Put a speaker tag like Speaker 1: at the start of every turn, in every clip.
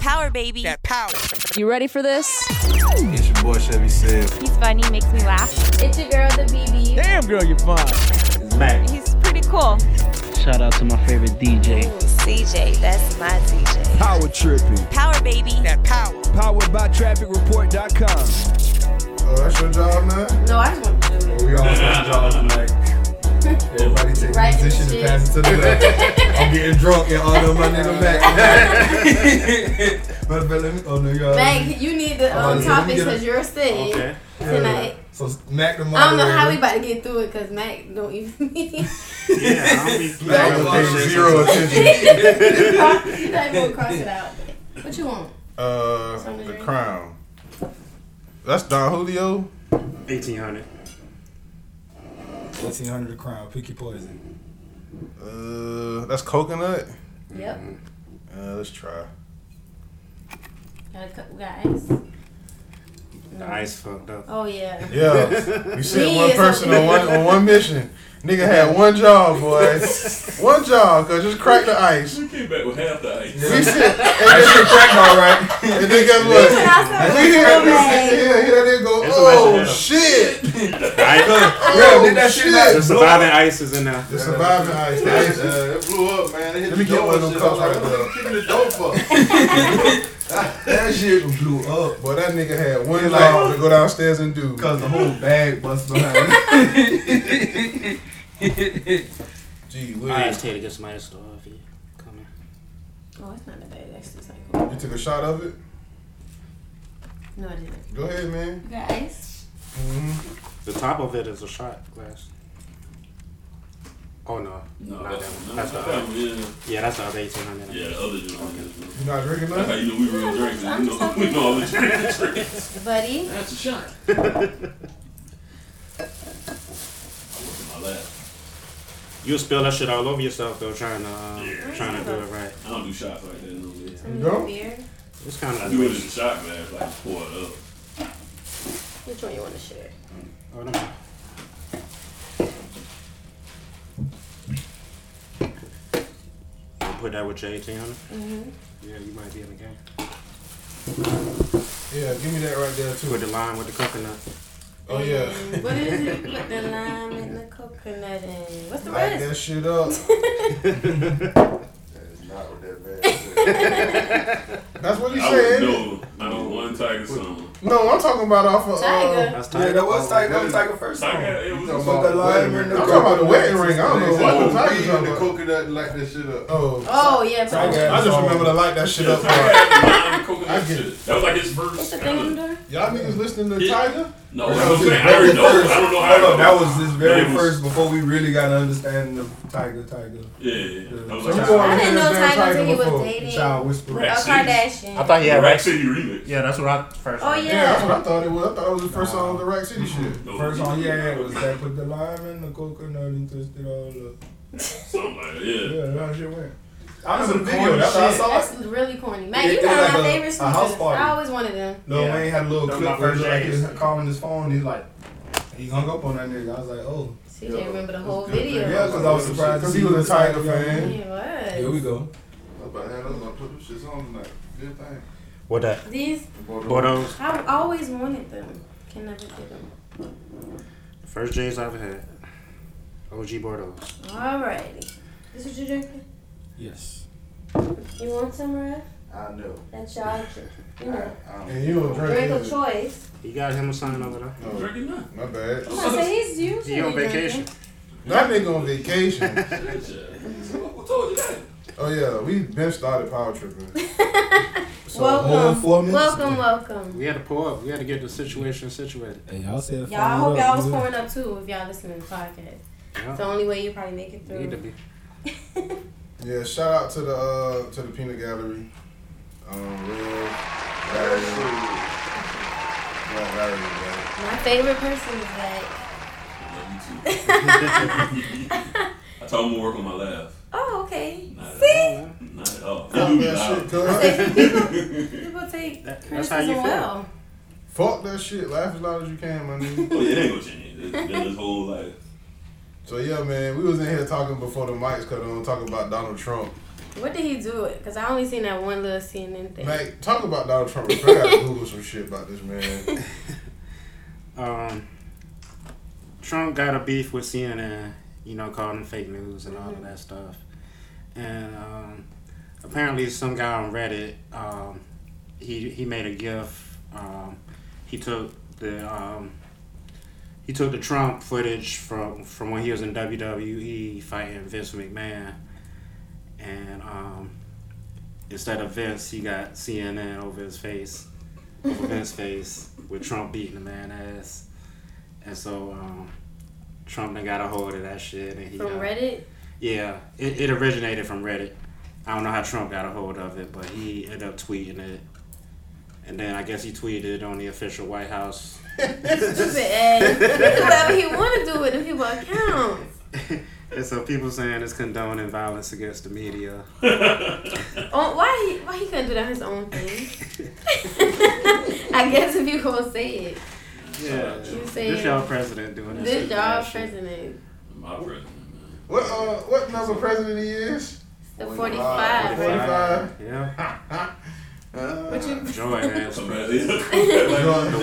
Speaker 1: power, baby.
Speaker 2: That power.
Speaker 3: You ready for this?
Speaker 4: It's your boy Chevy Siv.
Speaker 5: He's funny, makes me laugh.
Speaker 6: It's your girl, the BB.
Speaker 7: Damn, girl, you're fine.
Speaker 4: It's Mac.
Speaker 5: He's pretty cool.
Speaker 8: Shout out to my favorite DJ.
Speaker 1: CJ, that's my DJ.
Speaker 9: Power tripping.
Speaker 1: Power, baby.
Speaker 2: That power.
Speaker 9: Powered by trafficreport.com.
Speaker 4: Oh, that's your job now?
Speaker 6: No, I just want to do it.
Speaker 4: We all got jobs tonight. Everybody take
Speaker 6: Right
Speaker 4: a position
Speaker 6: shit.
Speaker 4: and pass it to the left. I'm getting drunk and all of my nigga Mac. but, but let me, oh, no, y'all.
Speaker 6: Meg, you need the
Speaker 4: Oh,
Speaker 6: um,
Speaker 4: yeah,
Speaker 6: topics
Speaker 4: we get a-
Speaker 6: because you're sick
Speaker 4: Okay.
Speaker 6: tonight.
Speaker 4: So Mac the
Speaker 6: I don't know how we
Speaker 4: moderator.
Speaker 6: about to get through it because Mac don't even.
Speaker 10: Yeah, I don't be
Speaker 4: Mac will
Speaker 10: paying
Speaker 4: pay
Speaker 10: zero.
Speaker 4: zero attention.
Speaker 6: He's not even gonna cross it out. What you want?
Speaker 4: Uh,
Speaker 6: Something
Speaker 4: the
Speaker 6: to
Speaker 4: crown. That's Don Julio.
Speaker 10: 1800.
Speaker 9: 1800 the crown. Pick your poison.
Speaker 4: Uh, that's coconut.
Speaker 6: Yep.
Speaker 4: Uh, let's try.
Speaker 6: Got a couple guys.
Speaker 10: The ice fucked up.
Speaker 6: Oh yeah.
Speaker 4: Yeah, you sent
Speaker 6: Me
Speaker 4: one
Speaker 6: is-
Speaker 4: person on one on one mission. Nigga had one job, boy. one job, cause just crack the ice. We
Speaker 11: Came back with half the ice.
Speaker 4: sent, and,
Speaker 7: You're cracked, all right.
Speaker 4: then, and then guess what? We hear him, yeah, hear that nigga go,
Speaker 10: That's what I
Speaker 4: oh
Speaker 10: should have.
Speaker 4: shit,
Speaker 10: Ice-
Speaker 4: oh
Speaker 7: did that shit
Speaker 4: shit.
Speaker 7: last-
Speaker 10: the surviving ice is in there.
Speaker 4: The surviving ice, the ice, uh,
Speaker 12: it blew up, man. It hit
Speaker 4: Let me
Speaker 12: the
Speaker 4: get
Speaker 12: door
Speaker 4: one of
Speaker 12: and
Speaker 4: them
Speaker 12: shit. I was
Speaker 4: cups
Speaker 12: like,
Speaker 4: right
Speaker 12: what you kicking the door for?
Speaker 4: that shit blew up. Boy, that nigga had one
Speaker 12: Like-
Speaker 4: job to go downstairs and do.
Speaker 12: Because the whole bag busted behind me.
Speaker 4: Gee
Speaker 10: I
Speaker 4: whiz,
Speaker 10: just take to uh, get some ice though if you coming.
Speaker 6: Oh, it's not that bad. That's just like cool.
Speaker 4: you took a shot of it.
Speaker 6: No, I didn't.
Speaker 4: Go ahead, man.
Speaker 6: You got ice?
Speaker 10: The top of it is a shot glass. Oh no,
Speaker 11: No,
Speaker 10: not that
Speaker 11: that's,
Speaker 10: one.
Speaker 11: no,
Speaker 10: That's
Speaker 11: that's
Speaker 10: the other.
Speaker 11: yeah,
Speaker 10: Yeah, that's the other 1800.
Speaker 11: yeah, the other dude.
Speaker 4: You not drinking
Speaker 11: That's how
Speaker 4: nothing?
Speaker 11: you know we real drinks. We know, we know all the drinks. drinks.
Speaker 6: Buddy.
Speaker 11: That's a shot. I wasn't my last.
Speaker 10: You spill that shit all over yourself though, trying to um,
Speaker 11: Yeah.
Speaker 10: trying to do it right.
Speaker 11: I don't do shots like that. No, way.
Speaker 6: Some of
Speaker 4: Go.
Speaker 6: your beer.
Speaker 10: It's kind
Speaker 11: I
Speaker 10: of
Speaker 11: do it in a shot glass, like pour it up.
Speaker 6: Which one you want to share?
Speaker 10: Oh, no. You Put that with your 1800. Yeah, you might be in the game.
Speaker 4: Yeah, give me that right there too.
Speaker 10: With the lime, with the coconut.
Speaker 4: Oh yeah.
Speaker 6: Mm, What is it? You put the lime and the coconut in. What's the
Speaker 4: Light
Speaker 6: rest?
Speaker 4: that shit up.
Speaker 12: That is not what that bag said.
Speaker 4: That's what he
Speaker 11: I would
Speaker 4: said.
Speaker 11: know not a one Tiger song.
Speaker 4: No, I'm talking about off of. Uh,
Speaker 6: Tiger.
Speaker 10: That's tight.
Speaker 7: Yeah, that was Tiger. That was Tiger first
Speaker 11: Tiger,
Speaker 7: song.
Speaker 11: it was
Speaker 4: talking
Speaker 11: a
Speaker 4: about-
Speaker 11: song.
Speaker 7: Put the lime in
Speaker 4: I'm
Speaker 7: the
Speaker 4: talking about the
Speaker 7: coconut.
Speaker 4: wedding ring. I don't know
Speaker 12: Whoa,
Speaker 4: what the
Speaker 12: weed
Speaker 4: talking
Speaker 12: and the
Speaker 4: about.
Speaker 12: coconut and light that shit up.
Speaker 4: Oh,
Speaker 6: Oh yeah. put
Speaker 7: Tiger.
Speaker 6: it-
Speaker 4: I just remember to light that shit up. part.
Speaker 11: Tiger, coconut
Speaker 4: I get
Speaker 11: shit. That was like his first.
Speaker 6: It's the
Speaker 11: kinda-
Speaker 6: thing door.
Speaker 4: Y'all niggas listening to
Speaker 11: Yeah.
Speaker 4: Tiger?
Speaker 11: No,
Speaker 4: That
Speaker 11: that's
Speaker 4: was
Speaker 11: what I'm
Speaker 4: his
Speaker 11: saying. I already
Speaker 4: very
Speaker 11: know. I don't know how.
Speaker 7: No,
Speaker 11: it
Speaker 7: that was his very
Speaker 11: It was-
Speaker 7: first before we really got an understanding of Tiger, Tiger.
Speaker 11: Yeah, yeah. yeah. That was
Speaker 4: So
Speaker 11: like
Speaker 4: we
Speaker 11: a
Speaker 4: go
Speaker 11: shot.
Speaker 4: on
Speaker 6: I didn't
Speaker 4: here
Speaker 6: know
Speaker 4: and damn
Speaker 6: Tiger until he
Speaker 4: before.
Speaker 6: was dating a
Speaker 7: Child Whisperer.
Speaker 11: Rack
Speaker 6: Oh,
Speaker 11: City.
Speaker 6: Kardashian.
Speaker 10: thought he
Speaker 11: The Rack City remix.
Speaker 10: Yeah, that's what I first.
Speaker 6: Oh
Speaker 4: Yeah, that's
Speaker 6: yeah.
Speaker 4: what I thought it was. I thought it was the first song of the Rack City shit.
Speaker 11: No,
Speaker 7: First
Speaker 11: we-
Speaker 7: song, yeah, yeah, was that put the lime in the coconut and twist it all up.
Speaker 11: Something like that. Yeah.
Speaker 7: Yeah, that shit went. I
Speaker 4: That's
Speaker 7: remember
Speaker 4: some
Speaker 7: the video.
Speaker 4: corny
Speaker 7: That's how I
Speaker 4: shit.
Speaker 7: saw it.
Speaker 6: That's really corny. Man,
Speaker 7: Yeah,
Speaker 6: you
Speaker 7: they
Speaker 6: got
Speaker 7: like
Speaker 6: my
Speaker 7: a-
Speaker 6: favorite
Speaker 7: a house
Speaker 6: sneakers.
Speaker 7: party.
Speaker 6: I always wanted them.
Speaker 7: Lil
Speaker 10: Yeah.
Speaker 7: Wayne had a little
Speaker 10: That was
Speaker 7: clip
Speaker 10: my
Speaker 7: where he
Speaker 10: first
Speaker 7: like
Speaker 10: J's.
Speaker 7: he's calling his phone. He's like, he hung up on that nigga. I was like, oh,
Speaker 6: See, can't remember the whole video.
Speaker 7: yeah, because I was surprised
Speaker 4: Because he was a Tiger
Speaker 6: Yeah,
Speaker 4: fan.
Speaker 7: Here
Speaker 6: What?
Speaker 7: we go.
Speaker 12: I was about to have those gonna put them shits on tonight. Good thing.
Speaker 10: What that?
Speaker 6: These
Speaker 12: Bought them.
Speaker 10: Bordeaux.
Speaker 6: I always wanted them. Can never get them.
Speaker 10: First J's I ever had. OG Bordeaux.
Speaker 6: Alrighty. This what you drinking?
Speaker 7: Yes.
Speaker 6: You want some, Rev?
Speaker 12: I know.
Speaker 6: That's y'all drink. You
Speaker 12: I,
Speaker 6: know,
Speaker 12: I don't
Speaker 4: And you a drink.
Speaker 6: drink of
Speaker 4: either.
Speaker 6: choice.
Speaker 10: You got him a sign over there.
Speaker 11: I'm drinking now.
Speaker 4: My bad.
Speaker 6: I said he's usually
Speaker 10: He on vacation.
Speaker 6: drinking.
Speaker 4: That nigga on vacation.
Speaker 11: Who told you that?
Speaker 4: Oh yeah, we bench started power tripping. So,
Speaker 7: hold
Speaker 4: uh,
Speaker 7: on
Speaker 6: welcome,
Speaker 7: four minutes.
Speaker 6: welcome, welcome.
Speaker 10: We had to pull up. We had to get the situation situated.
Speaker 7: Hey, y'all said
Speaker 6: Y'all, I hope y'all was pouring up too if y'all listening to the podcast. It's
Speaker 10: Yeah.
Speaker 6: the only way you probably make it
Speaker 10: Need to
Speaker 6: through.
Speaker 10: be.
Speaker 4: Yeah, shout out to the uh, to the peanut gallery. Um, real, Larry, Black Larry, man.
Speaker 6: My favorite person is that.
Speaker 11: Love you too. I told him to work on my laugh.
Speaker 6: Oh, okay.
Speaker 11: Not at all.
Speaker 6: See?
Speaker 11: Not at all.
Speaker 4: Fuck
Speaker 11: Don't do
Speaker 4: that shit,
Speaker 11: that.
Speaker 4: cuz.
Speaker 6: People take
Speaker 10: That- that's how you
Speaker 6: criticism
Speaker 10: feel.
Speaker 6: well.
Speaker 4: Fuck that shit. Laugh as loud as you can, my nigga.
Speaker 11: Oh, yeah, it ain't gonna change. That's, that's his whole life.
Speaker 4: So yeah, man, we was in here talking before the mics cut on, talking about Donald Trump
Speaker 6: What did he do it? Cause I only seen that one little CNN thing.
Speaker 4: Like, talk about Donald Trump. I gotta Google some shit about this man.
Speaker 10: Um, Trump got a beef with CNN, you know, calling them fake news and all of that stuff. And um, apparently, some guy on Reddit, um, he he made a GIF. Um, he took the um, he took the Trump footage from from when he was in WWE fighting Vince McMahon, and um, instead of Vince, he got CNN over his face, over Vince's face, with Trump beating the man ass. And so um, Trump then got a hold of that shit, and he
Speaker 6: From
Speaker 10: uh,
Speaker 6: Reddit.
Speaker 10: yeah, it, it originated from Reddit. I don't know how Trump got a hold of it, but he ended up tweeting it. And then I guess he tweeted on the official White House.
Speaker 6: Stupid ass. He do whatever he want to do with them people accounts.
Speaker 10: and so people saying it's condoning violence against the media.
Speaker 6: Oh, why he why he couldn't do that on his own thing? I guess if you gonna say it,
Speaker 10: Yeah,
Speaker 6: You
Speaker 10: this
Speaker 6: saying-
Speaker 10: y'all president doing this.
Speaker 6: this
Speaker 10: shit,
Speaker 6: y'all
Speaker 10: that shit.
Speaker 6: president,
Speaker 11: My president, man.
Speaker 4: what uh, what number president he is?
Speaker 6: the
Speaker 12: Forty-five.
Speaker 6: forty five.
Speaker 4: Forty-five.
Speaker 10: Yeah,
Speaker 6: What you?
Speaker 10: joy ass.
Speaker 11: Somebody like,
Speaker 10: The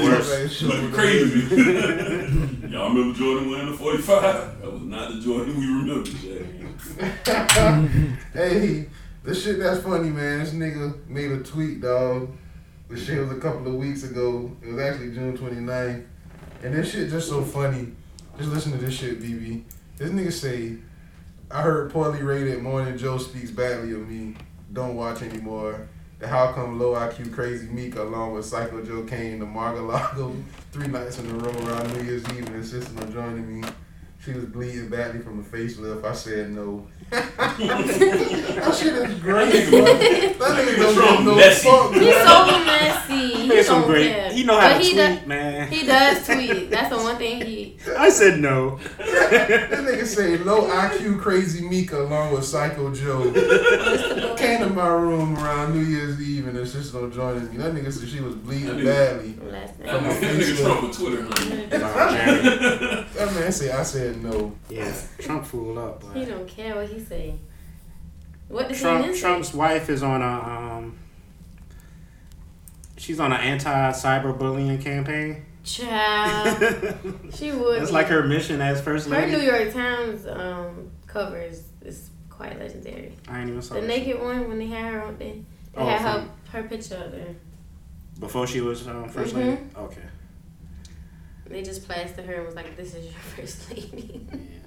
Speaker 10: worst.
Speaker 11: looking crazy. Y'all remember Jordan winning the 45? That was not the Jordan we remember. Jay.
Speaker 4: hey, the shit that's funny, man. This nigga made a tweet, dog. This shit was a couple of weeks ago. It was actually June 29th. And this shit just so funny. Just listen to this shit, BB. This nigga say, I heard poorly rated Morning Joe speaks badly of me. Don't watch anymore. The How Come Low IQ Crazy Meek along with Psycho Joe came to Margalago three nights in a row around New Year's Eve and insisted on joining me. She was bleeding badly from a facelift. I said no. that shit is great, bro. That nigga don't give no
Speaker 11: Messy.
Speaker 4: fuck.
Speaker 6: He's
Speaker 4: bro.
Speaker 6: so messy. He
Speaker 10: He's some
Speaker 6: don't
Speaker 10: great.
Speaker 6: care.
Speaker 10: You know how
Speaker 6: But
Speaker 10: to
Speaker 6: he
Speaker 10: tweet,
Speaker 6: does-
Speaker 10: man.
Speaker 6: He does tweet. That's the one thing he.
Speaker 10: I said no.
Speaker 4: This nigga say low IQ crazy Mika along with Psycho Joe came to my room around New Year's Eve and insisted on joining me. That nigga said she was bleeding badly.
Speaker 6: Last
Speaker 11: That
Speaker 6: name.
Speaker 11: nigga- that nigga Trump with Twitter, honey.
Speaker 10: Nah, Jerry.
Speaker 4: That man say I said no.
Speaker 10: Yeah, Trump fooled up. But.
Speaker 6: He don't care what he say. What did
Speaker 10: Trump
Speaker 6: he say?
Speaker 10: Trump's wife is on a um, she's on an anti cyberbullying campaign.
Speaker 6: Child. Uh, She would.
Speaker 10: That's
Speaker 6: be.
Speaker 10: like her mission as first
Speaker 6: Her New
Speaker 10: lady.
Speaker 6: York Times um, covers is quite legendary.
Speaker 10: I ain't even saw
Speaker 6: The
Speaker 10: that shit.
Speaker 6: naked one when they had her, on- they, they
Speaker 10: Oh,
Speaker 6: had her her picture up there.
Speaker 10: before she was um, 1st lady.
Speaker 6: Mm-hmm.
Speaker 10: Okay,
Speaker 6: They just plastered her and was like, "This is your first lady."
Speaker 10: yeah.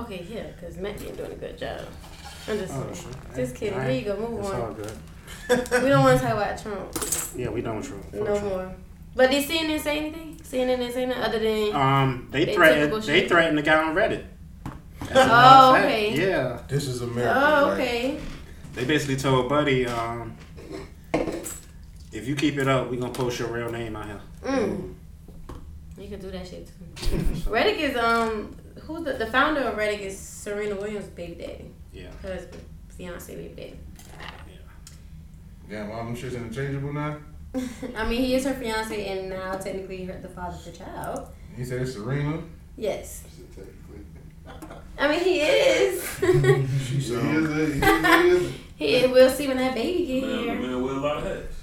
Speaker 6: okay, yeah, because Matt been doing a good job. I'm just
Speaker 10: Oh,
Speaker 6: saying.
Speaker 10: shit.
Speaker 6: Just kidding.
Speaker 10: All
Speaker 6: There you go. Move
Speaker 10: It's all
Speaker 6: on.
Speaker 10: good.
Speaker 6: We don't want to talk about Trump
Speaker 10: Yeah, we done with Trump. Fuck
Speaker 6: no
Speaker 10: Trump.
Speaker 6: more. But did CNN say anything? CNN didn't say nothing other than.
Speaker 10: Um, they,
Speaker 6: They typical
Speaker 10: threatened. They
Speaker 6: shit.
Speaker 10: threatened the guy on Reddit. As a matter of
Speaker 6: Oh,
Speaker 10: fact,
Speaker 6: okay.
Speaker 10: Yeah,
Speaker 4: This is America.
Speaker 6: oh,
Speaker 4: right?
Speaker 6: okay.
Speaker 10: they basically told Buddy, um, if you keep it up, we gonna post your real name out here.
Speaker 6: Mm. You can do that shit too. Reddick is um, who's the, the founder of Reddick is Serena Williams' baby daddy,
Speaker 10: Yeah.
Speaker 6: husband, fiance, baby daddy.
Speaker 4: Damn, all them shit's interchangeable now.
Speaker 6: I mean, he is her fiance and now technically her, the father of the child.
Speaker 4: He said it's Serena.
Speaker 6: Yes,
Speaker 12: Technically.
Speaker 6: I mean he is.
Speaker 4: She
Speaker 12: He
Speaker 4: said
Speaker 12: is a- he is
Speaker 6: he is. we'll see when that baby get
Speaker 11: Man, the
Speaker 6: here.
Speaker 11: man wear a lot of hats.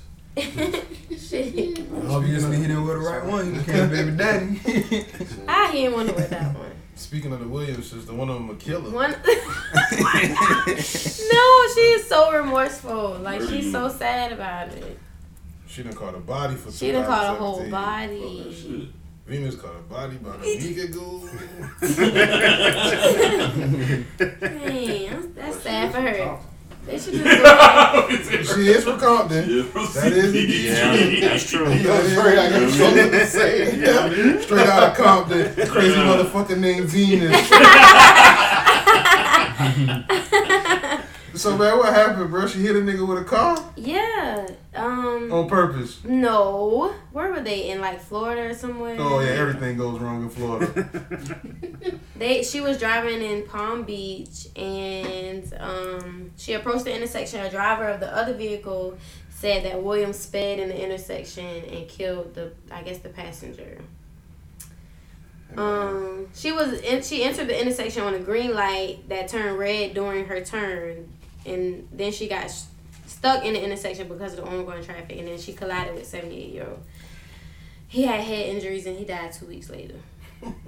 Speaker 6: shit,
Speaker 7: Obviously, he didn't go the right one. He became baby daddy.
Speaker 6: I didn't want to wear that one.
Speaker 4: Speaking of the Williams sister, one of them a killer.
Speaker 6: One. no, she is so remorseful. Like she's so sad about it.
Speaker 4: She done caught a body for.
Speaker 6: She done caught a whole
Speaker 4: 2017.
Speaker 11: That
Speaker 6: body.
Speaker 11: Oh, shit.
Speaker 4: Venus caught a body by the Mika goo.
Speaker 6: Man, that's sad for her. They should just go back.
Speaker 4: she is from Compton.
Speaker 11: Yeah, from
Speaker 4: That is
Speaker 11: CP.
Speaker 4: indeed
Speaker 10: That's true.
Speaker 4: Yo, straight out of Compton. Straight out of Compton. Crazy
Speaker 11: Yeah.
Speaker 4: motherfucker named Venus. so man, what happened, bro? She hit a nigga with a car
Speaker 6: Yeah. Um.
Speaker 4: on purpose.
Speaker 6: No. Where were they? In like Florida or somewhere?
Speaker 4: Oh yeah, everything goes wrong in Florida.
Speaker 6: They she was driving in Palm Beach and um she approached the intersection. A driver of the other vehicle said that Williams sped in the intersection and killed the I guess the passenger. Um, she was in, she entered the intersection on a green light that turned red during her turn, and then she got s stuck in the intersection because of the ongoing traffic, and then she collided with seventy eight year old. He had head injuries and he died two weeks later.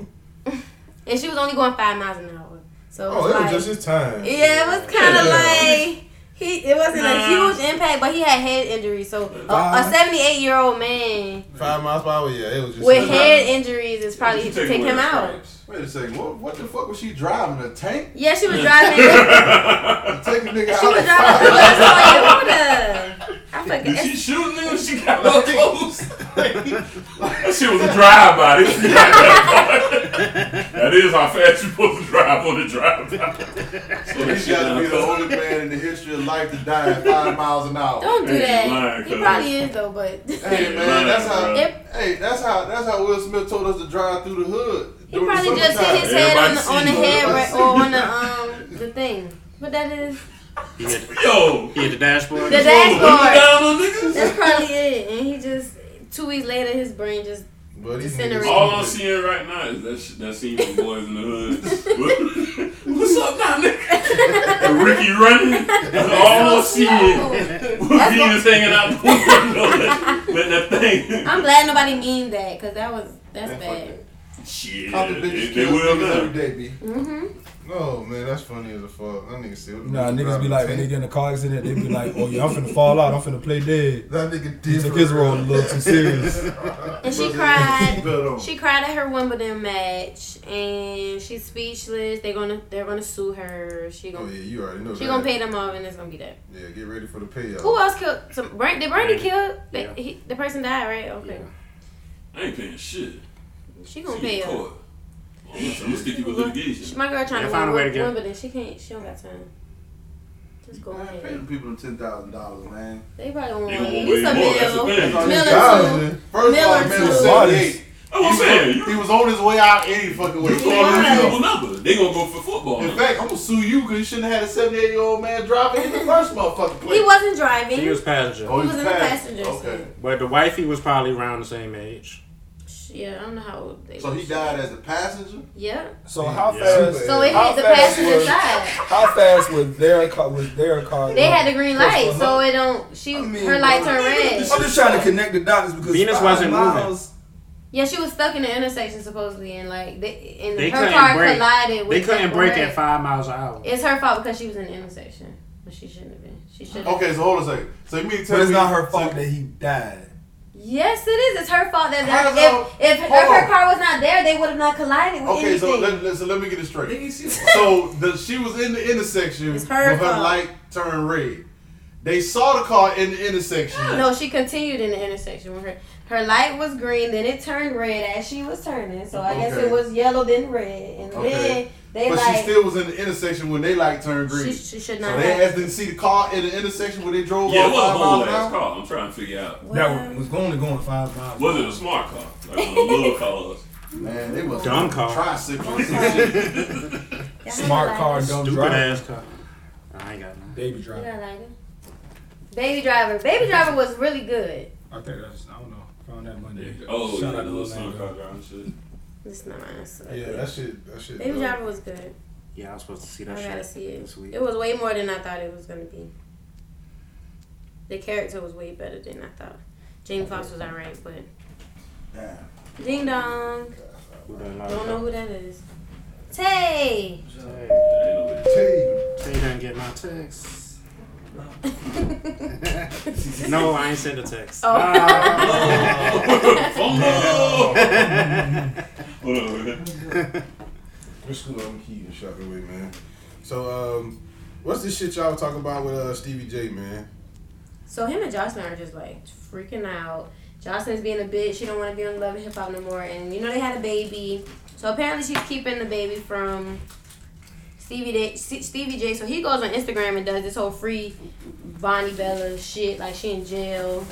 Speaker 6: and she was only going five miles an hour, so it
Speaker 4: Oh,
Speaker 6: was
Speaker 4: it was
Speaker 6: like,
Speaker 4: just his time.
Speaker 6: yeah, it was kind of
Speaker 4: Yeah.
Speaker 6: like. He, it wasn't a huge impact, but he had head injuries. So a seventy-eight year old man
Speaker 4: Five miles per hour, yeah, it was just
Speaker 6: with
Speaker 4: his-
Speaker 6: head injuries is probably
Speaker 11: You
Speaker 6: to take
Speaker 11: away
Speaker 6: him
Speaker 11: the
Speaker 6: out.
Speaker 11: stripes.
Speaker 12: Wait a second. What, what the fuck was she driving? A tank?
Speaker 6: Yeah, she was driving.
Speaker 12: Take a nigga
Speaker 6: She
Speaker 12: out
Speaker 6: was
Speaker 12: of
Speaker 6: driving through West Toyota. I
Speaker 11: Did
Speaker 6: forget.
Speaker 11: she shoot niggas? She got real close. that shit was a drive-by. This- that is how fast you supposed to drive on a drive-by. So that
Speaker 12: He's
Speaker 11: shit
Speaker 12: got to be the
Speaker 11: down.
Speaker 12: only man in the history of life to die at five miles an hour.
Speaker 6: Don't do
Speaker 11: Hey,
Speaker 6: that.
Speaker 11: you lying,
Speaker 6: he
Speaker 11: cuz.
Speaker 6: probably is though, but
Speaker 12: Hey man, that's how.
Speaker 11: Lying,
Speaker 12: Hey, that's how. That's how Will Smith told us to drive through the hood.
Speaker 6: he probably just hit his head on the, on the head ra- or on the um the thing. But that is
Speaker 10: He hit,
Speaker 11: Yo,
Speaker 10: he hit the dashboard.
Speaker 6: The
Speaker 11: roll the window
Speaker 6: dashboard.
Speaker 11: down on niggas.
Speaker 6: that's probably it. And he just two weeks later his brain just
Speaker 4: But these
Speaker 6: Disintegrate.
Speaker 4: niggas-
Speaker 11: All I'm seeing right now is that shit, that scene from Boys in the Hood. What's up now, nigga? And Ricky running. That's all I'm seeing.
Speaker 6: That's
Speaker 11: He was hanging out the window, letting that thing.
Speaker 6: I'm glad nobody mean that because that was that's
Speaker 12: Man, fuck
Speaker 6: bad.
Speaker 11: Shit,
Speaker 12: Compton
Speaker 11: they,
Speaker 12: bitches
Speaker 11: they
Speaker 12: kill
Speaker 11: will
Speaker 12: niggas
Speaker 11: now.
Speaker 12: every day, b.
Speaker 6: Mm-hmm.
Speaker 4: No, man, that's funny as a fuck. That nigga still.
Speaker 9: Nah, niggas be like, when they get in a car accident, they be like, oh yeah, I'm finna fall out, I'm finna play dead.
Speaker 4: That nigga
Speaker 9: He
Speaker 4: did.
Speaker 9: took
Speaker 4: for
Speaker 9: his
Speaker 4: real.
Speaker 9: role a little too serious.
Speaker 6: And she
Speaker 12: Brother,
Speaker 6: cried.
Speaker 12: bet on.
Speaker 6: She cried at her Wimbledon match, and she's speechless. They're gonna they're gonna sue her. She
Speaker 4: Oh
Speaker 6: gonna
Speaker 4: yeah, you already know.
Speaker 6: she
Speaker 4: that.
Speaker 6: gonna pay them off, and it's gonna be that.
Speaker 4: Yeah, get ready for the payout.
Speaker 6: Who else killed? Some Brand, did Brandy kill? The,
Speaker 10: Yeah.
Speaker 6: he, the person died, right? Okay,
Speaker 11: I ain't paying shit.
Speaker 6: she gonna
Speaker 11: She
Speaker 6: pay
Speaker 11: get
Speaker 6: up.
Speaker 11: caught. I'm gonna- I'm gonna stick you with litigation.
Speaker 6: My girl trying
Speaker 10: They found
Speaker 6: to find
Speaker 10: a
Speaker 6: a
Speaker 10: way to
Speaker 6: win,
Speaker 10: get-
Speaker 6: but then she can't. She don't got time. Just go
Speaker 12: Man, pay the
Speaker 6: ahead.
Speaker 12: people them ten thousand dollars, man.
Speaker 6: They probably won't
Speaker 11: They gonna
Speaker 6: want
Speaker 11: want
Speaker 6: to
Speaker 11: way
Speaker 6: use a
Speaker 11: more. That's the
Speaker 6: bill.
Speaker 11: thing. That's
Speaker 6: Miller
Speaker 4: Thousand.
Speaker 6: too.
Speaker 12: First of all,
Speaker 6: Miller
Speaker 12: man
Speaker 6: too.
Speaker 12: was
Speaker 9: Artist.
Speaker 12: 78.
Speaker 11: what Oh, I'm saying. You
Speaker 12: He was on his way out any fucking way.
Speaker 11: you call them a suitable number. They gonna go for football.
Speaker 12: In
Speaker 11: Now.
Speaker 12: fact, I'm gonna sue you because you shouldn't have had a 78 year old man driving in the first motherfucking place.
Speaker 6: He wasn't driving.
Speaker 10: He was passenger.
Speaker 12: Oh,
Speaker 6: he was in the
Speaker 12: passing.
Speaker 6: passenger
Speaker 12: Okay.
Speaker 10: But the wifey was probably around the same age.
Speaker 6: yeah, I don't know how old they.
Speaker 12: So he
Speaker 6: was.
Speaker 12: died as a passenger?
Speaker 6: Yeah.
Speaker 9: So how
Speaker 10: Yeah.
Speaker 9: fast?
Speaker 6: So it
Speaker 9: how
Speaker 6: hit the
Speaker 9: fast
Speaker 6: passenger
Speaker 9: was-
Speaker 6: side.
Speaker 9: How fast was their car? Was their car?
Speaker 6: They had the green
Speaker 9: That's
Speaker 6: light,
Speaker 9: what
Speaker 6: so it don't. She
Speaker 9: I mean,
Speaker 6: her light turned red.
Speaker 9: I'm just trying to connect the dots because
Speaker 10: Venus
Speaker 9: five
Speaker 10: wasn't moving.
Speaker 9: miles-
Speaker 6: Yeah, she was stuck in the intersection supposedly, and like they, and
Speaker 10: They
Speaker 6: her
Speaker 10: couldn't
Speaker 6: car
Speaker 10: brake.
Speaker 6: collided.
Speaker 10: They
Speaker 6: With
Speaker 10: couldn't
Speaker 6: the
Speaker 10: break
Speaker 6: red.
Speaker 10: at five miles an hour.
Speaker 6: It's her fault because she was in the intersection, but she shouldn't have been. She should. have
Speaker 12: Okay, so hold on a second. So you mean to tell
Speaker 9: But it's
Speaker 12: me-
Speaker 9: not her fault
Speaker 12: so-
Speaker 9: that he died.
Speaker 6: Yes, it is. It's her fault that,
Speaker 12: How
Speaker 6: that
Speaker 12: does all-
Speaker 6: if if, if
Speaker 12: Hold
Speaker 6: her
Speaker 12: on.
Speaker 6: car was not there, they would have not collided with
Speaker 12: Okay, so
Speaker 6: anything.
Speaker 12: let, let, so let me get it straight. So the, she was in the intersection
Speaker 6: It's her
Speaker 12: when her
Speaker 6: fault.
Speaker 12: light turned red. They saw the car in the intersection.
Speaker 6: no, she continued in the intersection when her her light was green, then it turned red as she was turning. So I guess
Speaker 12: Okay.
Speaker 6: it was yellow, then red, and
Speaker 12: Okay.
Speaker 6: then they
Speaker 12: But
Speaker 6: like
Speaker 12: she still was in the intersection when they light turned green.
Speaker 6: she, she should
Speaker 12: so
Speaker 6: not.
Speaker 12: they
Speaker 6: have.
Speaker 12: asked them to see the car in the intersection where they drove
Speaker 11: Yeah,
Speaker 12: all
Speaker 11: it was a
Speaker 12: five miles
Speaker 11: whole
Speaker 12: an
Speaker 11: ass
Speaker 12: hour.
Speaker 11: car. I'm trying to figure out.
Speaker 9: That was only going five miles.
Speaker 11: Was it a smart car? Like one of the little cars?
Speaker 12: Man, they was
Speaker 10: Dumb car.
Speaker 12: Tricycle or some shit.
Speaker 6: Y'all have a
Speaker 9: Smart
Speaker 6: light.
Speaker 9: car, dumb
Speaker 10: Stupid
Speaker 9: driver.
Speaker 10: ass car. I ain't got none.
Speaker 9: Baby
Speaker 6: You
Speaker 9: driver.
Speaker 6: got a lighter? Baby Driver. Baby Driver was really good.
Speaker 9: I think that's I don't know. Found that Monday.
Speaker 11: Oh, yeah,
Speaker 9: Shout
Speaker 11: the
Speaker 9: out to
Speaker 11: little
Speaker 9: Lil
Speaker 11: smart
Speaker 9: Wayne.
Speaker 11: car driving shit.
Speaker 6: It's not mine. so-
Speaker 4: Yeah, that shit. That shit.
Speaker 6: Baby
Speaker 4: dope.
Speaker 6: Driver was good.
Speaker 10: Yeah, I was supposed to see
Speaker 6: I
Speaker 10: that
Speaker 6: gotta
Speaker 10: shit
Speaker 6: see it.
Speaker 10: this week.
Speaker 6: It was way more than I thought it was gonna be. The character was way better than I thought. Jamie Foxx was alright, but
Speaker 12: Damn.
Speaker 6: Ding Dong.
Speaker 10: We done lost
Speaker 6: Don't
Speaker 10: her.
Speaker 6: know who that is. Tay.
Speaker 11: There ain't nobody-
Speaker 12: Hey,
Speaker 10: They didn't get my text. no, I ain't sent a text.
Speaker 6: Oh.
Speaker 11: Fumble! Hold on, wait.
Speaker 4: Let's scoot on the key and shut the way, man. So, um, what's this shit y'all was talking about with uh, Stevie J, man?
Speaker 6: So him and Jocelyn are just like freaking out. Jocelyn's being a bitch. She don't want to be on Love and Hip Hop no more. And you know they had a baby. So apparently she's keeping the baby from Stevie J. Stevie J. So he goes on Instagram and does this whole free Bonnie Bella shit. Like she in jail.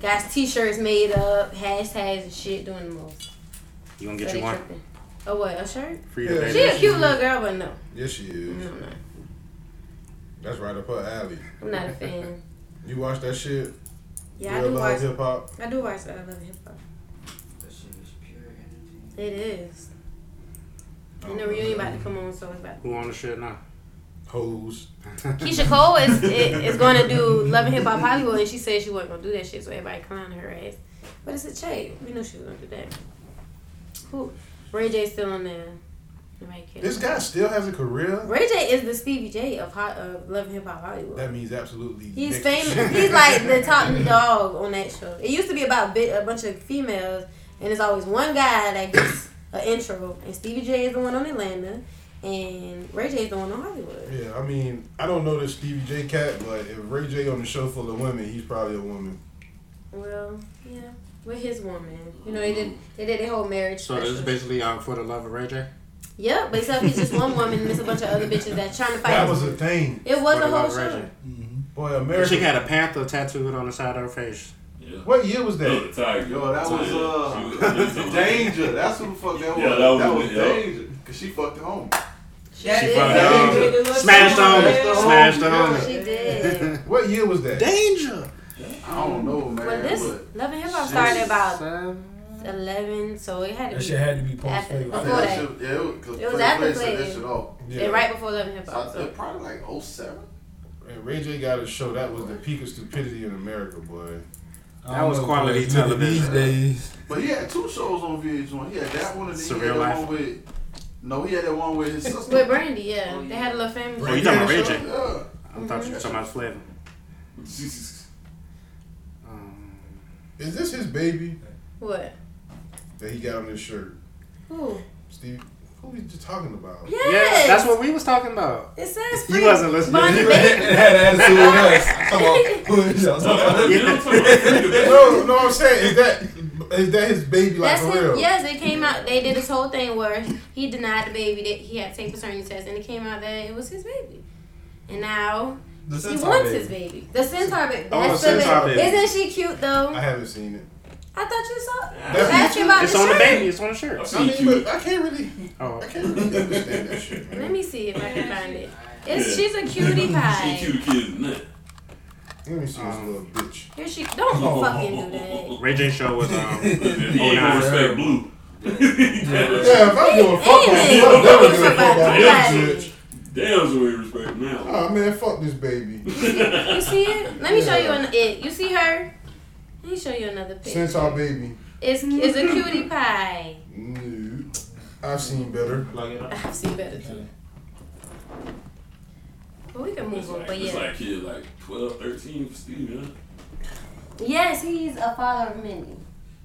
Speaker 6: Got t-shirts made up, hashtags and shit, doing the most.
Speaker 10: You gonna get
Speaker 6: So
Speaker 10: you
Speaker 6: they
Speaker 10: one?
Speaker 6: tripping. Oh what? A shirt?
Speaker 10: Free the
Speaker 4: Yeah.
Speaker 10: baby.
Speaker 6: She a cute little girl, but no,
Speaker 4: Yes, she is.
Speaker 6: no, no.
Speaker 4: That's right up her alley.
Speaker 6: I'm not a fan.
Speaker 4: You watch that shit?
Speaker 6: Yeah, I
Speaker 4: Real
Speaker 6: do
Speaker 4: Love
Speaker 6: watch.
Speaker 4: Hip Hop.
Speaker 6: I do watch Love and Hip Hop. It is. And the reunion about to come on, so it's about.
Speaker 10: Who on the shit now?
Speaker 4: Hoes.
Speaker 6: Keisha Cole is is going to do Love and Hip Hop Hollywood, and she said she wasn't going to do that shit, so everybody clowned her ass. But it's a check. We knew she was going to do that. Who? Ray J's still on there. Nobody cares.
Speaker 4: This guy still has a career.
Speaker 6: Ray J is the Stevie J of hot, of Love and Hip Hop Hollywood.
Speaker 4: That means absolutely.
Speaker 6: He's
Speaker 4: next to
Speaker 6: famous.
Speaker 4: shit.
Speaker 6: He's like the top dog on that show. It used to be about bi- a bunch of females, and it's always one guy that gets an intro. And Stevie J is the one on Atlanta, and Ray J is the one on Hollywood.
Speaker 4: Yeah, I mean, I don't know this Stevie J cat, but if Ray J on the show full of women, he's probably a woman.
Speaker 6: Well, yeah, with his woman, you know, they did they did their whole marriage.
Speaker 10: So this is
Speaker 6: special.
Speaker 10: basically uh, for the love of Ray J.
Speaker 6: yeah, but except he's just one woman, and it's a bunch of other bitches that trying to fight.
Speaker 4: That was a thing.
Speaker 6: it was
Speaker 10: For
Speaker 6: a
Speaker 10: the
Speaker 6: whole
Speaker 10: Love, Ray
Speaker 6: show.
Speaker 10: J.
Speaker 4: Boy,
Speaker 10: The chick
Speaker 4: America.
Speaker 10: had a panther tattooed on the side of her face.
Speaker 11: Yeah.
Speaker 4: What year was
Speaker 11: Look,
Speaker 4: that?
Speaker 11: the tiger.
Speaker 12: Yo, that was
Speaker 11: Tiger. She
Speaker 12: uh, danger. That's what the fuck that was.
Speaker 11: Yeah,
Speaker 12: that
Speaker 11: that
Speaker 12: was,
Speaker 11: was- yeah.
Speaker 12: danger. Cause she fucked the home.
Speaker 6: That is
Speaker 11: found
Speaker 6: a-
Speaker 11: out.
Speaker 10: Smashed on it. Smashed on it.
Speaker 6: She did.
Speaker 4: What year was that?
Speaker 10: Danger.
Speaker 12: I don't know, man.
Speaker 6: But this
Speaker 12: but-
Speaker 6: Love and Hip Hop started about
Speaker 10: Seven.
Speaker 6: 11, so it had to
Speaker 9: That
Speaker 6: be.
Speaker 9: shit had to be Punk's
Speaker 6: After-
Speaker 9: favorite.
Speaker 12: I
Speaker 6: Before
Speaker 12: think that
Speaker 6: that.
Speaker 12: shit, yeah, it was,
Speaker 6: It was after
Speaker 12: Play.
Speaker 6: Play.
Speaker 12: That shit off.
Speaker 4: Yeah.
Speaker 6: And right before Love and Hip
Speaker 12: So,
Speaker 6: Hop.
Speaker 12: I-
Speaker 6: So.
Speaker 12: probably like 07.
Speaker 4: And Ray J got a show that was the peak of stupidity in America, boy.
Speaker 9: I
Speaker 10: That was
Speaker 9: don't know,
Speaker 10: quality
Speaker 9: but nigga, These
Speaker 10: television.
Speaker 9: days,
Speaker 12: But he had two shows on VH1. He had that one and then he
Speaker 10: Surreal
Speaker 12: had that
Speaker 10: Life.
Speaker 12: one with. No, he had that one with his sister.
Speaker 6: With Brandy, yeah. They had a little family.
Speaker 10: Oh, you talking about Ray J?
Speaker 12: Yeah.
Speaker 10: I thought you were talking about Flavor. Um,
Speaker 4: Is this his baby
Speaker 6: What?
Speaker 4: that he got on his shirt?
Speaker 6: Who?
Speaker 4: Steve, who we just talking about?
Speaker 6: Yes!
Speaker 10: Yeah, that's what we was talking about.
Speaker 6: It says
Speaker 10: You wasn't listening.
Speaker 6: Bonnie
Speaker 10: You
Speaker 6: Baker.
Speaker 9: it had ass to us. Come on, push us.
Speaker 4: no, no, I'm saying is that is that his baby like
Speaker 6: That's
Speaker 4: for real?
Speaker 6: him. Yes, they came out. They did this whole thing where he denied the baby that he had to take paternity test, and it came out that it was his baby. And now
Speaker 9: The
Speaker 6: he
Speaker 9: centaur
Speaker 6: wants
Speaker 9: baby.
Speaker 6: his baby. The centaur baby.
Speaker 10: Oh,
Speaker 6: That's
Speaker 10: the
Speaker 6: the
Speaker 10: centaur
Speaker 6: baby.
Speaker 10: baby.
Speaker 6: Isn't she cute though?
Speaker 4: I haven't seen it.
Speaker 6: I thought you saw.
Speaker 4: That's-
Speaker 6: Ask you about
Speaker 10: It's
Speaker 6: the
Speaker 10: on the
Speaker 6: shirt.
Speaker 10: baby. It's on the shirt.
Speaker 11: She
Speaker 4: I mean,
Speaker 11: cute.
Speaker 4: but I can't really,
Speaker 10: Oh,
Speaker 4: I can't really understand that shit, man.
Speaker 6: Let me see if I can find it. It's
Speaker 11: Yeah.
Speaker 6: she's a cutie pie.
Speaker 11: She cute kids than that.
Speaker 4: Let me see this
Speaker 9: Um,
Speaker 4: little bitch.
Speaker 6: Here she don't you fucking do that.
Speaker 10: Ray J show was um.
Speaker 11: He ain't gonna respect blue.
Speaker 4: Yeah, if I'm doing fuck on
Speaker 6: Amen.
Speaker 4: you, I'm never
Speaker 6: It's
Speaker 4: giving a fuck
Speaker 6: about
Speaker 4: on
Speaker 6: the
Speaker 4: that
Speaker 6: body.
Speaker 4: shit.
Speaker 11: Damn, so we respect now.
Speaker 4: Oh man, fuck this baby.
Speaker 6: You see it? Let me show you an it. You see her? Let me show you another picture.
Speaker 4: Since our baby,
Speaker 6: It's it's a cutie pie.
Speaker 4: no, I've seen better.
Speaker 6: I've seen better too. But we can
Speaker 11: It's
Speaker 6: move on.
Speaker 11: like,
Speaker 6: But
Speaker 11: it's
Speaker 6: yeah,
Speaker 11: like kid like 12, 13 for Steve, huh?
Speaker 6: yes, he's a father of many.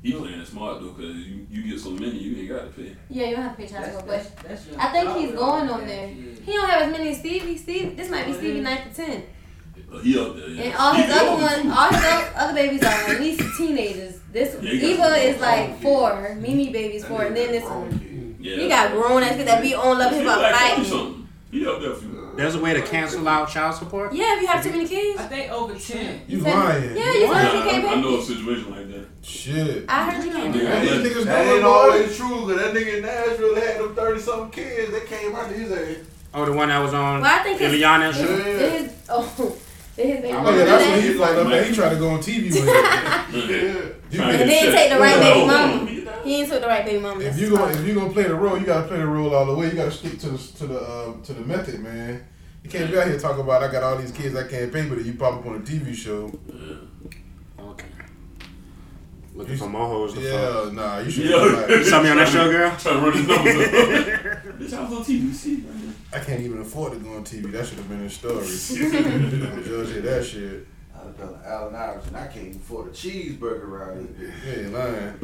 Speaker 11: He playing smart though, cause you, you get so many, you ain't gotta pay.
Speaker 6: Yeah, you don't have to pay child support, but I think he's going on there. He don't have as many as Stevie. Steve, this might be Stevie nine to ten,
Speaker 11: Uh, He up there. Oh, Yeah.
Speaker 6: and all his
Speaker 11: He
Speaker 6: other
Speaker 11: old.
Speaker 6: one, all his o- other babies are at least teenagers. This
Speaker 11: Yeah, he
Speaker 6: Eva
Speaker 11: got-
Speaker 6: is like four, Mimi baby's four, and then this one.
Speaker 11: Yeah.
Speaker 6: You got grown ass kids that be on love
Speaker 11: He
Speaker 6: hip hop
Speaker 11: like 40
Speaker 6: fighting.
Speaker 11: something. He up there for you.
Speaker 10: There's a way to cancel out child support.
Speaker 6: Yeah, if you have too many kids.
Speaker 2: think over 10.
Speaker 4: You
Speaker 6: said-
Speaker 4: lying?
Speaker 6: Yeah, you
Speaker 11: Yeah,
Speaker 6: said you
Speaker 11: I,
Speaker 6: can't
Speaker 11: I
Speaker 6: pay.
Speaker 11: know a situation like that.
Speaker 4: Shit.
Speaker 6: I heard you can't do
Speaker 11: Yeah.
Speaker 6: that.
Speaker 4: These niggas
Speaker 12: That
Speaker 4: going
Speaker 12: ain't
Speaker 4: hard.
Speaker 12: always true, because that nigga in Nashville had them 30 something kids. They came out of his ass.
Speaker 10: Oh, the one that was on
Speaker 6: Well, I think it's-
Speaker 10: Ileana
Speaker 6: Did
Speaker 10: show.
Speaker 12: Yeah.
Speaker 6: his, oh, did his baby
Speaker 12: Oh,
Speaker 4: Oh
Speaker 6: do
Speaker 4: yeah, that's what
Speaker 6: that?
Speaker 4: he like. Up there, he tried to go on TV with it.
Speaker 11: Yeah.
Speaker 12: Yeah.
Speaker 4: You
Speaker 11: Trying to
Speaker 6: And
Speaker 11: get
Speaker 6: then
Speaker 11: checked.
Speaker 6: take the right
Speaker 11: Yeah,
Speaker 6: baby
Speaker 11: hold on,
Speaker 6: mama.
Speaker 11: let me get down.
Speaker 6: He ain't took the right baby mama.
Speaker 4: If
Speaker 6: That's
Speaker 4: you gonna
Speaker 6: fine.
Speaker 4: if you gonna play the role, you gotta play the role all the way. You gotta stick to the to the uh, to the method, man. You can't be out here talking about I got all these kids I can't pay, but then you pop up on a TV show.
Speaker 10: Okay. Looking for more hoes to
Speaker 4: Yeah, nah, you should.
Speaker 11: Yeah.
Speaker 4: Be
Speaker 10: fuck.
Speaker 4: like,
Speaker 10: Saw me on that show, girl.
Speaker 11: Trying to run his numbers up. Bitch, I was on TV. See, man.
Speaker 4: I can't even afford to go on TV. That should have been a story. Don't judge it, that shit.
Speaker 12: I was telling Allen Iverson, I can't even afford a cheeseburger around here.
Speaker 4: You ain't lying.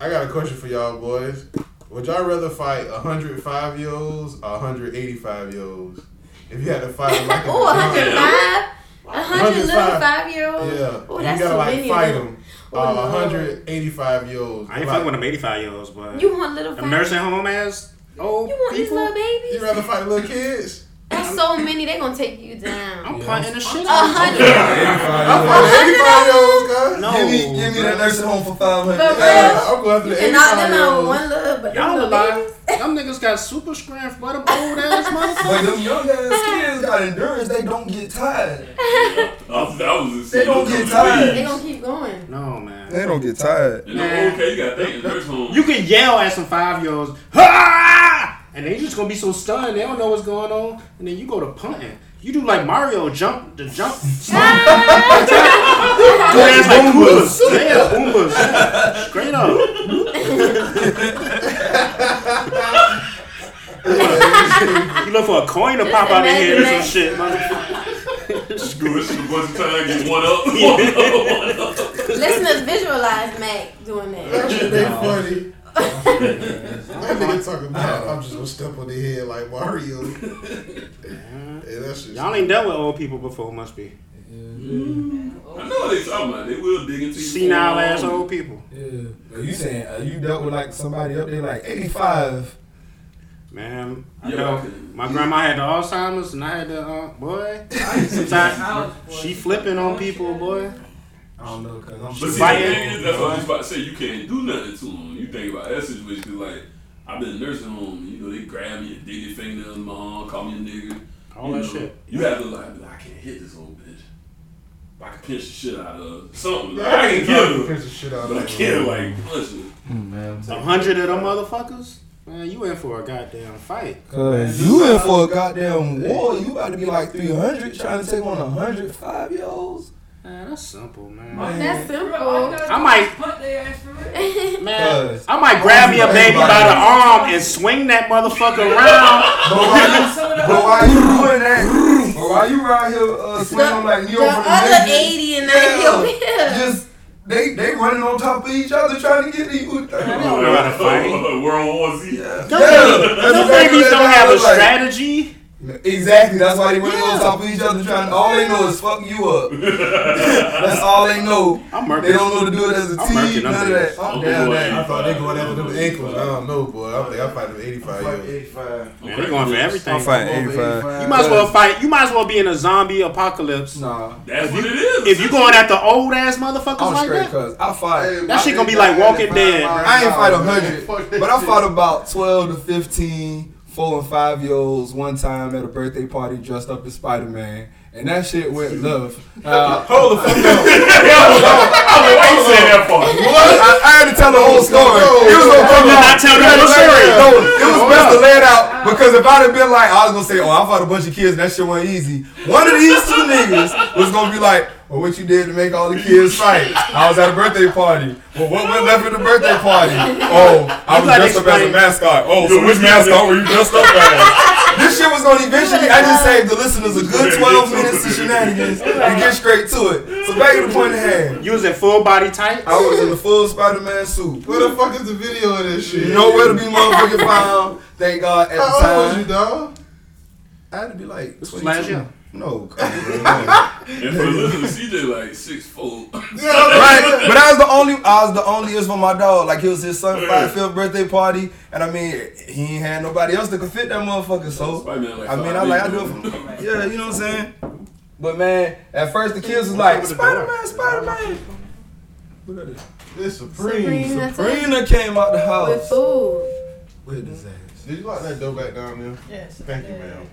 Speaker 4: I got a question for y'all boys. Would y'all rather fight 105 year olds or 185 year olds? If you had to fight them like a
Speaker 6: Oh, 105? A hundred little
Speaker 4: 105.
Speaker 6: five year olds?
Speaker 4: Yeah.
Speaker 6: Oh,
Speaker 4: you
Speaker 6: that's
Speaker 4: gotta
Speaker 6: so
Speaker 4: like
Speaker 6: many
Speaker 4: fight
Speaker 6: of them.
Speaker 4: them.
Speaker 6: Oh,
Speaker 4: Uh,
Speaker 6: Lord.
Speaker 4: 185 year olds.
Speaker 10: I ain't fucking with them 85 year olds, but
Speaker 6: You want little
Speaker 10: them
Speaker 6: five?
Speaker 10: nursing home ass old
Speaker 6: you want these
Speaker 10: people.
Speaker 6: little
Speaker 4: You
Speaker 6: babies?
Speaker 4: rather fight little kids?
Speaker 6: That's so many. They gonna take you down.
Speaker 10: I'm punting the shit
Speaker 6: A
Speaker 10: out. of
Speaker 6: hundred.
Speaker 4: I'm fighting 85 year olds, guys.
Speaker 10: No.
Speaker 9: Give me, give me that nursing home for five
Speaker 6: For
Speaker 9: hundred.
Speaker 6: real?
Speaker 4: I'm going to
Speaker 6: You
Speaker 4: the
Speaker 6: can knock
Speaker 4: 85
Speaker 6: them
Speaker 4: year
Speaker 6: out with
Speaker 4: olds.
Speaker 6: one love, but them
Speaker 10: Y'all
Speaker 6: little
Speaker 10: alive.
Speaker 6: babies?
Speaker 10: Them niggas got super strength, but a old ass motherfucker.
Speaker 9: But them young ass kids got endurance. They don't get tired.
Speaker 11: I was, I was
Speaker 9: They don't get
Speaker 6: They
Speaker 9: tired.
Speaker 6: gonna keep going.
Speaker 10: No, man.
Speaker 9: They don't get tired.
Speaker 11: And I'm okay, you got that in the nurse home.
Speaker 10: You can yell at some five year olds. Ha! and they just gonna be so stunned. They don't know what's going on, and then you go to punting. You do like Mario jump the jump. Good ass like Goombas. Yeah, Goombas. Yeah. Straight up. You look for a coin to pop out of here or some shit. motherfucker.
Speaker 11: Do this shit a bunch of times, get one up, one up, one up.
Speaker 6: Listeners visualize Mac doing that.
Speaker 4: That shit they funny. that nigga talking about I'm just gonna step on the head like Mario. hey, that shit.
Speaker 10: Y'all ain't dealt with old people before, must be.
Speaker 11: I know what they talking about. They will dig into you.
Speaker 10: Senile ass old people.
Speaker 9: Yeah. Are you saying are you dealt with like somebody up there like 85?
Speaker 10: Man, I
Speaker 11: Yeah.
Speaker 10: know. My grandma had the Alzheimer's and I had the, uh, boy. Sometimes she flipping on people, boy.
Speaker 9: I don't know, cause I'm
Speaker 11: But see,
Speaker 10: Fight
Speaker 11: the
Speaker 10: it.
Speaker 11: thing is, that's what I was about to say. You can't do nothing to them. You think about that situation, 'cause, like, I've been in nursing home. You know, they grab me and dig your fingernails in my arm, call me a nigga.
Speaker 10: All that
Speaker 11: you know,
Speaker 10: shit.
Speaker 11: You have to, like, be like, I can't hit this old bitch. But I can pinch the shit out of her. Something. Like, I can kill her.
Speaker 4: Pinch the shit out
Speaker 11: But I
Speaker 4: of
Speaker 11: can't, like, punch her.
Speaker 10: A hundred of them motherfuckers? Man, you in for a goddamn fight.
Speaker 9: Cause you in for a goddamn war. You about to be like 300 trying to take on 105 year olds.
Speaker 10: Man, that's simple, man.
Speaker 6: That's simple.
Speaker 10: I might, man,
Speaker 9: Cuz.
Speaker 10: I might grab me a baby by the arm and swing that motherfucker around.
Speaker 9: But why you, but why you doing that? But why you out here uh, slamming like
Speaker 6: The
Speaker 9: Neo from the
Speaker 6: other
Speaker 9: Matrix?
Speaker 6: 80 and
Speaker 9: Yeah.
Speaker 6: 90 yeah.
Speaker 9: Just they they running on top of each other trying to get to you.
Speaker 10: They don't know how to fight.
Speaker 11: World War Z.
Speaker 10: Them babies-
Speaker 9: Yeah, that's
Speaker 10: them
Speaker 9: exactly
Speaker 10: babies
Speaker 9: what
Speaker 10: don't
Speaker 9: that
Speaker 10: have a
Speaker 9: look like.
Speaker 10: strategy.
Speaker 9: Exactly, that's why they running
Speaker 10: Yeah.
Speaker 9: on top of each other trying. All they know is fuck you up. that's all they know.
Speaker 10: I'm
Speaker 9: They
Speaker 10: murking.
Speaker 9: don't know to do it as a
Speaker 10: I'm
Speaker 9: team.
Speaker 10: murking
Speaker 9: None
Speaker 10: up
Speaker 9: of that.
Speaker 10: there.
Speaker 9: I'm
Speaker 11: I'm
Speaker 9: down
Speaker 11: going.
Speaker 9: that.
Speaker 4: I thought they going after them ankles. I don't know, boy. I don't think I fight them 85 year
Speaker 12: Like
Speaker 4: olds.
Speaker 12: 85.
Speaker 10: Man, they going for everything.
Speaker 9: I'm fighting
Speaker 12: Over
Speaker 9: 85.
Speaker 10: You might as well fight. You might as well be in a zombie apocalypse.
Speaker 9: Nah,
Speaker 11: That's what it is.
Speaker 10: If you going after old ass motherfuckers
Speaker 9: I'm
Speaker 10: like that,
Speaker 9: straight cuz I fight.
Speaker 12: Hey,
Speaker 10: That shit gonna be
Speaker 12: I
Speaker 10: like
Speaker 12: think
Speaker 10: Walking
Speaker 12: I-
Speaker 10: Dead.
Speaker 9: I ain't fight a
Speaker 12: Fuck
Speaker 9: hundred,
Speaker 12: that
Speaker 9: but I
Speaker 12: shit.
Speaker 9: fought about twelve to 15, four and five year olds one time at a birthday party dressed up as Spider Man, and that shit went left. Uh,
Speaker 11: Hold the fuck up. I was like, why you saying that for?
Speaker 9: I, I had to tell the whole story. It was gonna come
Speaker 10: You did
Speaker 9: out.
Speaker 10: not tell the
Speaker 9: You had to
Speaker 10: whole
Speaker 9: let-
Speaker 10: story.
Speaker 9: No, it was best to lay it out because if I'd have been like, I was gonna say, oh, I fought a bunch of kids and that shit wasn't easy. One of these two niggas was gonna be like, well, what you did to make all the kids fight? I was at a birthday party. Well, what went left at the birthday party? Oh, I was
Speaker 10: gotta
Speaker 9: dressed up as a
Speaker 10: explain.
Speaker 9: mascot. Oh, so which mascot were you dressed up as? This shit was gonna eventually. I just saved the listeners a good 12 minutes to shenanigans and get straight to it. So back to the point at hand.
Speaker 10: you was in full body tight.
Speaker 9: I was in the full Spider-Man suit.
Speaker 4: Where the fuck is the video of this shit?
Speaker 9: Nowhere to be motherfucking found. Thank God at
Speaker 4: How old was
Speaker 9: the
Speaker 4: you,
Speaker 9: time.
Speaker 4: dog?
Speaker 9: I had to be like
Speaker 10: This was last
Speaker 9: 22.
Speaker 10: year.
Speaker 9: No, come on, man.
Speaker 11: And for the listeners, CJ like six foot.
Speaker 9: right? But I was the only. I was the only. It was for my dog. Like it was his son' five, fifth birthday party, and I mean he ain't had nobody else that could fit that motherfucker. So
Speaker 11: Spider Man like.
Speaker 9: I mean,
Speaker 11: five
Speaker 9: I like I
Speaker 11: feet.
Speaker 9: do it. For, yeah, you know what I'm saying. But man, at first the kids was like Spider-Man, Spider-Man.
Speaker 4: It's Supreme.
Speaker 6: Supreme.
Speaker 9: Rena came out the
Speaker 6: With
Speaker 9: house
Speaker 6: food.
Speaker 9: with his ass.
Speaker 4: Did you lock that door back down there?
Speaker 2: Yes.
Speaker 4: Thank you, ma'am.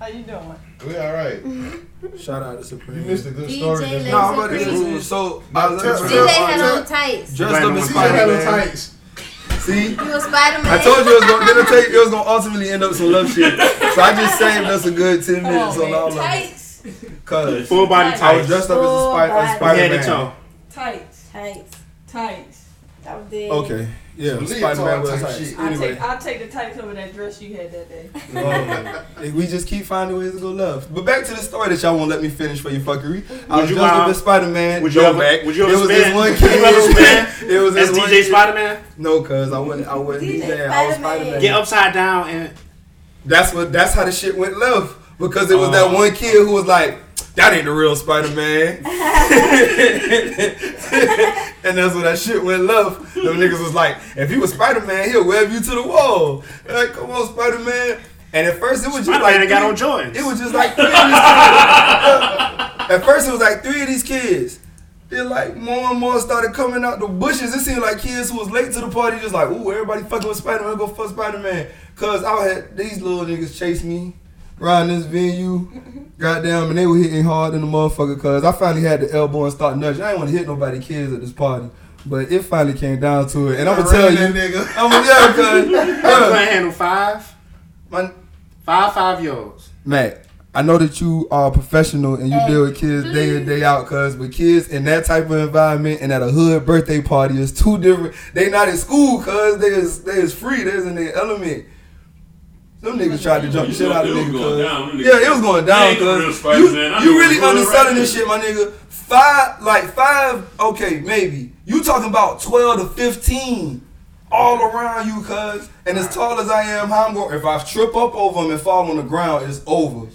Speaker 2: How you doing?
Speaker 4: We all right. You
Speaker 9: Shout out to Supreme.
Speaker 4: missed a good
Speaker 6: DJ
Speaker 4: story.
Speaker 6: Laser.
Speaker 9: No, I'm about to
Speaker 6: Supreme.
Speaker 9: get you. So I was at
Speaker 4: Tell-
Speaker 6: DJ
Speaker 9: Supreme.
Speaker 6: had on tights.
Speaker 9: dressed up as
Speaker 10: Right.
Speaker 9: Spider
Speaker 4: Hello,
Speaker 9: Man.
Speaker 4: tights.
Speaker 9: See,
Speaker 6: You a Spider Man.
Speaker 9: I told you it was gonna it'll take, it was gonna ultimately end up some love shit. So I just saved us a good ten minutes on all of it.
Speaker 2: Tights.
Speaker 9: Cause
Speaker 10: Full body
Speaker 9: I
Speaker 10: tight.
Speaker 9: was dressed up as
Speaker 6: Full
Speaker 9: a
Speaker 6: body.
Speaker 9: Spider
Speaker 10: Head to
Speaker 9: Man.
Speaker 10: toe.
Speaker 2: Tights.
Speaker 6: Tights.
Speaker 2: Tights.
Speaker 6: That was dead.
Speaker 9: Okay, yeah,
Speaker 4: Some
Speaker 9: Spider Man
Speaker 4: leotard
Speaker 9: was
Speaker 4: type
Speaker 9: tight.
Speaker 4: shit.
Speaker 2: I
Speaker 9: Anyway,
Speaker 2: take I take the tights over that dress you had that day.
Speaker 9: um, we just keep finding ways to go left. But back to the story that y'all won't let me finish for your fuckery. I
Speaker 10: Would
Speaker 9: was
Speaker 10: you,
Speaker 9: dressed up
Speaker 10: um,
Speaker 9: as Spider Man.
Speaker 10: would you ever- would you ever
Speaker 9: It was
Speaker 10: spin?
Speaker 9: this one
Speaker 10: Would you ever
Speaker 9: kid.
Speaker 10: spin?
Speaker 9: It was
Speaker 10: That's
Speaker 9: this one
Speaker 10: DJ
Speaker 9: kid-
Speaker 10: Spider Man.
Speaker 9: No, cause I wouldn't. I wouldn't be
Speaker 6: DJ
Speaker 9: there. I was
Speaker 6: Spider-Man.
Speaker 9: Spider Man.
Speaker 10: Get upside down and
Speaker 9: That's what. That's how the shit went left because it was
Speaker 10: Oh.
Speaker 9: that one kid who was like, "That ain't the real Spider Man," and that's when that shit went left. Them niggas was like, "If you was Spider Man, he'll web you to the wall." Like, come on, Spider Man. And at first, it was just
Speaker 10: Spider
Speaker 9: like
Speaker 10: Man got
Speaker 9: three-
Speaker 10: on Jordans.
Speaker 9: it was just like three of these kids. At first, it was like three of these kids. Then, like, more and more started coming out the bushes. It seemed like kids who was late to the party just like, ooh, everybody fucking with Spider Man, go fuck Spider Man. Cause I had these little niggas chase me around this venue. Goddamn, and they were hitting hard in the motherfucker. Cause I finally had the elbow and start nudging. I didn't want to hit nobody kids at this party. But it finally came down to it, and I'm gonna
Speaker 4: Ran
Speaker 9: tell you,
Speaker 4: that nigga.
Speaker 9: I'm gonna yeah,
Speaker 10: I'm
Speaker 9: cause
Speaker 10: gonna
Speaker 9: yeah.
Speaker 10: handle five.
Speaker 9: My-
Speaker 10: Five five year olds.
Speaker 9: Matt. I know that you are professional and you deal with kids day in day out, cuz. But kids in that type of environment and at a hood birthday party is two different. They not in school, cuz. They is they is free. They is in their element. Them niggas tried to jump the
Speaker 11: You
Speaker 9: shit
Speaker 11: know
Speaker 9: out of
Speaker 11: it was
Speaker 9: nigga,
Speaker 11: going down, them
Speaker 9: cuz.
Speaker 11: niggas-
Speaker 9: Yeah, it was going down,
Speaker 11: Ain't no real
Speaker 9: cuz.
Speaker 11: spice,
Speaker 9: You,
Speaker 11: man. I
Speaker 9: you
Speaker 11: know
Speaker 9: really
Speaker 11: what's going
Speaker 9: underselling
Speaker 11: right
Speaker 9: this
Speaker 11: there.
Speaker 9: shit, my nigga. Five, like five, okay, maybe. You talking about 12 to 15 all around you, cuz. And as tall as I am, how I'm going, if I trip up over him and fall on the ground, it's over.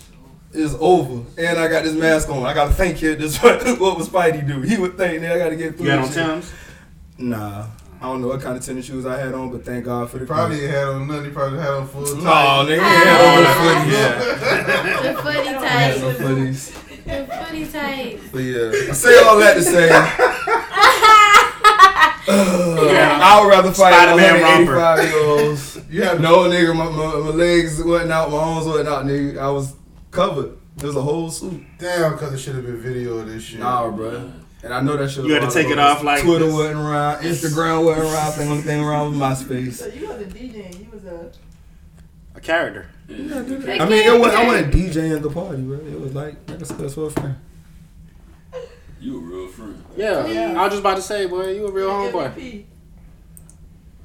Speaker 9: It's over. And I got this mask on. I got to think here. This what would Spidey do? He would think that I got to get
Speaker 10: You
Speaker 9: through
Speaker 10: got on
Speaker 9: this shit.
Speaker 10: Tim's?
Speaker 9: Nah. I don't know what kind of tennis shoes I had on, but thank God for the
Speaker 4: Probably ain't had on none. He probably had on full
Speaker 9: No,
Speaker 4: tight.
Speaker 9: nigga, yeah, on
Speaker 6: The
Speaker 9: the footies.
Speaker 6: footy
Speaker 9: I had
Speaker 6: tight.
Speaker 9: no footies.
Speaker 6: The footy tight.
Speaker 9: But yeah, I say all that to say. uh, I would rather fight
Speaker 10: Spider-Man
Speaker 9: 185 year olds.
Speaker 4: You had
Speaker 9: No nigga, my, my, my legs wasn't out, my arms wasn't out, nigga. I was covered. It was a whole suit.
Speaker 4: damn because it should have been video of this shit.
Speaker 9: Nah, bruh. And I know that shit.
Speaker 10: You had to
Speaker 9: was
Speaker 10: take it
Speaker 9: all over.
Speaker 10: off like
Speaker 9: Twitter
Speaker 10: this.
Speaker 9: wasn't around, Instagram wasn't around. The only thing around was
Speaker 2: So
Speaker 9: MySpace.
Speaker 2: you was a DJ. and You was a.
Speaker 10: A character.
Speaker 9: I mean, it was, I wasn't DJing the party, bro. It was like like a special friend.
Speaker 11: You a real friend.
Speaker 10: Yeah.
Speaker 2: Yeah.
Speaker 10: I was just about to say, boy, you a real
Speaker 9: Oh,
Speaker 10: homeboy.
Speaker 2: MVP.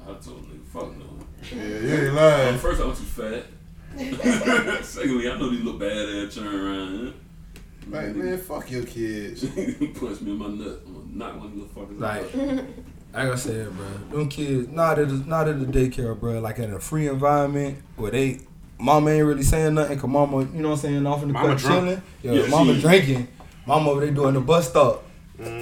Speaker 11: I told nigga, fuck no.
Speaker 4: Yeah, you ain't
Speaker 11: Well,
Speaker 4: lying.
Speaker 11: First, I was too fat. Secondly, I know these little bad ass turn around.
Speaker 4: Like, man, fuck your kids.
Speaker 11: Punch me in my nut. I'm not one of these little fuckers.
Speaker 9: Like, like I said, bro, them kids not at the, not at the daycare, bro. Like in a free environment where they mama ain't really saying nothing, cause mama, you know what I'm saying, off in the
Speaker 10: Mama
Speaker 9: cut
Speaker 10: drunk.
Speaker 9: chilling. Yeah,
Speaker 11: Yeah,
Speaker 9: mama
Speaker 11: she-
Speaker 9: drinking. Mama over there doing the bus stop. you know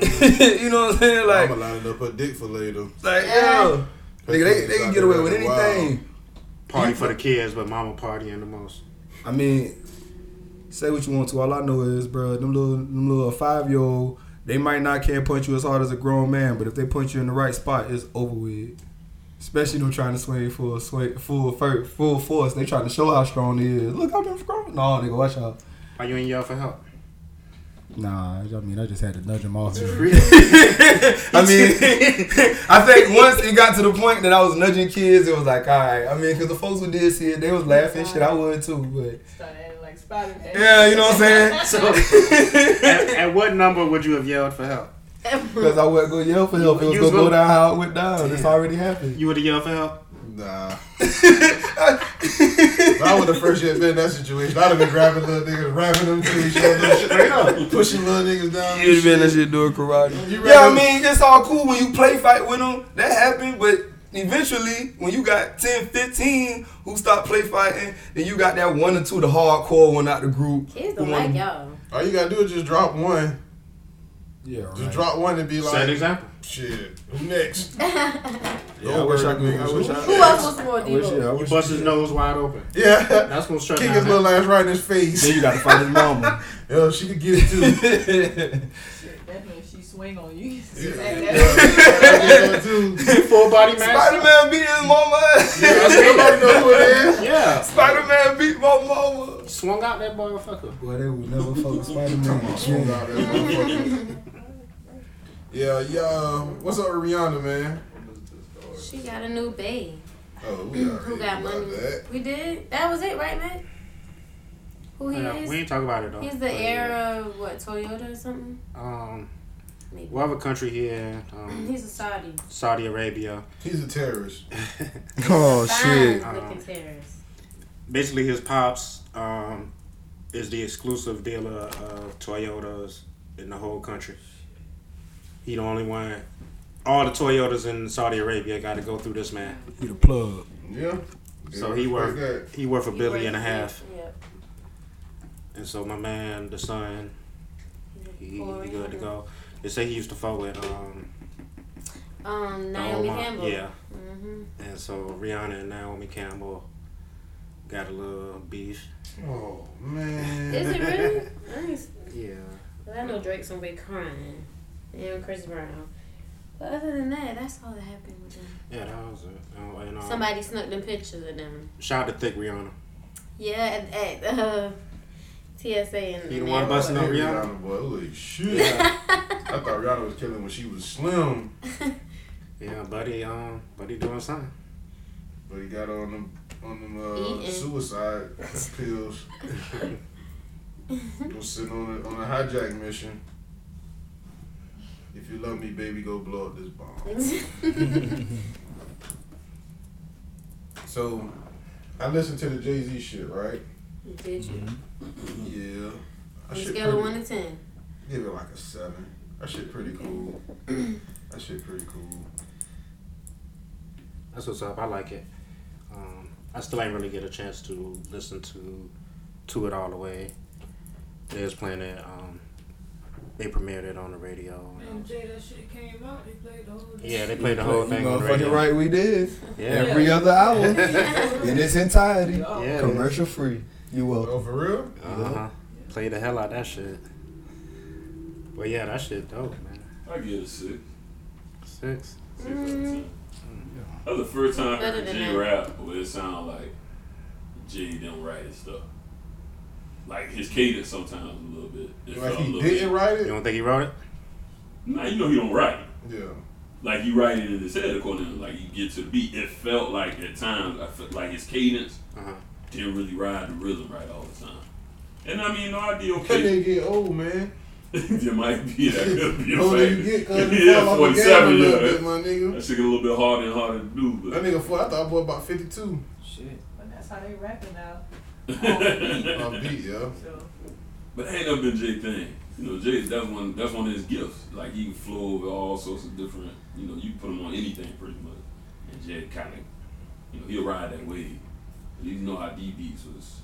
Speaker 9: what I'm saying? Like,
Speaker 4: I'ma lining up her dick for later.
Speaker 9: like yeah. Nigga, they, they can get away with anything.
Speaker 10: Party for the kids, but mama partying the most.
Speaker 9: I mean, say what you want to. All I know is, bro, them little them little five year old, they might not can punch you as hard as a grown man, but if they punch you in the right spot, it's over with. Especially them trying to swing full swing full fir- full force. They trying to show how strong they is. Look, I've been strong. No, nigga, watch out.
Speaker 10: Why you ain't yell for help?
Speaker 9: Nah, I mean, I just had to nudge him off.
Speaker 10: Really?
Speaker 9: I mean, I think once it got to the point that I was nudging kids, it was like, all right. I mean, because the folks who did see it, they was laughing. Shit, I would too. But
Speaker 2: Started acting like Spider Man.
Speaker 9: yeah, you know what I'm saying.
Speaker 10: so, at, at what number would you have yelled for help?
Speaker 9: Because I wasn't going to yell for help. It was
Speaker 10: You
Speaker 9: going
Speaker 10: was
Speaker 9: to go
Speaker 10: gonna-
Speaker 9: down how it went down. It's already happened.
Speaker 10: You would have yelled for help?
Speaker 4: Nah. if I would have first yet been in that situation, I'd have been grabbing little niggas, rapping them to each other, shit like that, pushing little niggas down. and shit.
Speaker 9: that shit doing karate.
Speaker 4: You
Speaker 9: Yeah, I
Speaker 4: rather-
Speaker 9: mean, it's all cool when you play fight with them. That happened, but eventually, when you got 10, 15 who stop play fighting, then you got that one or two, the hardcore one out the group.
Speaker 6: Kids
Speaker 9: The
Speaker 6: don't
Speaker 9: one-
Speaker 6: like y'all.
Speaker 4: All you gotta do is just drop one.
Speaker 9: Yeah,
Speaker 4: Just drop one and be
Speaker 10: Set an
Speaker 4: like,
Speaker 10: example.
Speaker 4: shit, who next?
Speaker 9: Yeah, I wish I could. I wish I
Speaker 6: Who else was more
Speaker 9: I wish, yeah, I
Speaker 6: D-Lo?
Speaker 10: You
Speaker 9: wish
Speaker 10: bust his nose wide open.
Speaker 4: Yeah.
Speaker 10: That's gonna shut
Speaker 4: Kick
Speaker 10: down.
Speaker 4: his little ass right in his
Speaker 9: Then
Speaker 4: face.
Speaker 9: you got to fight his mama.
Speaker 4: Yo, she could get it too.
Speaker 2: Shit, definitely if she swing on you.
Speaker 4: Spider
Speaker 10: Full body mask.
Speaker 9: Spider Man beat his mama.
Speaker 4: Nobody know who it is.
Speaker 10: Yeah.
Speaker 9: Spider Man beat my mama.
Speaker 10: Swung out that motherfucker.
Speaker 9: Boy, they would never fuck with Spider
Speaker 4: Swung out that motherfucker. Yeah, yeah. What's up with Rihanna, man?
Speaker 6: She got a new babe.
Speaker 4: Oh, we already
Speaker 6: Who got
Speaker 4: about
Speaker 6: money?
Speaker 4: that.
Speaker 6: We did. That was it, right, Matt? Who he
Speaker 10: Yeah, we
Speaker 6: is?
Speaker 10: ain't talking about it though.
Speaker 6: He's the
Speaker 10: But,
Speaker 6: heir of what Toyota or something.
Speaker 10: Um,
Speaker 6: Maybe.
Speaker 10: whatever country here, um,
Speaker 6: He's a Saudi.
Speaker 10: Saudi Arabia.
Speaker 4: He's a terrorist.
Speaker 9: Oh
Speaker 6: Fine
Speaker 9: shit!
Speaker 6: looking terrorist.
Speaker 10: Basically, his pops um, is the exclusive dealer of Toyotas in the whole country. He the only one. All the Toyotas in Saudi Arabia got to go through this man.
Speaker 9: You the plug.
Speaker 4: Yeah.
Speaker 10: So he
Speaker 4: works
Speaker 10: worth he worth a billion and a half.
Speaker 6: Yep.
Speaker 10: And so my man, the son, he, he good to go. They say he used to fuck with um,
Speaker 6: Um,
Speaker 10: the
Speaker 6: Naomi
Speaker 10: Omar-
Speaker 6: Campbell.
Speaker 10: Yeah.
Speaker 6: Mm-hmm.
Speaker 10: And so Rihanna and Naomi Campbell got a little beef.
Speaker 4: Oh man.
Speaker 6: Is it really? nice.
Speaker 10: Yeah.
Speaker 6: But I know Drake's gonna be crying. And Chris Brown. But other than that, that's all that happened with them.
Speaker 10: Yeah, that was it. Oh, and, um,
Speaker 6: Somebody snuck them pictures of them.
Speaker 10: Shout out to Thick Rihanna.
Speaker 6: Yeah, at, at uh, TSA and
Speaker 10: You the one busting
Speaker 4: Hey,
Speaker 10: up Rihanna?
Speaker 4: Rihanna, boy, holy shit. I thought Rihanna was killing when she was slim.
Speaker 10: Yeah, buddy. Um, buddy doing something.
Speaker 4: But he got on them on them uh,
Speaker 6: Eating.
Speaker 4: suicide pills. was sitting on a, on a hijack mission. If you love me, baby, go blow up this bomb.
Speaker 10: Mm-hmm.
Speaker 4: so, I listened to the Jay Z shit, right?
Speaker 6: Did you?
Speaker 4: Yeah. I
Speaker 6: On a
Speaker 4: shit
Speaker 6: scale of
Speaker 4: pretty-
Speaker 6: one to ten.
Speaker 4: Give it like a seven. That shit pretty cool. that shit pretty cool.
Speaker 10: That's what's up. I like it. Um, I still ain't really get a chance to listen to to it all the way. They was playing it. Um, they premiered it on the radio.
Speaker 2: Jay, that shit came out. They played the whole.
Speaker 10: Yeah, they played the whole thing on the radio.
Speaker 13: Motherfucking right, we did.
Speaker 10: Yeah.
Speaker 13: Every other hour in its entirety,
Speaker 9: Oh,
Speaker 10: Yeah.
Speaker 13: commercial free. You welcome.
Speaker 4: Oh, for real?
Speaker 10: Uh huh. Played the hell out that shit. But yeah, that shit dope, man.
Speaker 11: I give it a six.
Speaker 10: Six.
Speaker 11: Six out of
Speaker 4: Mm-hmm.
Speaker 11: ten. That was the first time I
Speaker 6: Better
Speaker 11: heard
Speaker 6: than
Speaker 11: Jay
Speaker 6: that.
Speaker 11: rap where it sounded like Jay didn't write his stuff. Like his cadence sometimes a little bit. It
Speaker 4: Like
Speaker 11: felt a
Speaker 4: he
Speaker 11: little
Speaker 4: didn't
Speaker 11: bit.
Speaker 4: write
Speaker 10: You
Speaker 4: it?
Speaker 10: don't think he wrote it?
Speaker 11: Nah, you know he don't write.
Speaker 4: Yeah.
Speaker 11: Like he write it in his head according to like you get to the beat. It felt like at times I felt like his cadence
Speaker 10: Uh-huh.
Speaker 11: didn't really ride the rhythm right all the time. And I mean, no, I did
Speaker 4: That
Speaker 11: okay.
Speaker 4: nigga get old, man.
Speaker 11: there might be that could be a
Speaker 4: Older Oh, you get,
Speaker 11: fact.
Speaker 4: cuz you
Speaker 11: yeah,
Speaker 4: fall off the game a
Speaker 11: 47
Speaker 4: little
Speaker 11: yeah.
Speaker 4: bit, my nigga.
Speaker 11: That shit get a little bit harder and harder to do,
Speaker 4: That
Speaker 11: but
Speaker 4: nigga, four, I thought I boy about 52.
Speaker 2: And that's how they rapping now.
Speaker 4: I beat, yeah.
Speaker 2: So
Speaker 11: But that ain't never been Jay thing. You know, Jay that's one that's one of his gifts. Like he can flow over all sorts of different. You know, you put him on anything pretty much, and Jay kind of, you know, he'll ride that wave. You know how D beats was.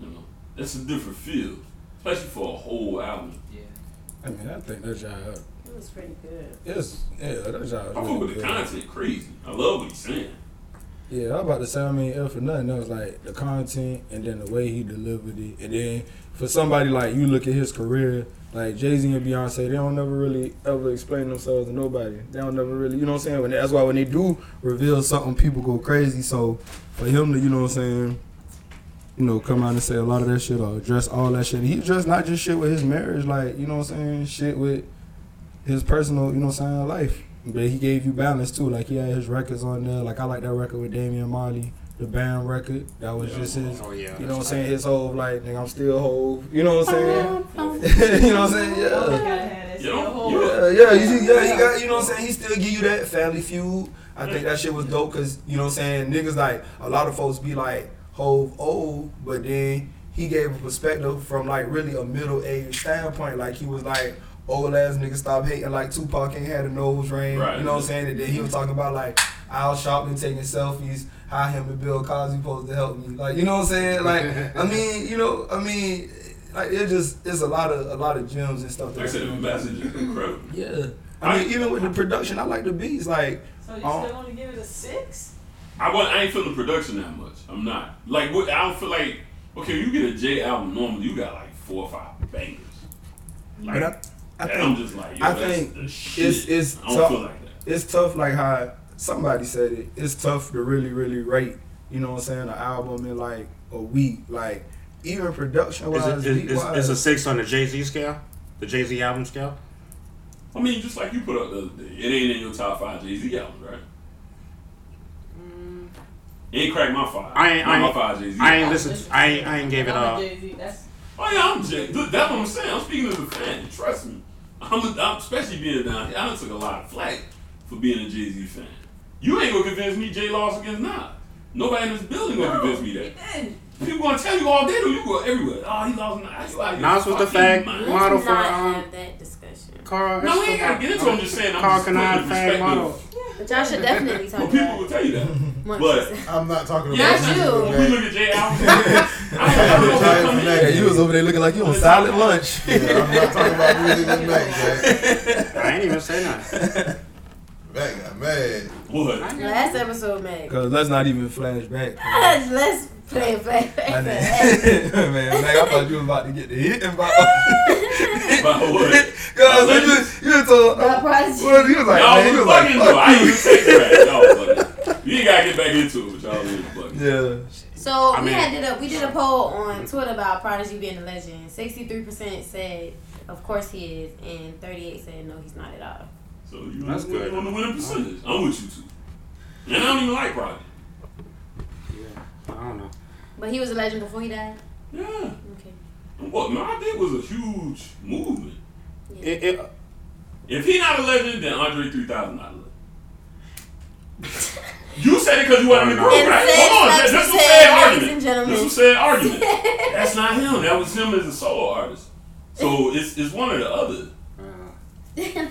Speaker 11: You know, that's a different feel, especially for a whole album.
Speaker 9: I mean, I think that job.
Speaker 6: It was pretty good.
Speaker 9: Yes, yeah, that
Speaker 11: I
Speaker 9: job.
Speaker 11: fuck with the content crazy. I love what he's saying.
Speaker 9: Yeah, I was about to say, I mean, F for nothing. That was like the content and then the way he delivered it. And then for somebody like you look at his career, like Jay Z and Beyonce, they don't never really ever explain themselves to nobody. They don't never really, you know what I'm saying? When, that's why when they do reveal something, people go crazy. So for him to, you know what I'm saying, you know, come out and say a lot of that shit or address all that shit. He addressed not just shit with his marriage, like, you know what I'm saying? Shit with his personal, you know what I'm saying, life. But he gave you balance too. Like he had his records on there. Like I like that record with Damian Marley, the band record. That was just his
Speaker 10: Oh yeah.
Speaker 9: you know what I'm saying? His whole like nigga, I'm still whole. You know what I'm saying? you know what I'm saying? Yeah.
Speaker 6: Uh,
Speaker 11: Oh.
Speaker 9: Yeah, yeah, you see, yeah, he got, you know what I'm saying? He still give you that family feud. I think that shit was dope because, you know what I'm saying? Niggas, like, a lot of folks be like, Hove old, but then he gave a perspective from, like, really a middle aged standpoint. Like, he was like, old ass nigga stop hating, like, Tupac ain't had a nose ring.
Speaker 11: Right.
Speaker 9: You know what I'm saying? And then he was talking about, like, Al Sharpton taking selfies, how him and Bill Cosby supposed to help me. Like, you know what I'm saying? Like, I mean, you know, I mean, like, it just, it's a lot of, a lot of gems and stuff.
Speaker 11: Like I said, the message is incredible.
Speaker 9: Yeah. I mean, even with the production, I like the beats. Like,
Speaker 2: so you
Speaker 9: Oh.
Speaker 2: still only give it a six?
Speaker 11: I want. I ain't feeling production that much. I'm not. Like what? I don't feel like. Okay, you get a J album normally. You got like four or five bangers. Like,
Speaker 9: But I- I
Speaker 11: and
Speaker 9: think-
Speaker 11: I'm just like, yo,
Speaker 9: I
Speaker 11: that's
Speaker 9: think
Speaker 11: the shit.
Speaker 9: it's it's
Speaker 11: I don't
Speaker 9: tough.
Speaker 11: feel like that.
Speaker 9: It's tough, like how somebody said it. It's tough to really, really rate. You know what I'm saying? An album in like a week, like even production
Speaker 10: Is, it, is,
Speaker 9: wise, beat
Speaker 10: is, is
Speaker 9: wise.
Speaker 10: a six on the Jay Z scale? The Jay Z album scale?
Speaker 11: I mean, just like you put up the, other day, it ain't in your top five Jay Z albums, right? It ain't crack my five.
Speaker 10: I ain't.
Speaker 11: Not
Speaker 10: I
Speaker 11: my
Speaker 10: ain't,
Speaker 11: five Jay Z.
Speaker 10: I ain't listen. I ain't. I ain't gave it
Speaker 2: I'm a
Speaker 10: all.
Speaker 2: Jay-Z. That's
Speaker 11: Oh yeah, I'm Jay. Look, That's what I'm saying. I'm speaking as a fan. Trust me. I'm, a, I'm especially being down here. I done took a lot of flack for being a Jay Z fan. You ain't gonna convince me Jay lost against Nas. Nobody in this building gonna convince me that.
Speaker 2: Hey,
Speaker 11: People gonna tell you all day, though. You go everywhere. Oh, he lost Nas. You out of your
Speaker 10: Nas was the
Speaker 11: fucking
Speaker 10: fag
Speaker 11: mind.
Speaker 10: model
Speaker 6: Let's
Speaker 10: for
Speaker 6: not
Speaker 10: um
Speaker 6: have that discussion.
Speaker 10: Carl.
Speaker 11: No, we ain't gotta get into. it. I'm just saying. I'm
Speaker 10: Carl
Speaker 11: just
Speaker 10: Canine
Speaker 11: putting it in
Speaker 10: fag
Speaker 11: perspective.
Speaker 10: model.
Speaker 6: But y'all should definitely talk
Speaker 11: Well,
Speaker 6: about
Speaker 11: people
Speaker 6: it.
Speaker 11: will tell you that.
Speaker 6: Once
Speaker 11: But
Speaker 6: it's-
Speaker 4: I'm not talking about
Speaker 11: Yes,
Speaker 6: you.
Speaker 11: when we look at Jay album, I don't know
Speaker 4: Giant
Speaker 11: what
Speaker 4: Fanatic.
Speaker 13: Yeah, you was over there looking like you on solid lunch.
Speaker 4: Yeah, I'm not talking about music with Mac, Jack.
Speaker 10: I ain't even say nothing.
Speaker 4: Mac got mad.
Speaker 11: What?
Speaker 6: Last episode, man.
Speaker 9: Cause let's not even flash back.
Speaker 6: Let's play, play, play, play.
Speaker 9: I didn't- man, like, I thought you was about to get the hit. And by,
Speaker 11: About what?
Speaker 9: Cause when you you told
Speaker 6: Not project.
Speaker 9: well, you was like,
Speaker 11: y'all
Speaker 9: man, you
Speaker 11: was
Speaker 9: was like,
Speaker 11: bugging though. I
Speaker 9: fuck
Speaker 11: ain't
Speaker 9: you.
Speaker 11: even say that. Y'all was bugging. You ain't gotta get back into it, but y'all was bugging.
Speaker 9: Yeah.
Speaker 6: So
Speaker 10: I
Speaker 6: we
Speaker 10: mean-
Speaker 6: had did a we did a poll on Twitter about Prodigy being a legend. Sixty three percent said, of course he is, and thirty eight said no, he's not at all.
Speaker 11: So you
Speaker 10: That's
Speaker 11: on, the-
Speaker 10: good.
Speaker 11: on the winning percentage. I'm with you too. And I don't even like Rodney.
Speaker 10: Yeah, I don't know.
Speaker 6: But he was a legend before he died.
Speaker 11: Yeah.
Speaker 6: Okay.
Speaker 11: And What Nas did was a huge movement.
Speaker 10: It, it,
Speaker 11: If he not a legend, then Andre 3000 not a legend. you said it because you wasn't in the group, right? Hold on, that's, that's a sad argument. That's a sad argument. that's not him. That was him as a solo artist. So it's, it's one or the other.
Speaker 10: Uh,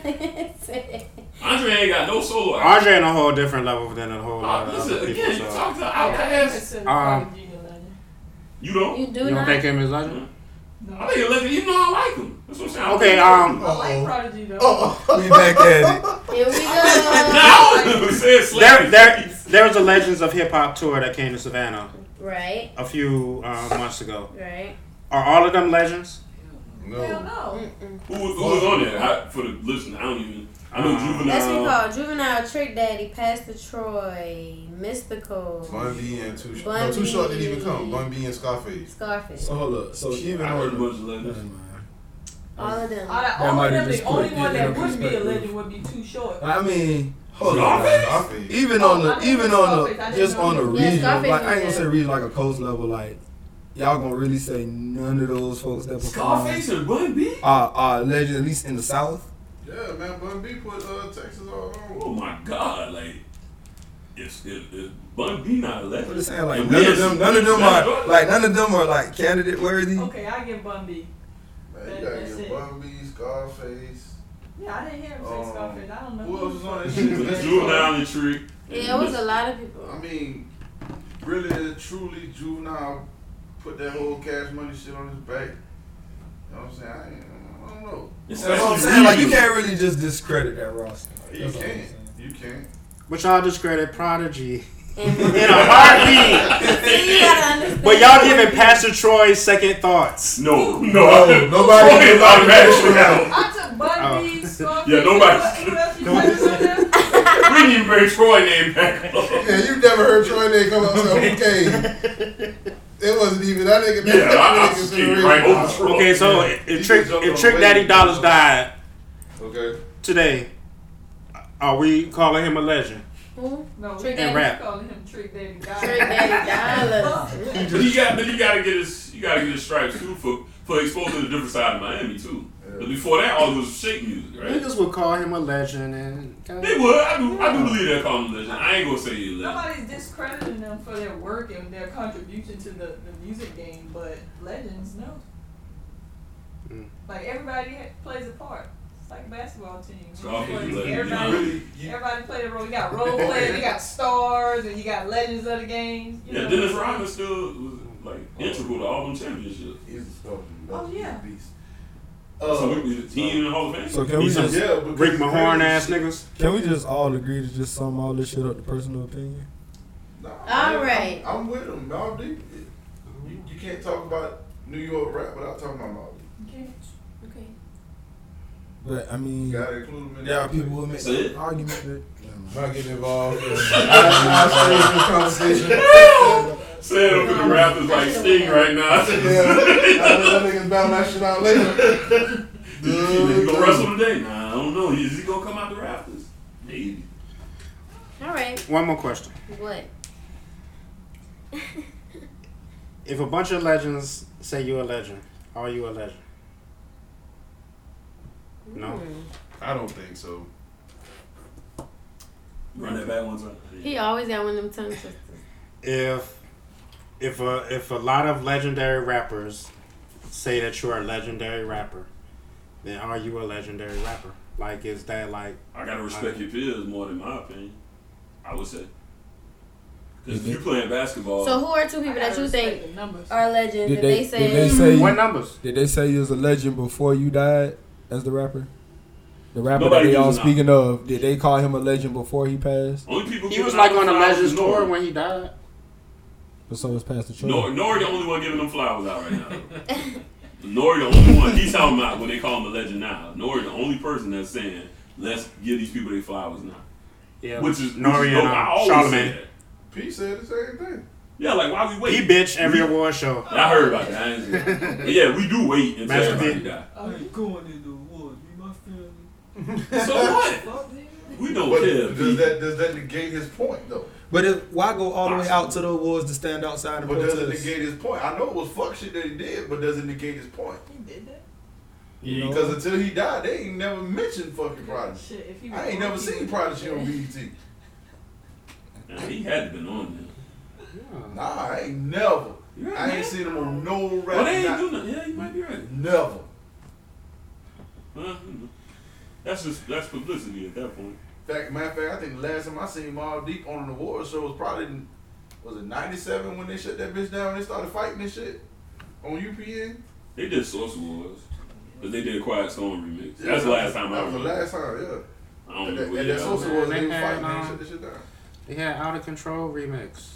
Speaker 11: Andre ain't got no solo artist.
Speaker 10: Andre on a whole different level than a whole lot
Speaker 11: Uh,
Speaker 10: of
Speaker 11: listen,
Speaker 10: other people.
Speaker 11: again, you
Speaker 10: so-
Speaker 11: talk to
Speaker 2: It's
Speaker 11: Outkast.
Speaker 2: in
Speaker 10: Um,
Speaker 11: You don't?
Speaker 6: You do
Speaker 10: you don't
Speaker 6: not.
Speaker 10: think him as legend?
Speaker 11: I think a legend, even though I like him. That's what I'm saying. I
Speaker 10: Okay,
Speaker 11: think-
Speaker 10: um,
Speaker 2: I like Prodigy though.
Speaker 3: We back at it.
Speaker 6: Here we go.
Speaker 11: No, said
Speaker 10: there,
Speaker 11: Slayer.
Speaker 10: there, there was a Legends of Hip Hop tour that came to Savannah
Speaker 6: right.
Speaker 10: a few uh, months ago.
Speaker 6: Right.
Speaker 10: Are all of them legends?
Speaker 2: Hell
Speaker 4: No.
Speaker 2: no.
Speaker 11: Who was, who was on there? I, for the listen, I don't even. I
Speaker 10: Uh,
Speaker 11: know juvenile.
Speaker 6: That's what we call juvenile trick daddy, Pastor Troy, Mystical,
Speaker 4: Bun B and Too Short.
Speaker 6: Bun
Speaker 4: No, Too Short didn't even
Speaker 6: B.
Speaker 4: come. Bun B and Scarface.
Speaker 6: Scarface.
Speaker 9: Oh.
Speaker 14: So hold up. So even
Speaker 11: I heard a
Speaker 14: on
Speaker 11: bunch of legends.
Speaker 6: All of them.
Speaker 2: Out of
Speaker 14: That
Speaker 2: all
Speaker 14: might
Speaker 2: of
Speaker 14: have
Speaker 2: them,
Speaker 14: just
Speaker 2: the only
Speaker 14: put
Speaker 2: one
Speaker 14: it in
Speaker 2: that
Speaker 14: a
Speaker 2: wouldn't be a
Speaker 14: perspective.
Speaker 2: legend would be too short.
Speaker 14: I mean, hold on.
Speaker 11: Scarface?
Speaker 4: Scarface.
Speaker 14: Even
Speaker 2: Oh,
Speaker 14: on
Speaker 2: I
Speaker 14: the
Speaker 2: didn't
Speaker 14: even
Speaker 2: know
Speaker 14: on
Speaker 2: Scarface. I
Speaker 14: the
Speaker 2: didn't
Speaker 14: just
Speaker 2: know
Speaker 14: on the
Speaker 6: Yeah,
Speaker 14: region,
Speaker 6: Scarface
Speaker 14: like I
Speaker 6: is
Speaker 14: ain't gonna say
Speaker 6: there.
Speaker 14: region like a coast level, like y'all gonna really say none of those folks that perform
Speaker 11: Scarface and Bun B?
Speaker 14: are are legends at least in the South.
Speaker 12: Yeah, man, Bun B put uh, Texas all
Speaker 11: Oh
Speaker 12: on.
Speaker 11: my God! Like, if if, if Bun B not a
Speaker 14: I'm
Speaker 11: legend,
Speaker 14: just saying like
Speaker 11: and
Speaker 14: none
Speaker 11: we
Speaker 14: of
Speaker 11: is-
Speaker 14: them none of them
Speaker 11: we
Speaker 14: are
Speaker 11: is-
Speaker 14: like none of them are like candidate worthy.
Speaker 2: Okay, I give Bun B.
Speaker 12: Man,
Speaker 2: That-
Speaker 12: you gotta
Speaker 2: that's
Speaker 12: get
Speaker 2: it.
Speaker 12: Bun B, Scarface.
Speaker 2: Yeah, I didn't hear him say
Speaker 12: Um,
Speaker 2: Scarface. I don't know.
Speaker 12: Who else was on that
Speaker 11: Ju-
Speaker 12: shit?
Speaker 11: juvenile and tree.
Speaker 6: Yeah, it was a lot of people.
Speaker 12: I mean, really, truly, juvenile put that whole cash money shit on his back. You know what I'm saying? I, ain't, I don't know.
Speaker 11: It's
Speaker 14: That's what I'm saying. Like you can't really just discredit that roster.
Speaker 12: You
Speaker 14: That's all I'm
Speaker 12: can't.
Speaker 14: saying.
Speaker 12: You can't.
Speaker 10: Which y'all discredit Prodigy in
Speaker 6: And
Speaker 10: a heartbeat.
Speaker 6: See, you gotta understand.
Speaker 10: But y'all giving Pastor Troy second thoughts.
Speaker 11: No, no,
Speaker 14: No, nobody-
Speaker 11: Troy is
Speaker 14: nobody-
Speaker 11: automatically out.
Speaker 2: I took
Speaker 10: Oh.
Speaker 2: Bun B, Scarface.
Speaker 11: Yeah, nobody-
Speaker 2: Who else you said was on there?
Speaker 11: We didn't even bring Troy name back up.
Speaker 4: Yeah, you never heard Troy Day come up with something. Okay. It wasn't even that nigga.
Speaker 11: Yeah,
Speaker 4: that
Speaker 11: I, I
Speaker 4: nigga
Speaker 11: just
Speaker 4: was
Speaker 11: came
Speaker 4: really-
Speaker 11: right over Troy.
Speaker 10: Okay, so
Speaker 12: You
Speaker 10: if Trick
Speaker 12: can jump
Speaker 10: if
Speaker 12: on
Speaker 10: Trick
Speaker 12: the
Speaker 10: Daddy
Speaker 12: wave.
Speaker 10: Dollars died
Speaker 12: Okay.
Speaker 10: today, are we calling him a legend?
Speaker 6: Who?
Speaker 2: No,
Speaker 6: Trick
Speaker 10: And
Speaker 6: Daddy.
Speaker 10: rap.
Speaker 2: we calling him Trick Daddy God.
Speaker 6: Trick Daddy
Speaker 2: Ah.
Speaker 6: dollars.
Speaker 11: But he got, but he got to get his, you got to get his stripes too for for exposing the different side of Miami too. But before that, all it was shake music, right?
Speaker 10: Niggas would call him a legend and
Speaker 11: They would. I do. I do believe they call him legend. I ain't gonna say he a legend.
Speaker 2: Nobody's discrediting them for their work and their contribution to the, the music game, but legends, no.
Speaker 10: Mm.
Speaker 2: Like everybody ha- plays a part. It's like a basketball team.
Speaker 11: Scarface
Speaker 2: Everybody-
Speaker 11: is a legend.
Speaker 2: everybody,
Speaker 12: Really, you-
Speaker 2: everybody played a role. You got role players, you got stars, and you got legends of the game. You
Speaker 11: Yeah,
Speaker 2: know?
Speaker 11: Dennis Rodman still was like integral to all them championships.
Speaker 12: He's a fucking
Speaker 2: Oh, yeah.
Speaker 12: beast.
Speaker 11: so we, we- he ain't in the Hall of Fame.
Speaker 14: So can we
Speaker 10: He's a-
Speaker 14: just
Speaker 12: Yeah, because
Speaker 10: Rick Mahorn
Speaker 12: really-
Speaker 10: ass niggas.
Speaker 14: can we just all agree to just sum all this shit up to personal opinion?
Speaker 12: Nah,
Speaker 6: All
Speaker 12: man,
Speaker 6: right.
Speaker 12: I'm, I'm with him. Mobb Deep. You, you can't talk about New York rap without talking about Mobb Deep.
Speaker 2: Okay.
Speaker 6: Okay.
Speaker 14: But I mean,
Speaker 12: You gotta include him in
Speaker 14: there are
Speaker 12: that.
Speaker 14: people who make
Speaker 11: That's it?
Speaker 14: an argument that.
Speaker 4: Not getting involved. in- I stay in this conversation.
Speaker 11: Saying up in the Raptors like Sting right
Speaker 4: Yeah,
Speaker 11: now.
Speaker 4: I let that niggas battle that shit out later.
Speaker 11: he gonna wrestle today? Nah, I don't know. Is he gonna come out the Raptors? Maybe.
Speaker 6: All right.
Speaker 10: One more question.
Speaker 6: What?
Speaker 10: If a bunch of legends say you're a legend, are you a legend? No.
Speaker 12: I don't think so.
Speaker 11: Run that back one time.
Speaker 6: He always got one of them tongue twisters.
Speaker 10: If if a if a lot of legendary rappers say that you're a legendary rapper, then are you a legendary rapper? Like is that like
Speaker 11: I gotta respect your peers more than my opinion. I would say. Because if
Speaker 10: Mm-hmm.
Speaker 11: you playing basketball,
Speaker 6: So who are two
Speaker 2: I
Speaker 6: people
Speaker 2: gotta
Speaker 6: that you
Speaker 2: respect
Speaker 6: think
Speaker 2: the numbers.
Speaker 6: are legends that
Speaker 14: Oh. Did
Speaker 6: they
Speaker 14: they,
Speaker 6: say?
Speaker 14: did they say
Speaker 10: what
Speaker 14: you,
Speaker 10: numbers?
Speaker 14: did they say you was a legend before you died as the rapper? The rapper
Speaker 11: Nobody
Speaker 14: that they all
Speaker 11: gives a
Speaker 14: speaking of, did they call him a legend before he passed?
Speaker 11: only people
Speaker 10: He
Speaker 11: giving
Speaker 10: was like
Speaker 11: out
Speaker 10: on a
Speaker 11: flowers
Speaker 10: Legends
Speaker 11: is
Speaker 10: tour
Speaker 11: Nori.
Speaker 10: when he died.
Speaker 14: But so was Pastor Troy.
Speaker 11: Nor, Nori the only one giving them flowers out right now. Nori the only one. He's talking about when they call him a legend now. Nori the only person that's saying let's give these people their flowers now.
Speaker 10: Yeah.
Speaker 11: Which is
Speaker 10: Nori
Speaker 11: which is
Speaker 10: and
Speaker 11: dope. I
Speaker 10: uh,
Speaker 11: always
Speaker 10: Charlemagne.
Speaker 11: say that.
Speaker 12: P said the same thing.
Speaker 11: Yeah, like why we wait?
Speaker 10: He bitch every
Speaker 11: We-
Speaker 10: award show.
Speaker 11: I heard about that. I ain't seen it. But yeah, we do wait until
Speaker 10: Master
Speaker 11: everybody
Speaker 10: P.
Speaker 11: die.
Speaker 2: I'm going in the woods with my family.
Speaker 11: So what? We don't
Speaker 12: But
Speaker 11: care.
Speaker 12: Does that does that negate his point though?
Speaker 9: But if, why go all the way out to the awards to stand outside and
Speaker 12: But does it
Speaker 9: protest?
Speaker 12: negate his point? I know it was fuck shit that he did, but does it negate his point?
Speaker 2: He did that.
Speaker 9: You know?
Speaker 12: Because until he died, they ain't never mentioned fucking Prodigy.
Speaker 2: Shit, if he
Speaker 12: I ain't
Speaker 2: was-
Speaker 12: never seen Prodigy on BET.
Speaker 11: Nah, he had been on there.
Speaker 12: Nah, I ain't never. I ain't seen him on no record.
Speaker 11: Well, Oh, they ain't do nothing. Yeah, you might be right.
Speaker 12: Never.
Speaker 11: Huh? That's just that's publicity at that point.
Speaker 12: Fact, matter of fact, I think the last time I seen Mob Deep on an award show was probably in, was it '97 when they shut that bitch down and they started fighting and shit on UPN.
Speaker 11: They did Source Awards, but they did Quiet Storm remix. That's the last time I
Speaker 12: That was the
Speaker 11: remember. uh,
Speaker 12: last time, yeah.
Speaker 11: I don't
Speaker 12: And
Speaker 11: know
Speaker 12: that-
Speaker 11: what
Speaker 12: and
Speaker 11: year
Speaker 12: that
Speaker 11: that was.
Speaker 12: Sosa was they
Speaker 10: They
Speaker 12: were
Speaker 10: had,
Speaker 12: fighting and
Speaker 10: um,
Speaker 12: shut this shit down.
Speaker 10: They had Out of Control remix.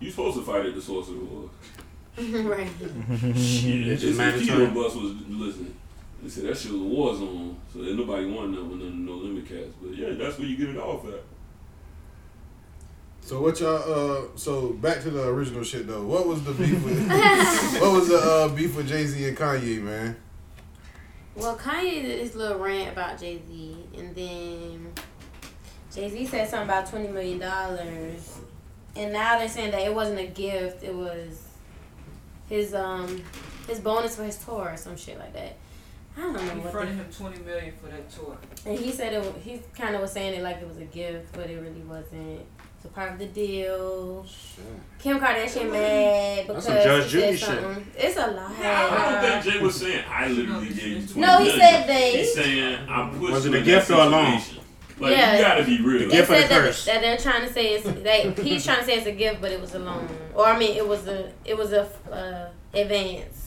Speaker 11: You supposed to fight at the Source Awards.
Speaker 6: right.
Speaker 11: Shit,
Speaker 10: It's
Speaker 11: it's
Speaker 10: just
Speaker 11: just the
Speaker 10: mandatory.
Speaker 11: keto bus was listening. They said that shit was a war zone, so then nobody won that one under no limit cats. But yeah, that's where you get it off at.
Speaker 4: So what y'all? Uh, so back to the original shit though. What was the beef with? what was the uh, beef with Jay Z and Kanye, man?
Speaker 6: Well, Kanye did his little rant about Jay Z, and then Jay Z said something about twenty million dollars, and now they're saying that it wasn't a gift; it was his um his bonus for his tour or some shit like that. I don't know
Speaker 2: He
Speaker 6: what.
Speaker 2: fronted
Speaker 6: The,
Speaker 2: him twenty million for that tour.
Speaker 6: and he said it. wa- He kind of was saying it like it was a gift, but it really wasn't. It's a part of the deal. Kim Kardashian mad because
Speaker 10: That's some Judge
Speaker 6: she
Speaker 10: Judy
Speaker 6: said
Speaker 10: shit.
Speaker 6: something. It's a lot.
Speaker 11: I don't think Jay was saying I literally gave you twenty.
Speaker 6: No, he
Speaker 11: million."
Speaker 6: said they.
Speaker 11: He's saying I pushed.
Speaker 10: Was it
Speaker 11: you
Speaker 10: a
Speaker 11: in
Speaker 10: gift
Speaker 11: that
Speaker 10: or a loan?
Speaker 11: situation." Like
Speaker 6: Yeah.
Speaker 11: you gotta be real.
Speaker 10: The gift
Speaker 6: They
Speaker 10: or the
Speaker 6: said that-
Speaker 10: curse?
Speaker 6: That, they're trying to say it's that he's trying to say it's a gift, but it was a loan, or I mean, it was a it was a uh, advance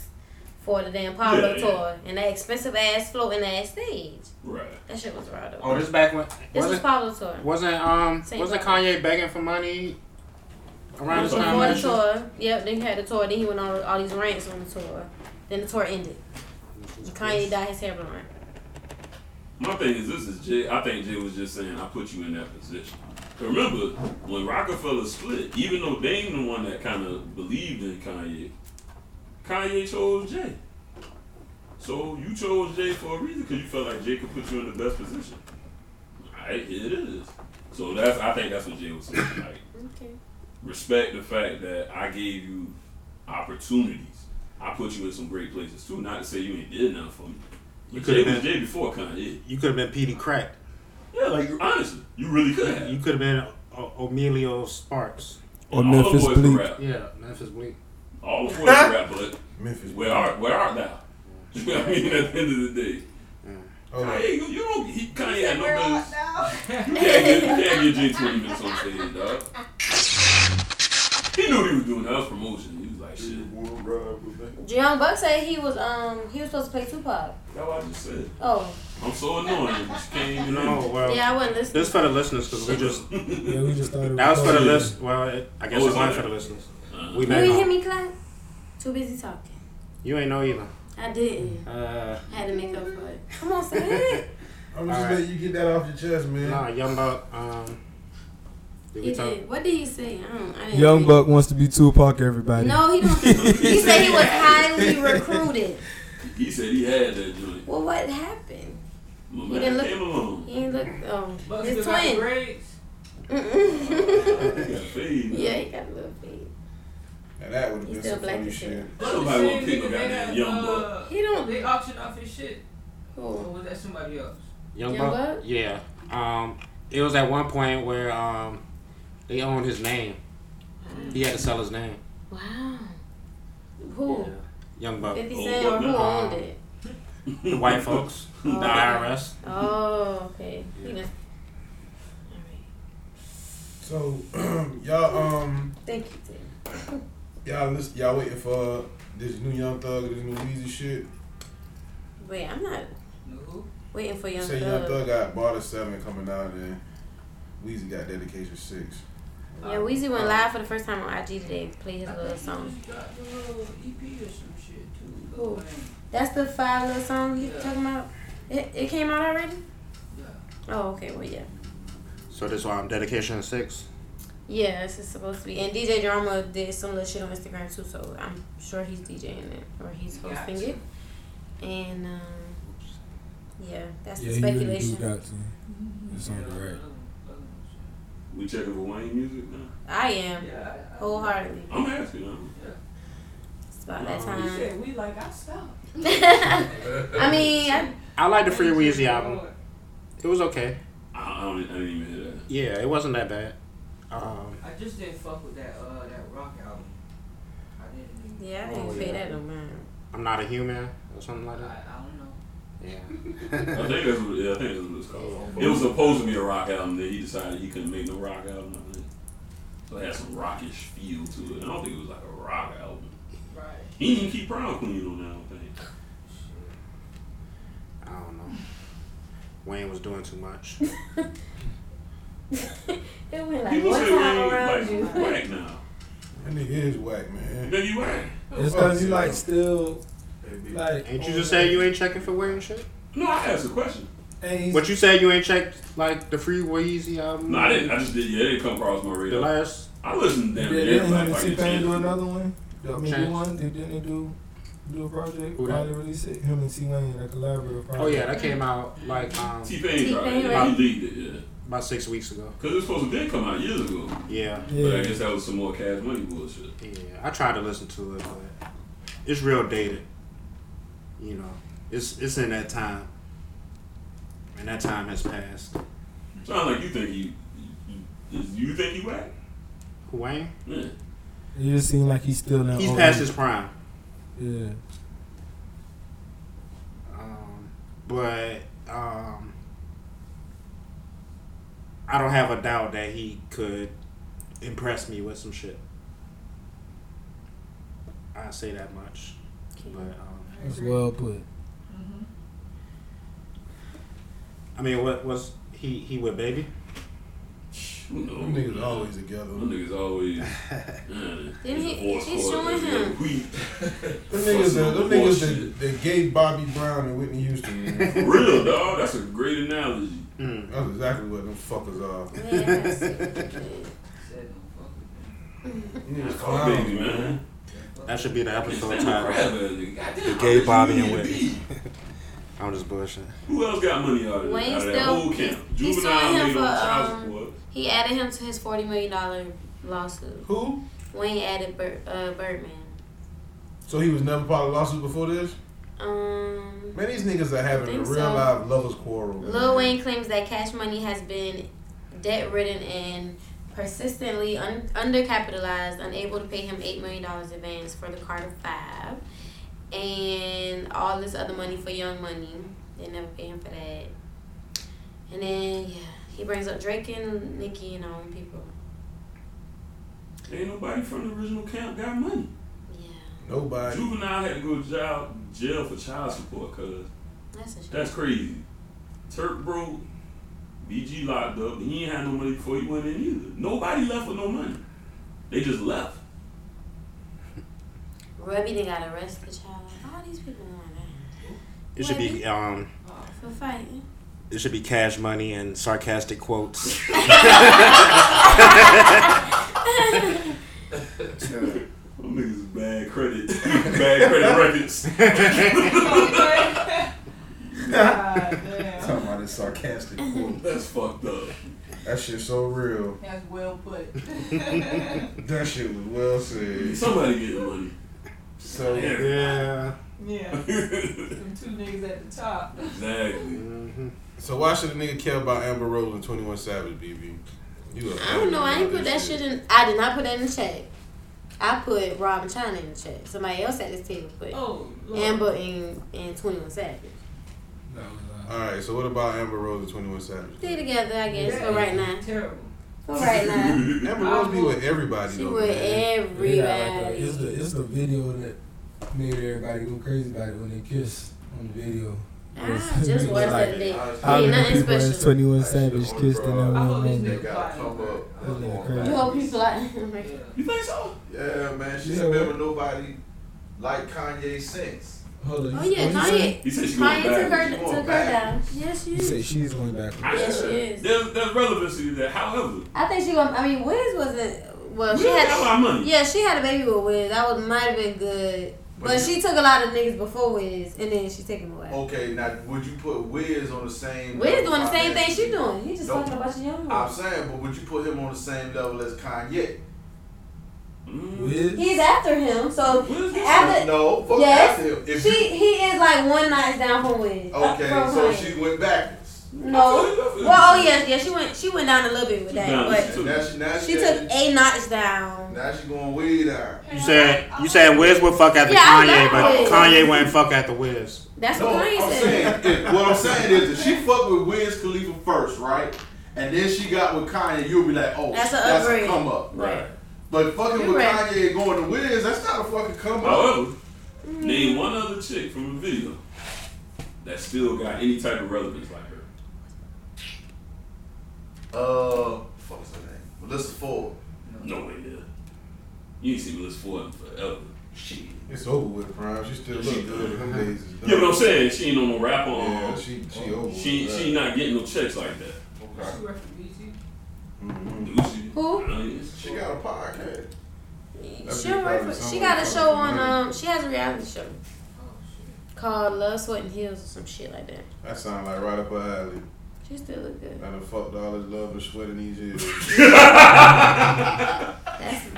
Speaker 6: for the damn Pablo
Speaker 10: Yeah, yeah.
Speaker 6: tour and that expensive ass floating ass stage.
Speaker 11: Right.
Speaker 6: That shit was raw though.
Speaker 10: Oh, this back when
Speaker 6: This was
Speaker 10: wasn't-
Speaker 6: Pablo tour.
Speaker 10: Wasn't um
Speaker 6: Saint
Speaker 10: wasn't
Speaker 6: Pablo.
Speaker 10: Kanye begging for money around this time?
Speaker 6: Before the
Speaker 10: last year?
Speaker 6: tour, yep. Then he had the tour. Then he went on all these rants on the tour. Then the tour ended. Kanye dyed his hair blonde.
Speaker 11: My thing is, this is Jay. I think Jay was just saying, I put you in that position. 'Cause Remember, when Rockefeller split, even though Dame the one that kind of believed in Kanye, Kanye chose Jay. So you chose Jay for a reason because you felt like Jay could put you in the best position. All right, here it is. So that's I think that's what Jay was saying. Like,
Speaker 6: Okay.
Speaker 11: respect the fact that I gave you opportunities. I put you in some great places too. Not to say you ain't did nothing for
Speaker 10: You
Speaker 11: me. You could
Speaker 10: coulda
Speaker 11: have been
Speaker 10: been-
Speaker 11: Jay before Kanye.
Speaker 10: You could have been Petey Crack.
Speaker 11: Yeah, like honestly, you really could have.
Speaker 10: You could have been o- Emilio Sparks.
Speaker 14: Or
Speaker 11: And all the
Speaker 14: Memphis
Speaker 11: boys can
Speaker 14: Bleak.
Speaker 11: rap.
Speaker 10: Yeah, Memphis Bleak.
Speaker 11: All the boys can rap, but
Speaker 4: Memphis
Speaker 11: where are where art thou? You know what I mean? At the end of the day, Kanye, you, you don't. He, Kanye had no business. You can't get, you can't get Jay twenty minutes on stage, dog. He knew what he was doing. That was promotion. He was like, shit.
Speaker 6: John Buck said he was um he was supposed to play Tupac.
Speaker 11: That's what I just said.
Speaker 6: Oh
Speaker 11: I'm so annoying. Just can't even
Speaker 10: No, well,
Speaker 6: yeah, I wasn't listening.
Speaker 10: this for the listeners because we just
Speaker 14: Yeah, we just started.
Speaker 10: that was for the
Speaker 14: recording.
Speaker 10: list. Well, it, I guess
Speaker 11: Oh,
Speaker 10: it
Speaker 11: is
Speaker 10: wasn't
Speaker 11: it?
Speaker 10: for the listeners.
Speaker 11: Uh,
Speaker 10: We
Speaker 6: Did
Speaker 10: back
Speaker 6: you hear
Speaker 10: home.
Speaker 6: me, Clay? Too busy talking.
Speaker 10: You ain't know either.
Speaker 6: I didn't.
Speaker 10: Uh,
Speaker 6: I had to make up for it. Come on, say it.
Speaker 4: I'm just
Speaker 10: All right.
Speaker 4: letting you get that off your chest, man.
Speaker 10: nah, Young Buck. Um, did we
Speaker 6: You
Speaker 10: talk?
Speaker 6: did. What did you say? I don't. I didn't
Speaker 14: Young
Speaker 6: see.
Speaker 14: Buck wants to be Tupac. Everybody.
Speaker 6: No, he don't. he said he was highly recruited.
Speaker 11: He said he had that joint.
Speaker 6: Well, what happened?
Speaker 11: My
Speaker 6: He didn't
Speaker 11: man
Speaker 6: look.
Speaker 11: came along.
Speaker 6: He ain't look. Oh,
Speaker 2: But
Speaker 6: his
Speaker 2: still got
Speaker 6: twin.
Speaker 2: grades.
Speaker 6: Mm-mm.
Speaker 11: He got fade.
Speaker 6: yeah, he got a little fade.
Speaker 4: Now, that would have
Speaker 6: He's
Speaker 4: been
Speaker 6: still
Speaker 4: some
Speaker 6: black
Speaker 4: funny
Speaker 6: as
Speaker 4: shit.
Speaker 6: shit.
Speaker 2: The
Speaker 11: Nobody want
Speaker 2: same
Speaker 11: to
Speaker 2: nigga
Speaker 11: pick no
Speaker 2: that
Speaker 11: goddamn
Speaker 2: had,
Speaker 11: Young Buck.
Speaker 2: uh,
Speaker 6: He don't.
Speaker 2: They auctioned off his shit. Or
Speaker 6: Oh.
Speaker 2: was that somebody else?
Speaker 10: Young
Speaker 6: Young
Speaker 10: Buck?
Speaker 6: Buck?
Speaker 10: Yeah. Um, it was at one point where um, they owned his name. He had to sell his name.
Speaker 6: Wow. Who?
Speaker 10: Yeah. Young Buck.
Speaker 6: Fifty
Speaker 11: Oh,
Speaker 6: Cent or who
Speaker 11: what
Speaker 10: now?
Speaker 6: owned it?
Speaker 10: The white folks. the
Speaker 6: Oh.
Speaker 10: IRS.
Speaker 6: Oh, okay. He
Speaker 10: Yeah.
Speaker 6: done-
Speaker 4: So y'all um
Speaker 6: Thank you, Tim.
Speaker 4: y'all listen, y'all waiting for this new Young Thug or this new Weezy shit?
Speaker 6: Wait, I'm not
Speaker 2: No, who?
Speaker 6: waiting for Young
Speaker 4: Say Young
Speaker 6: Thug.
Speaker 4: Thug got Barter Seven coming out and Weezy got Dedication Six.
Speaker 6: Yeah, Weezy went live for the first time on IG today. Play his little song.
Speaker 2: He got the little EP or some shit too.
Speaker 6: Who? That's the five little song you talking about. It, it came out already.
Speaker 2: Yeah.
Speaker 6: Oh, okay. Well, yeah,
Speaker 10: So this one, Dedication Six.
Speaker 6: yeah. This is supposed to be. And DJ Drama did some little shit on Instagram too, so I'm sure he's DJing it or he's hosting
Speaker 2: Gotcha.
Speaker 6: it. And um, Yeah, that's
Speaker 14: yeah,
Speaker 6: the
Speaker 14: he really do
Speaker 6: speculation.
Speaker 14: got to. It's on the right.
Speaker 11: We checking for Wayne music now.
Speaker 6: I am wholeheartedly.
Speaker 11: I'm asking. I'm,
Speaker 6: It's about that
Speaker 11: Oh,
Speaker 6: time.
Speaker 2: Shit, we like I stopped.
Speaker 6: I mean, I,
Speaker 10: I like the Free Weezy album. It was okay.
Speaker 11: I, I, don't, I didn't even hear that.
Speaker 10: Yeah, it wasn't that bad. Um,
Speaker 15: I just didn't fuck with that uh that rock album. I didn't. even-
Speaker 6: yeah, I
Speaker 10: Oh,
Speaker 6: didn't pay
Speaker 10: yeah.
Speaker 6: that no mind.
Speaker 10: I'm not a human or something like
Speaker 15: I,
Speaker 10: that.
Speaker 15: I don't know.
Speaker 10: Yeah.
Speaker 11: I think that's what, yeah, I think that's what it's called. It was supposed to be a rock album, then he decided he couldn't make no rock album. I think. So it had some rockish feel to it. I don't think it was like a rock album.
Speaker 2: Right.
Speaker 11: He didn't keep Brown Queen on that, I don't think.
Speaker 10: I don't know. Wayne was doing too much.
Speaker 6: It went like
Speaker 11: People
Speaker 6: one
Speaker 11: say
Speaker 6: time
Speaker 11: Wayne
Speaker 6: around you.
Speaker 11: like whack now.
Speaker 4: That nigga is whack, man.
Speaker 11: Nigga, you whack.
Speaker 14: It's because he like still like.
Speaker 10: Ain't you
Speaker 6: Oh,
Speaker 10: just saying you ain't checking for Wayne shit?
Speaker 11: No, I asked a question.
Speaker 10: But you said you ain't checked like the Free Weezy album.
Speaker 11: No, I didn't. I just did. Yeah, it didn't come across my
Speaker 10: The
Speaker 11: radar.
Speaker 10: last-
Speaker 11: I listened to damn
Speaker 14: Yeah,
Speaker 11: near
Speaker 14: didn't
Speaker 11: everybody.
Speaker 14: him and
Speaker 11: if I
Speaker 14: T
Speaker 11: get
Speaker 14: Pain do
Speaker 11: chance.
Speaker 14: another one? I mean, do
Speaker 11: Chance.
Speaker 14: one? Did, didn't they do do a project?
Speaker 10: Who that?
Speaker 14: Probably release it. Him and T Wayne, a collaborative project.
Speaker 10: Oh yeah, that came out like um,
Speaker 11: T-Pain tried it. Yeah,
Speaker 10: about,
Speaker 11: He leaked it, yeah.
Speaker 10: about six weeks ago.
Speaker 11: Because it was supposed to did come out years ago.
Speaker 10: Yeah.
Speaker 11: But I guess that was some more Cash Money bullshit.
Speaker 10: Yeah, I tried to listen to it, but it's real dated. You know, it's it's in that time, and that time has passed.
Speaker 11: Sound like you think you, you, you, you think you whack?
Speaker 10: Wayne,
Speaker 11: Yeah.
Speaker 14: It just seemed like he's still in.
Speaker 10: he's
Speaker 9: oh,
Speaker 14: old
Speaker 10: past
Speaker 14: age.
Speaker 10: his prime,
Speaker 14: Yeah.
Speaker 10: um, but um, I don't have a doubt that he could impress me with some shit. I say that much, but um,
Speaker 14: That's well put.
Speaker 10: I mean, what was he? He with baby?
Speaker 11: Who knows?
Speaker 4: Them niggas always together.
Speaker 11: Them niggas always. yeah,
Speaker 6: Didn't he-
Speaker 11: divorce
Speaker 6: he's
Speaker 11: court,
Speaker 6: showing
Speaker 11: yeah,
Speaker 6: him.
Speaker 11: We,
Speaker 4: Them niggas,
Speaker 11: fussing
Speaker 4: the,
Speaker 11: over
Speaker 4: them niggas
Speaker 11: bullshit.
Speaker 4: the, the gay Bobby Brown and Whitney Houston. Man.
Speaker 11: For real, dog. That's a great analogy.
Speaker 10: Mm.
Speaker 4: That's exactly what them fuckers are.
Speaker 15: Said don't fuck with
Speaker 4: Niggas
Speaker 11: Oh,
Speaker 4: clowns,
Speaker 11: baby, man.
Speaker 10: That should be the episode
Speaker 11: Stand up, grab
Speaker 10: title.
Speaker 11: it, nigga. Goddamn,
Speaker 10: The
Speaker 11: how
Speaker 10: gay
Speaker 11: much
Speaker 10: Bobby
Speaker 11: you
Speaker 10: and
Speaker 11: need to
Speaker 10: Whitney.
Speaker 11: be?
Speaker 10: I'm just bullshit.
Speaker 11: Who else got money out of,
Speaker 6: Wayne
Speaker 11: out of that
Speaker 6: still-
Speaker 11: whole camp?
Speaker 6: he- he's
Speaker 11: Juvenile
Speaker 6: suing him
Speaker 11: made on
Speaker 6: for,
Speaker 11: child
Speaker 6: um,
Speaker 11: support.
Speaker 6: He added him to his forty million dollar lawsuit.
Speaker 4: Who?
Speaker 6: Wayne added Bir- uh, Birdman.
Speaker 4: So he was never part of the lawsuit before this?
Speaker 6: Um,
Speaker 4: Man, these niggas are having a
Speaker 6: Think
Speaker 4: real
Speaker 6: so.
Speaker 4: live lovers quarrel. man.
Speaker 6: Lil Wayne claims that Cash Money has been debt ridden and persistently un- undercapitalized, unable to pay him $8 million advance for the Carter Five, and all this other money for Young Money. They never pay him for that. And then, yeah, he brings up Drake and Nicki and all them people.
Speaker 11: Ain't nobody from the original camp got money.
Speaker 4: Nobody.
Speaker 11: Juvenile had to go to jail, jail for child support, cuz.
Speaker 6: That's a shame.
Speaker 11: That's crazy. Turk broke, BG locked up, and he ain't had no money before he went in either. Nobody left with no money. They just left.
Speaker 6: Ruby done got arrested, child. All these people want that.
Speaker 10: It should be um.
Speaker 6: For fighting.
Speaker 10: It should be cash money and sarcastic quotes.
Speaker 11: Them niggas is bad credit. bad credit records.
Speaker 4: Talking about this sarcastic quote.
Speaker 11: That's fucked up.
Speaker 4: That shit so real.
Speaker 2: That's well put.
Speaker 4: That shit was well said.
Speaker 11: Somebody getting money.
Speaker 4: So
Speaker 10: yeah.
Speaker 2: yeah. Them two niggas at the top.
Speaker 11: Exactly.
Speaker 4: So why should a nigga care about Amber Rose and Twenty One Savage, BB? You a-
Speaker 6: I don't know. I ain't put that shit in. I did not put that in the chat. I put Rob and China in the chat. Somebody else at this table put
Speaker 2: oh,
Speaker 6: Amber and, and 21 Savage.
Speaker 14: uh,
Speaker 4: All right. So what about Amber Rose and Twenty One Savage?
Speaker 6: They together, I guess,
Speaker 2: Yeah.
Speaker 6: for right now.
Speaker 2: Terrible.
Speaker 6: For right now.
Speaker 4: Amber Rose be with everybody.
Speaker 6: She
Speaker 4: though,
Speaker 6: with
Speaker 4: man.
Speaker 14: They got like a-
Speaker 6: everybody.
Speaker 14: It's the it's the video that made everybody go crazy about it when they kiss on the video.
Speaker 6: I just watched that day.
Speaker 14: How many
Speaker 6: Ain't nothing
Speaker 14: people
Speaker 6: special. Oh,
Speaker 14: has Twenty One Savage kissed in that
Speaker 2: I hope
Speaker 14: one
Speaker 2: this
Speaker 14: moment?
Speaker 2: nigga
Speaker 12: Oh, Gotta
Speaker 2: quiet.
Speaker 12: come up.
Speaker 14: That nigga
Speaker 6: You
Speaker 14: crazy.
Speaker 6: hope people like.
Speaker 2: You think so?
Speaker 12: Yeah, man. She's
Speaker 14: Yeah,
Speaker 12: been
Speaker 14: what-
Speaker 12: with nobody like Kanye since.
Speaker 14: Hold on.
Speaker 6: Oh
Speaker 14: you-
Speaker 6: yeah,
Speaker 14: what'd you say?
Speaker 6: Kanye.
Speaker 11: He said she
Speaker 6: Kanye
Speaker 11: going
Speaker 6: took her,
Speaker 11: back.
Speaker 12: She going
Speaker 6: took her
Speaker 12: back.
Speaker 6: down. Yes, she
Speaker 14: You say
Speaker 6: is.
Speaker 14: she's going backwards.
Speaker 11: I
Speaker 6: Yes,
Speaker 11: said,
Speaker 6: she is.
Speaker 11: There's, there's relevancy to that. However,
Speaker 6: I think she was. I mean, Wiz wasn't. Well, Oh, she
Speaker 11: Wiz
Speaker 6: had.
Speaker 11: got a lot of money.
Speaker 6: Yeah, she had a baby with Wiz. That was might have been good But she took a lot of niggas before Wiz, and then she took him away.
Speaker 12: Okay, now would you put Wiz on the same?
Speaker 6: Wiz
Speaker 12: level?
Speaker 6: doing the same
Speaker 12: I mean,
Speaker 6: thing she doing. He just
Speaker 12: Nope.
Speaker 6: fucking a bunch of young
Speaker 12: I'm
Speaker 6: ones.
Speaker 12: saying, but would you put him on the same level as Kanye?
Speaker 11: Mm.
Speaker 9: Wiz?
Speaker 6: He's after him, so after
Speaker 12: no, fuck
Speaker 6: yes,
Speaker 12: after him. If
Speaker 6: she
Speaker 12: you-
Speaker 6: he is like one notch down from Wiz.
Speaker 12: Okay,
Speaker 6: from
Speaker 12: so
Speaker 6: Kanye.
Speaker 12: she went backwards.
Speaker 6: No. Well, oh yes, yeah, she went. She went down a little bit with that, but
Speaker 12: now she, now
Speaker 6: she took a notch down.
Speaker 12: now she going way down.
Speaker 10: You said you said Wiz would fuck after
Speaker 6: Yeah, I
Speaker 10: Kanye,
Speaker 6: love
Speaker 10: but
Speaker 6: Wiz.
Speaker 10: Kanye wouldn't fuck after Wiz.
Speaker 6: That's
Speaker 12: No,
Speaker 6: what Kanye
Speaker 12: I'm
Speaker 6: said.
Speaker 12: saying, if- what I'm saying is, if she fucked with Wiz Khalifa first, right, and then she got with Kanye, you'll be like, oh,
Speaker 6: That's
Speaker 12: that's,
Speaker 6: a
Speaker 12: a
Speaker 6: upgrade.
Speaker 12: come up,
Speaker 11: Right.
Speaker 12: But fucking
Speaker 6: You're
Speaker 12: with
Speaker 6: right.
Speaker 12: Kanye and going to Wiz, that's not a fucking come up.
Speaker 11: However, name one other chick from the video that still got any type of relevance like her.
Speaker 12: Uh, fuck is her name? Melissa Ford.
Speaker 11: No way, yeah. You ain't seen Melissa Ford in forever. Shit.
Speaker 4: It's over with, Prime. She still
Speaker 11: She
Speaker 4: look good. Them days is done.
Speaker 11: Yeah, but I'm saying she ain't on no rapper. um,
Speaker 4: Yeah, she she over.
Speaker 11: she,
Speaker 4: with,
Speaker 11: she not getting no checks like that.
Speaker 12: Okay.
Speaker 2: She worked for BT.
Speaker 11: Lucy,
Speaker 6: Who?
Speaker 11: I know it's-
Speaker 12: She got a podcast.
Speaker 6: She, work for, she got a show on. Um, she has a reality show called Love, Sweat, and Heels or some shit like that.
Speaker 4: That sound like right up her alley.
Speaker 6: She still look
Speaker 4: I
Speaker 6: good.
Speaker 4: done fucked all his love and sweat in these years.
Speaker 6: That's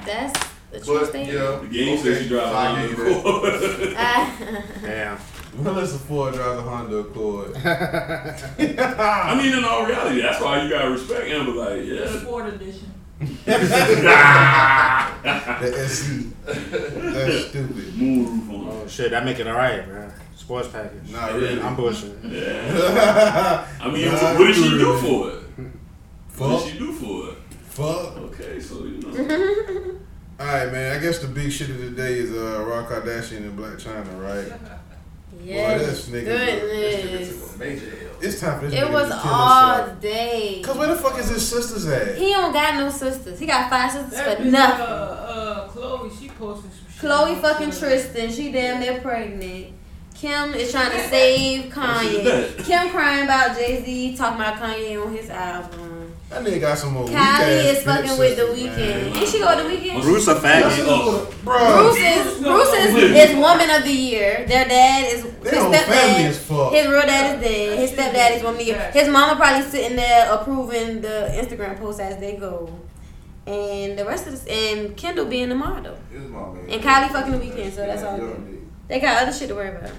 Speaker 6: that's the true
Speaker 12: But
Speaker 6: statement.
Speaker 12: yeah,
Speaker 11: The game says she drives
Speaker 12: I
Speaker 11: a
Speaker 12: get
Speaker 11: Honda
Speaker 12: that.
Speaker 6: Uh-huh.
Speaker 10: Damn.
Speaker 4: Melissa Ford drives a Honda Accord.
Speaker 11: I mean, in all reality, that's why you gotta respect Amber. Like,
Speaker 2: The
Speaker 11: yeah.
Speaker 2: Ford edition.
Speaker 4: The SC. That's stupid.
Speaker 11: Moonroof on.
Speaker 10: Oh shit, that make it alright, man. Sports package.
Speaker 4: Nah,
Speaker 10: Yeah,
Speaker 4: really.
Speaker 10: I'm bullshit.
Speaker 11: Yeah. I mean,
Speaker 4: Nah,
Speaker 11: what did she do
Speaker 4: really.
Speaker 11: for it? What
Speaker 4: Fuck.
Speaker 11: did she do for it?
Speaker 4: Fuck.
Speaker 11: Okay, so you know.
Speaker 6: Mm-hmm.
Speaker 4: Alright, man. I guess the big shit of the day is uh, Rock Kardashian and Black China, right?
Speaker 6: Yes,
Speaker 4: Boy, this nigga-
Speaker 6: goodness.
Speaker 12: Major L.
Speaker 4: It's time for this
Speaker 6: It
Speaker 4: nigga to
Speaker 6: was
Speaker 4: kill
Speaker 6: all
Speaker 4: himself.
Speaker 6: day.
Speaker 4: Cause where the fuck is his sisters at?
Speaker 6: He don't got no sisters. He got five sisters
Speaker 2: That
Speaker 6: for
Speaker 2: bitch, Uh,
Speaker 6: nothing.
Speaker 2: uh, Chloe, she posted some shit.
Speaker 6: Chloe
Speaker 2: on
Speaker 6: fucking
Speaker 2: Twitter.
Speaker 6: Tristan. She damn near pregnant. Kim is trying to save Kanye. Kim crying about Jay Z talking about Kanye on his album.
Speaker 4: That nigga got some old
Speaker 6: Kylie is fucking with the
Speaker 4: weekend.
Speaker 6: weekend. Did she go to the weekend?
Speaker 10: Bruce a faggot.
Speaker 4: Bro,
Speaker 6: Bruce is Bruce is, is woman of the year. Their dad is his
Speaker 4: whole family
Speaker 6: stepdad.
Speaker 4: is fucked.
Speaker 6: His real dad is dead. His stepdad is woman of the year. His mama probably sitting there approving the Instagram posts as they go. And the rest of this and Kendall being the model.
Speaker 12: It's my man.
Speaker 6: And Kylie fucking the weekend, so that's all good. They got other shit to worry about.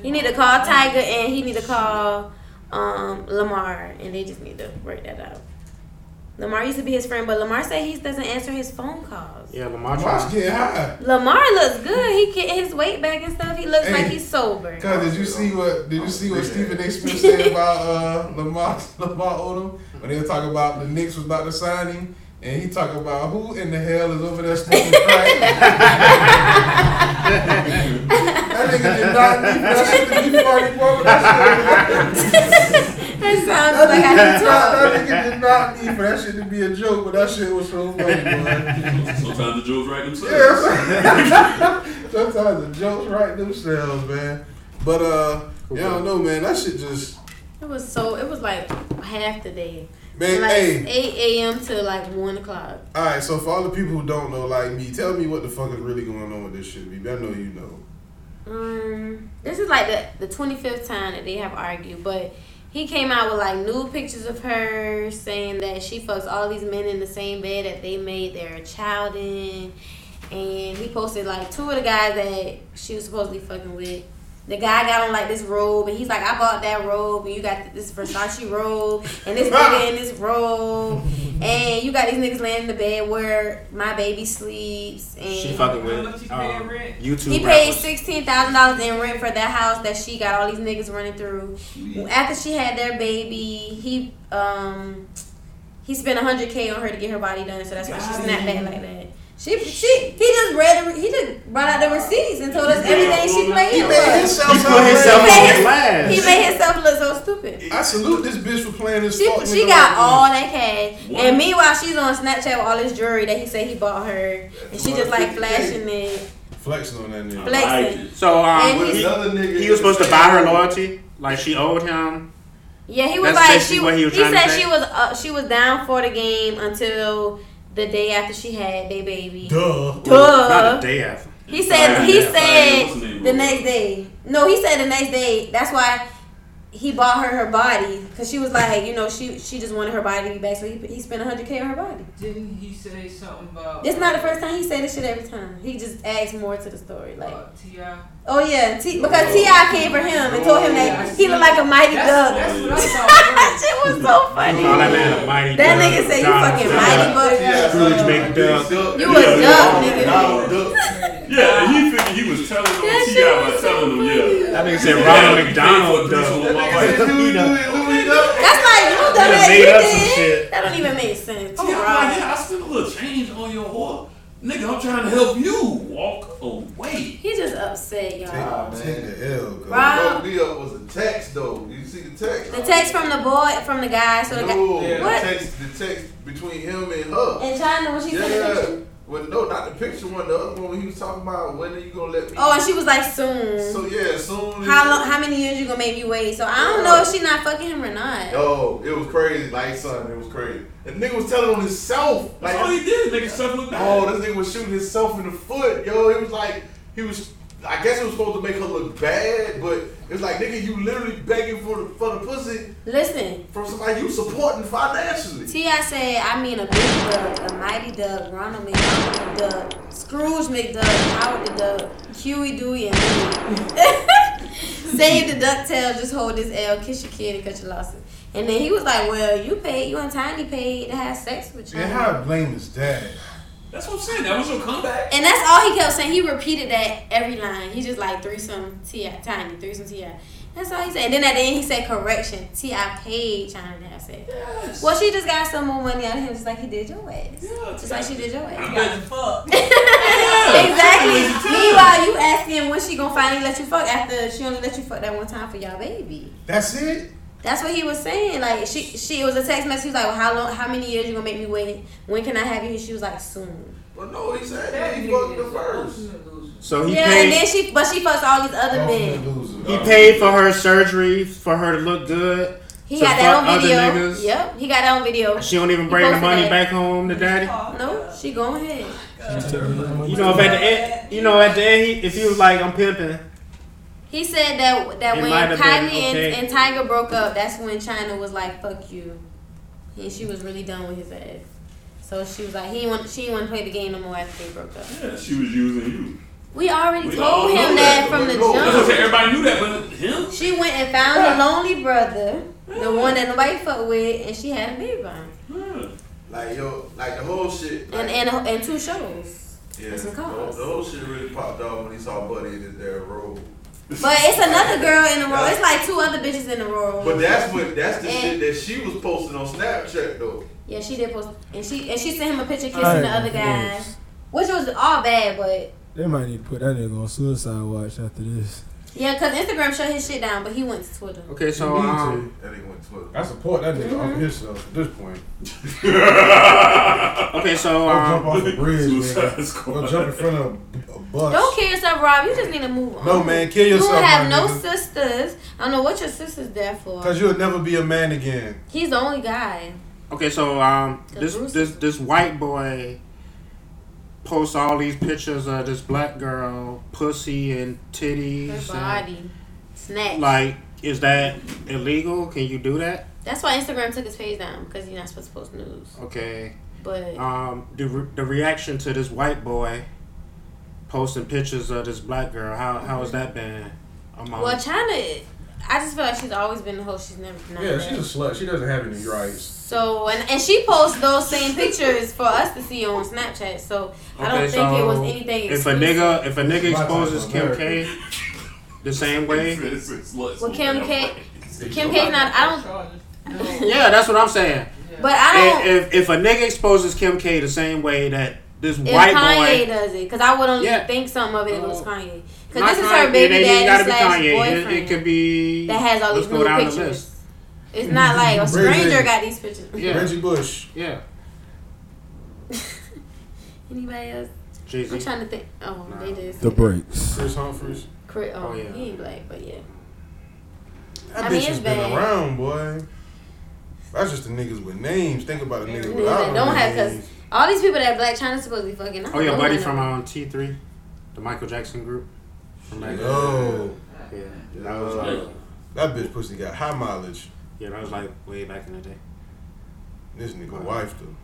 Speaker 6: He need to call Tiger and he need to call um, Lamar, and they just need to work that out. Lamar used to be his friend, but Lamar said he doesn't answer his phone calls.
Speaker 10: Yeah, Lamar trying.
Speaker 4: Watch get high.
Speaker 6: Lamar looks good. He getting his weight back and stuff. He looks
Speaker 4: Hey.
Speaker 6: like he's sober.
Speaker 4: Cause did you see what did you see what Stephen A. Smith said about uh, Lamar Lamar Odom when they were talking about the Knicks was about to sign him and he talking about who in the hell is over there smoking crack? that nigga did not need for that shit to be party for that shit.
Speaker 6: That sounds like I
Speaker 4: That
Speaker 6: can
Speaker 4: nigga,
Speaker 6: talk.
Speaker 4: that nigga did not need for that shit to be a joke, but that shit was so funny, boy.
Speaker 11: Sometimes the jokes right themselves.
Speaker 4: Yeah, sometimes the jokes write themselves, man. But uh, yeah, I don't know, man. That shit just
Speaker 6: It was so. It was like half the day.
Speaker 4: man.
Speaker 6: like
Speaker 4: hey,
Speaker 6: eight a.m. to like one o'clock.
Speaker 4: all right. So for all the people who don't know, like me, tell me what the fuck is really going on with this shit, BB. I know you know.
Speaker 6: Um, this is like the the twenty fifth time that they have argued, but he came out with like nude pictures of her saying that she fucks all these men in the same bed that they made their child in, and he posted like two of the guys that she was supposedly fucking with. The guy got on like this robe, and he's like, "I bought that robe, and you got this Versace robe, and this nigga in this robe, and you got these niggas laying in the bed where my baby sleeps." And
Speaker 10: She fucking
Speaker 2: How much you
Speaker 10: with
Speaker 2: paying
Speaker 10: um,
Speaker 2: rent?
Speaker 10: YouTube
Speaker 6: he paid
Speaker 10: rappers.
Speaker 6: sixteen thousand dollars in rent for that house that she got all these niggas running through. After she had their baby, he um he spent hundred k on her to get her body done, so that's why she's not back like that. She she he just read the, he just brought out the receipts and told us everything she played.
Speaker 4: He
Speaker 6: in
Speaker 4: made
Speaker 6: was.
Speaker 4: himself.
Speaker 10: He
Speaker 4: look
Speaker 10: put himself
Speaker 4: bad.
Speaker 10: on
Speaker 6: He made-
Speaker 10: blast.
Speaker 6: He made himself look so stupid.
Speaker 4: I salute this bitch for playing this.
Speaker 6: She,
Speaker 4: fuck
Speaker 6: she
Speaker 4: nigga
Speaker 6: got
Speaker 4: like
Speaker 6: all that cash,
Speaker 11: Wow.
Speaker 6: and meanwhile she's on Snapchat with all this jewelry that he said he bought her, and she just like flashing it,
Speaker 4: this. flexing on that nigga.
Speaker 11: I like
Speaker 6: flexing.
Speaker 11: it.
Speaker 10: So
Speaker 6: And
Speaker 10: um,
Speaker 6: he-
Speaker 10: he,
Speaker 12: Another nigga.
Speaker 10: he was supposed to buy her loyalty. Like she owed him.
Speaker 6: Yeah, he was
Speaker 10: That's
Speaker 6: like
Speaker 10: basically
Speaker 6: she.
Speaker 10: what he
Speaker 6: he
Speaker 10: was trying to
Speaker 6: said
Speaker 10: say.
Speaker 6: she was uh, she was down for the game until the day after she had their baby.
Speaker 4: Duh.
Speaker 6: Duh.
Speaker 10: Not a day after.
Speaker 6: He said he
Speaker 11: Yeah, yeah, what's
Speaker 6: said
Speaker 11: the name
Speaker 6: the
Speaker 11: of it?
Speaker 6: next day. No, he said the next day. That's why he bought her her body because she was like, you know, she she just wanted her body to be back. So he, he spent hundred k on her body.
Speaker 15: Didn't he say something about?
Speaker 6: It's not the first time he said this shit. Every time he just adds more to the story.
Speaker 2: uh,
Speaker 6: Like,
Speaker 15: T.I.
Speaker 6: oh yeah, T, because Ti came for him and told him that he looked like a mighty
Speaker 15: That's-
Speaker 6: duck.
Speaker 15: that's what I thought.
Speaker 6: That shit was so funny.
Speaker 10: Call that man a mighty
Speaker 6: That
Speaker 10: duck,
Speaker 6: nigga said you
Speaker 10: Donald
Speaker 6: fucking
Speaker 10: Duck,
Speaker 6: mighty buck.
Speaker 10: Scrooge McDuck.
Speaker 6: You a duck, nigga.
Speaker 10: Donald
Speaker 11: Yeah, and he figured he was telling on
Speaker 6: That
Speaker 11: T.I.
Speaker 6: shit
Speaker 11: by telling him, yeah.
Speaker 10: That nigga said Ronald McDonald
Speaker 6: That's like you dumbass.
Speaker 11: made
Speaker 6: You
Speaker 11: up some
Speaker 6: did.
Speaker 11: shit.
Speaker 6: That don't even make sense.
Speaker 11: Oh, yeah, yeah, I spent a little change on your whore. Nigga, I'm trying to help you walk away.
Speaker 6: He just upset
Speaker 12: Ah,
Speaker 6: y'all.
Speaker 4: Take the L.
Speaker 6: Rob- Rob-
Speaker 12: What we up was a text though. You see the text?
Speaker 6: Ah. The text from the boy, from the guy. So the guy,
Speaker 12: No,
Speaker 6: what?
Speaker 12: the text, the text between him and her.
Speaker 6: In China, when she sent the picture?
Speaker 12: Well, no, not the picture one. The other one when he was talking about when are you gonna let me?
Speaker 6: Oh, and she was like, soon.
Speaker 12: So yeah, soon.
Speaker 6: How long? How many years you gonna make me wait? So I don't know if she not fucking him or not.
Speaker 12: Yo, it was crazy. Like son, it was crazy. The nigga was telling on himself. Like
Speaker 11: all he did. Nigga self look
Speaker 12: Oh, this nigga was shooting himself in the foot. Yo, it was like he was. I guess it was supposed to make her look bad, but it was like nigga, you literally begging for the for the pussy
Speaker 6: Listen,
Speaker 12: from somebody you supporting financially.
Speaker 6: T.I. said, I mean a big duck, a mighty duck, Ronald McDonald McDuck, Scrooge McDuck, Howard the Duck, Huey, Dewey, and Louie. Save the duck tail, just hold this L, kiss your kid and cut your losses. And then he was like, well, you paid, you and Tiny paid to have sex with you.
Speaker 4: And how blame is that?
Speaker 11: That's what I'm saying. That was your comeback.
Speaker 6: And that's all he kept saying. He repeated that every line. He just like threesome Ti Tiny threesome Ti. That's all he said. And then at the end he said correction. Ti paid China to have sex. Well, she just got some more money out of him, just like he did your ass. just like she did your ass.
Speaker 2: got the fuck.
Speaker 6: exactly.
Speaker 2: Yeah.
Speaker 6: Meanwhile, you asking when she gonna finally let you fuck after she only let you fuck that one time for y'all baby.
Speaker 4: That's it.
Speaker 6: That's what he was saying. Like she, she it was a text message. He was like, well, how long? How many years you gonna make me wait? When can I have you? And she was like, soon.
Speaker 12: But no, he said that he fucked the first.
Speaker 10: So he
Speaker 6: yeah, and then
Speaker 10: paid. Oh.
Speaker 6: she, but she fucks all these
Speaker 4: Oh,
Speaker 6: other men.
Speaker 10: He paid for her surgery for her to look good.
Speaker 6: He
Speaker 10: to
Speaker 6: got that
Speaker 10: fuck
Speaker 6: on video.
Speaker 10: Other niggas.
Speaker 6: Yep, he got that on video.
Speaker 10: She don't even
Speaker 6: He
Speaker 10: bring the
Speaker 6: posted
Speaker 10: money
Speaker 6: that.
Speaker 10: back home to daddy.
Speaker 6: No, she go ahead.
Speaker 10: You know, if at the end, you know, at the end, he, if he was like, "I'm pimping,"
Speaker 6: He said that that
Speaker 10: It
Speaker 6: when
Speaker 10: might
Speaker 6: Kylie
Speaker 10: have been, okay.
Speaker 6: and, and Tiger broke up, that's when China was like, "Fuck you," and she was really done with his ass. So she was like, "He want she want to play the game no more after they broke up."
Speaker 11: Yeah, she was using you.
Speaker 6: We already
Speaker 11: We all
Speaker 6: told
Speaker 11: know
Speaker 6: him that,
Speaker 11: that,
Speaker 6: from the
Speaker 11: That's what I'm saying.
Speaker 6: jump.
Speaker 11: Everybody knew that, but him?
Speaker 6: She went and found her lonely brother, the one that nobody fucked with, and she had a baby by him,
Speaker 12: Like yo, like the whole shit.
Speaker 6: and and and two shows.
Speaker 12: Yeah,
Speaker 6: and
Speaker 12: the,
Speaker 6: some
Speaker 12: whole-
Speaker 6: cars.
Speaker 12: the whole shit really popped off when he saw Buddy in his there role.
Speaker 6: But it's another girl in the world. It's like two other bitches in the world.
Speaker 12: But that's what that's the
Speaker 6: And-
Speaker 12: shit that she was posting on Snapchat though.
Speaker 6: Yeah, she did post, and she and she sent him a picture kissing
Speaker 14: Alright,
Speaker 6: the other guy,
Speaker 14: yes.
Speaker 6: which was all bad. But
Speaker 14: They might need to put that nigga on suicide watch after this.
Speaker 6: yeah, cause Instagram shut his shit down, but he went to Twitter.
Speaker 10: Okay, so
Speaker 4: You need
Speaker 10: um,
Speaker 12: That nigga went Twitter.
Speaker 4: I support that nigga off himself at this point.
Speaker 10: okay, so
Speaker 4: I'll jump off a
Speaker 10: um,
Speaker 4: bridge,
Speaker 11: Suicide
Speaker 4: man.
Speaker 11: Squad.
Speaker 4: I'll jump in front of a, a bus.
Speaker 6: Don't kill yourself, Rob. You just need to move on.
Speaker 4: No, man, kill
Speaker 6: You
Speaker 4: yourself,
Speaker 6: don't have
Speaker 4: my
Speaker 6: no
Speaker 4: nigga.
Speaker 6: sisters. I don't know what your sister's there for.
Speaker 4: Cause you'll never be a man again.
Speaker 6: He's the only guy.
Speaker 10: okay, so um,
Speaker 6: The
Speaker 10: this
Speaker 6: Bruce-
Speaker 10: this this white boy posts all these pictures of this black girl, pussy and
Speaker 6: Her
Speaker 10: titties. and-
Speaker 6: body, snatch.
Speaker 10: like, is that illegal? Can you do that?
Speaker 6: That's why Instagram took his page down because you're not supposed to post news.
Speaker 10: Okay.
Speaker 6: But
Speaker 10: Um, the re- the reaction to this white boy posting pictures of this black girl. How how has that been? Among
Speaker 6: well, China, I just feel like she's always been the host. She's never. not
Speaker 4: Yeah,
Speaker 6: that.
Speaker 4: she's a slut. She doesn't have any rights.
Speaker 6: So and and she posts those same pictures for us to see on Snapchat. So I don't
Speaker 10: Okay,
Speaker 6: think it was
Speaker 10: so
Speaker 6: anything.
Speaker 10: If a
Speaker 6: exclusive.
Speaker 10: nigga if a nigga
Speaker 4: My
Speaker 10: exposes
Speaker 4: type
Speaker 10: Kim
Speaker 4: of
Speaker 10: K the same way,
Speaker 6: well, Kim K, Kim K's not. I don't.
Speaker 10: yeah, that's what I'm saying.
Speaker 6: But I don't.
Speaker 10: If, if if a nigga exposes Kim K the same way that this
Speaker 6: If
Speaker 10: white
Speaker 6: Kanye
Speaker 10: boy,
Speaker 6: does it, because I would only
Speaker 10: Yeah. Uh-huh.
Speaker 6: think something of it if it was Kanye.
Speaker 10: Not
Speaker 6: Because this is
Speaker 10: Kanye,
Speaker 6: her baby
Speaker 10: it ain't
Speaker 6: daddy
Speaker 10: gotta be
Speaker 6: slash
Speaker 10: Kanye. It-
Speaker 6: boyfriend
Speaker 10: It, could be
Speaker 6: that has all
Speaker 10: let's
Speaker 6: these
Speaker 10: go
Speaker 6: nude
Speaker 10: down the
Speaker 6: pictures.
Speaker 10: list.
Speaker 6: It's not like a
Speaker 4: Reggie.
Speaker 6: stranger got these pictures.
Speaker 10: Yeah.
Speaker 4: Reggie Bush.
Speaker 10: Yeah,
Speaker 6: Anybody else?
Speaker 10: Jay Z.
Speaker 6: I'm trying to think. Oh, they did.
Speaker 14: The breaks.
Speaker 4: Chris Humphries.
Speaker 6: Cri- oh,
Speaker 10: Oh, yeah.
Speaker 6: he ain't black, but yeah.
Speaker 4: That
Speaker 6: I
Speaker 4: bitch
Speaker 6: mean,
Speaker 4: has
Speaker 6: it's
Speaker 4: been
Speaker 6: bad.
Speaker 4: around, boy. That's just the niggas with names. Think about the niggas
Speaker 6: Niggas
Speaker 4: without
Speaker 6: that don't
Speaker 4: no
Speaker 6: have,
Speaker 4: names.
Speaker 6: All these people that Black China supposed to be fucking. I
Speaker 10: Oh
Speaker 6: don't
Speaker 10: yeah,
Speaker 6: know
Speaker 10: buddy
Speaker 6: none
Speaker 10: from
Speaker 6: of
Speaker 10: um, T three.
Speaker 6: them.
Speaker 10: the Michael Jackson group. From back
Speaker 4: Yo.
Speaker 10: then. yeah, Uh, that was like
Speaker 4: that bitch pussy got high mileage.
Speaker 10: yeah, that was like way back in the day.
Speaker 4: This nigga wife though.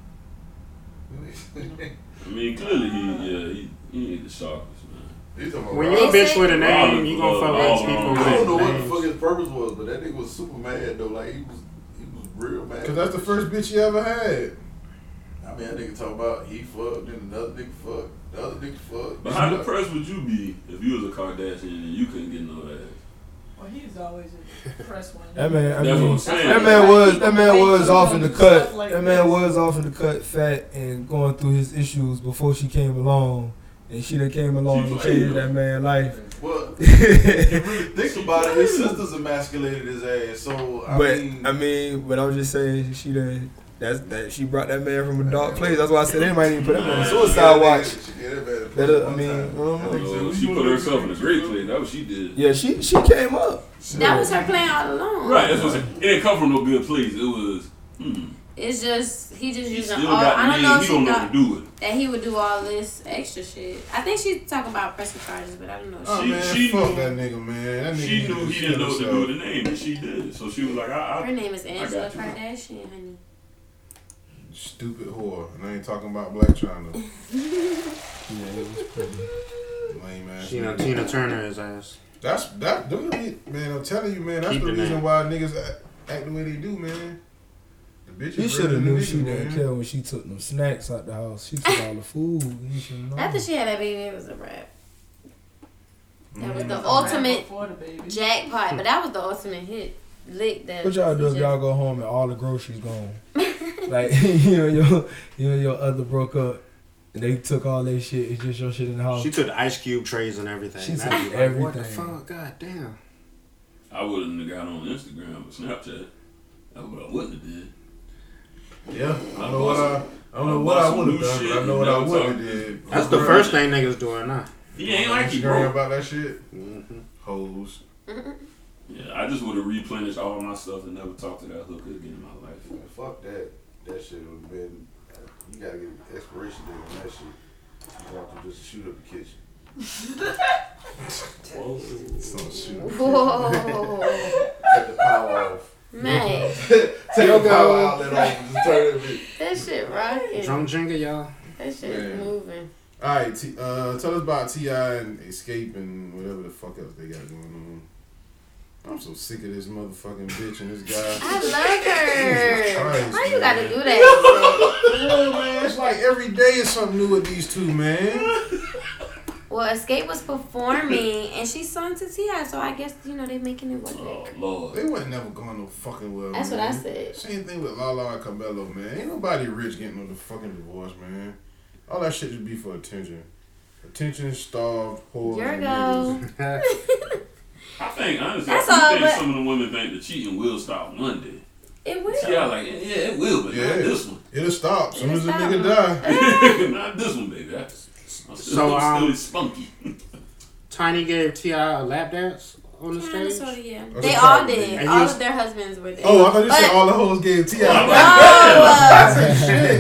Speaker 11: I mean, clearly he, yeah, he, he ain't the sharpest, man.
Speaker 10: When you a bitch with a name, you gonna fuck with people
Speaker 12: uh, I don't know
Speaker 10: with
Speaker 12: what the
Speaker 10: names.
Speaker 12: fuck his purpose was, but that nigga was super mad though. Like he was, he was real mad.
Speaker 4: Cause that's the first bitch you ever had.
Speaker 12: I mean, that nigga talk about he fucked and another nigga fucked, the other nigga fucked.
Speaker 11: But how depressed would you be if you was a Kardashian and you couldn't get no ass?
Speaker 2: Well, he's always a press one.
Speaker 14: That man, I
Speaker 11: That's
Speaker 14: mean,
Speaker 11: what I'm saying.
Speaker 14: that man was that man
Speaker 2: They
Speaker 14: was
Speaker 2: do
Speaker 14: off in the
Speaker 2: stuff
Speaker 14: cut.
Speaker 2: like
Speaker 14: that man
Speaker 2: this.
Speaker 14: was off in the cut, fat and going through his issues before she came along, and she that came along
Speaker 12: She
Speaker 14: and
Speaker 12: played
Speaker 14: changed that
Speaker 12: him.
Speaker 14: man life.
Speaker 12: Well, you really think about it, his sisters emasculated his ass. So I
Speaker 14: but
Speaker 12: mean,
Speaker 14: I mean, but I'm just saying she done. That's that she brought that man from a dark place. That's why I said they might even put him on a suicide watch. That, uh, I mean, I don't know.
Speaker 11: So she put herself in a great place. That what she did.
Speaker 14: Yeah, she she came up.
Speaker 6: That was her plan all along.
Speaker 11: Right. That's what I'm saying. It didn't come from no good place. It was. Mm,
Speaker 6: It's just he just using
Speaker 11: still
Speaker 6: all.
Speaker 11: got
Speaker 6: I don't
Speaker 11: me,
Speaker 6: know if
Speaker 11: he
Speaker 6: he
Speaker 11: don't know
Speaker 6: thought
Speaker 11: what to do with
Speaker 6: that he would do all this extra shit. I think she's talking about pressing charges, but I don't know. if
Speaker 4: Oh,
Speaker 6: she-
Speaker 4: man,
Speaker 11: she
Speaker 4: fuck
Speaker 11: knew-
Speaker 4: that nigga, man. That nigga
Speaker 11: she
Speaker 4: need
Speaker 11: knew
Speaker 4: to
Speaker 11: he didn't know what to
Speaker 4: shut
Speaker 11: do with
Speaker 4: up.
Speaker 11: the name, and she did. So she was like, I. I
Speaker 6: her name is
Speaker 11: I
Speaker 6: Angela
Speaker 11: got you.
Speaker 6: Kardashian, honey.
Speaker 4: Stupid whore, and I ain't talking about Black China. Lame ass.
Speaker 10: She done
Speaker 4: nigga.
Speaker 10: Tina Turner his ass.
Speaker 4: That's that. Them, the re- man, I'm telling you, man. That's
Speaker 10: Keep
Speaker 4: the
Speaker 10: it,
Speaker 4: reason
Speaker 10: man.
Speaker 4: why niggas act, act the way they do, man. The bitches.
Speaker 14: You should have
Speaker 4: knew
Speaker 14: knew she didn't care when she took them snacks out the house. She took all the food. You should know.
Speaker 6: After she had that baby, it was a wrap. That was
Speaker 14: Mm.
Speaker 6: the
Speaker 14: It was a
Speaker 2: wrap
Speaker 6: ultimate
Speaker 2: before the baby.
Speaker 6: jackpot, but that was the ultimate hit. Lick that.
Speaker 14: What y'all do if y'all go home and all the groceries gone? like you know your you know your other broke up and they took all their shit. It's just your shit in the house.
Speaker 10: She took the ice cube trays and everything.
Speaker 14: Oh. She
Speaker 10: And
Speaker 14: took
Speaker 10: I'd be like, What the
Speaker 14: everything.
Speaker 10: fuck? God damn.
Speaker 11: I wouldn't have got on Instagram or Snapchat. That's what I wouldn't have did.
Speaker 4: Yeah, I
Speaker 11: I
Speaker 4: don't know what I. I don't know
Speaker 11: bought
Speaker 4: what I
Speaker 11: some
Speaker 4: would have
Speaker 11: new
Speaker 4: done,
Speaker 11: shit
Speaker 4: but I know
Speaker 11: and
Speaker 4: what
Speaker 11: now
Speaker 4: I
Speaker 11: it's
Speaker 4: would
Speaker 11: all
Speaker 4: have
Speaker 11: good.
Speaker 4: did.
Speaker 10: That's the first thing niggas doing now.
Speaker 11: He ain't like he
Speaker 4: Instagram
Speaker 11: broke.
Speaker 4: about that shit.
Speaker 10: Mhm.
Speaker 4: Hoes.
Speaker 11: Yeah, I just would have replenished all my stuff and never talked to that hooker again in my life.
Speaker 12: fuck that. That shit would have been. You gotta get an expiration date on that shit. You have to just shoot up the kitchen.
Speaker 4: Some shoot.
Speaker 6: Whoa.
Speaker 12: Take the power off.
Speaker 6: Man.
Speaker 12: Take the power outlet off and just turn it.
Speaker 6: That shit rocking.
Speaker 10: Drum Jenga, y'all.
Speaker 6: That shit
Speaker 4: Man.
Speaker 6: moving.
Speaker 4: All right, T, uh, tell us about Ti and Escape and whatever the fuck else they got going on. I'm so sick of this motherfucking bitch and this guy.
Speaker 6: I love her.
Speaker 4: Christ,
Speaker 6: Why you gotta
Speaker 4: man.
Speaker 6: do that?
Speaker 4: Yeah, man, it's like every day is something new with these two, man.
Speaker 6: well, Escape was performing and she sung to Ti, so I guess you know they making it work.
Speaker 11: Oh Lord.
Speaker 4: They wasn't never going no fucking well.
Speaker 6: That's what
Speaker 4: man.
Speaker 6: I said.
Speaker 4: Same thing with Lala and Cabello, man. Ain't nobody rich getting on the fucking divorce, man. All that shit just be for attention. Attention starved whores. and
Speaker 6: Virgo.
Speaker 4: niggas.
Speaker 11: I think honestly,
Speaker 6: That's
Speaker 11: I
Speaker 6: all,
Speaker 11: do think
Speaker 6: but-
Speaker 11: some of the women think the cheating will stop one day.
Speaker 6: It will.
Speaker 11: Yeah, like yeah, it will, but
Speaker 4: Yeah.
Speaker 11: not this one.
Speaker 4: It'll stop soon as the
Speaker 6: stop.
Speaker 4: nigga die.
Speaker 11: not this one, baby. I, I'm still,
Speaker 10: So,
Speaker 11: I'm still
Speaker 10: um,
Speaker 11: spunky.
Speaker 10: Tiny gave Ti a lap dance on the
Speaker 6: Kinda,
Speaker 10: stage.
Speaker 6: sorta, yeah.
Speaker 4: That's
Speaker 6: They
Speaker 4: a type
Speaker 6: all
Speaker 4: of
Speaker 6: did.
Speaker 10: And
Speaker 6: All
Speaker 10: you was-
Speaker 6: of their husbands were there.
Speaker 4: Oh, I thought you said
Speaker 6: But-
Speaker 4: all the hoes gave Ti.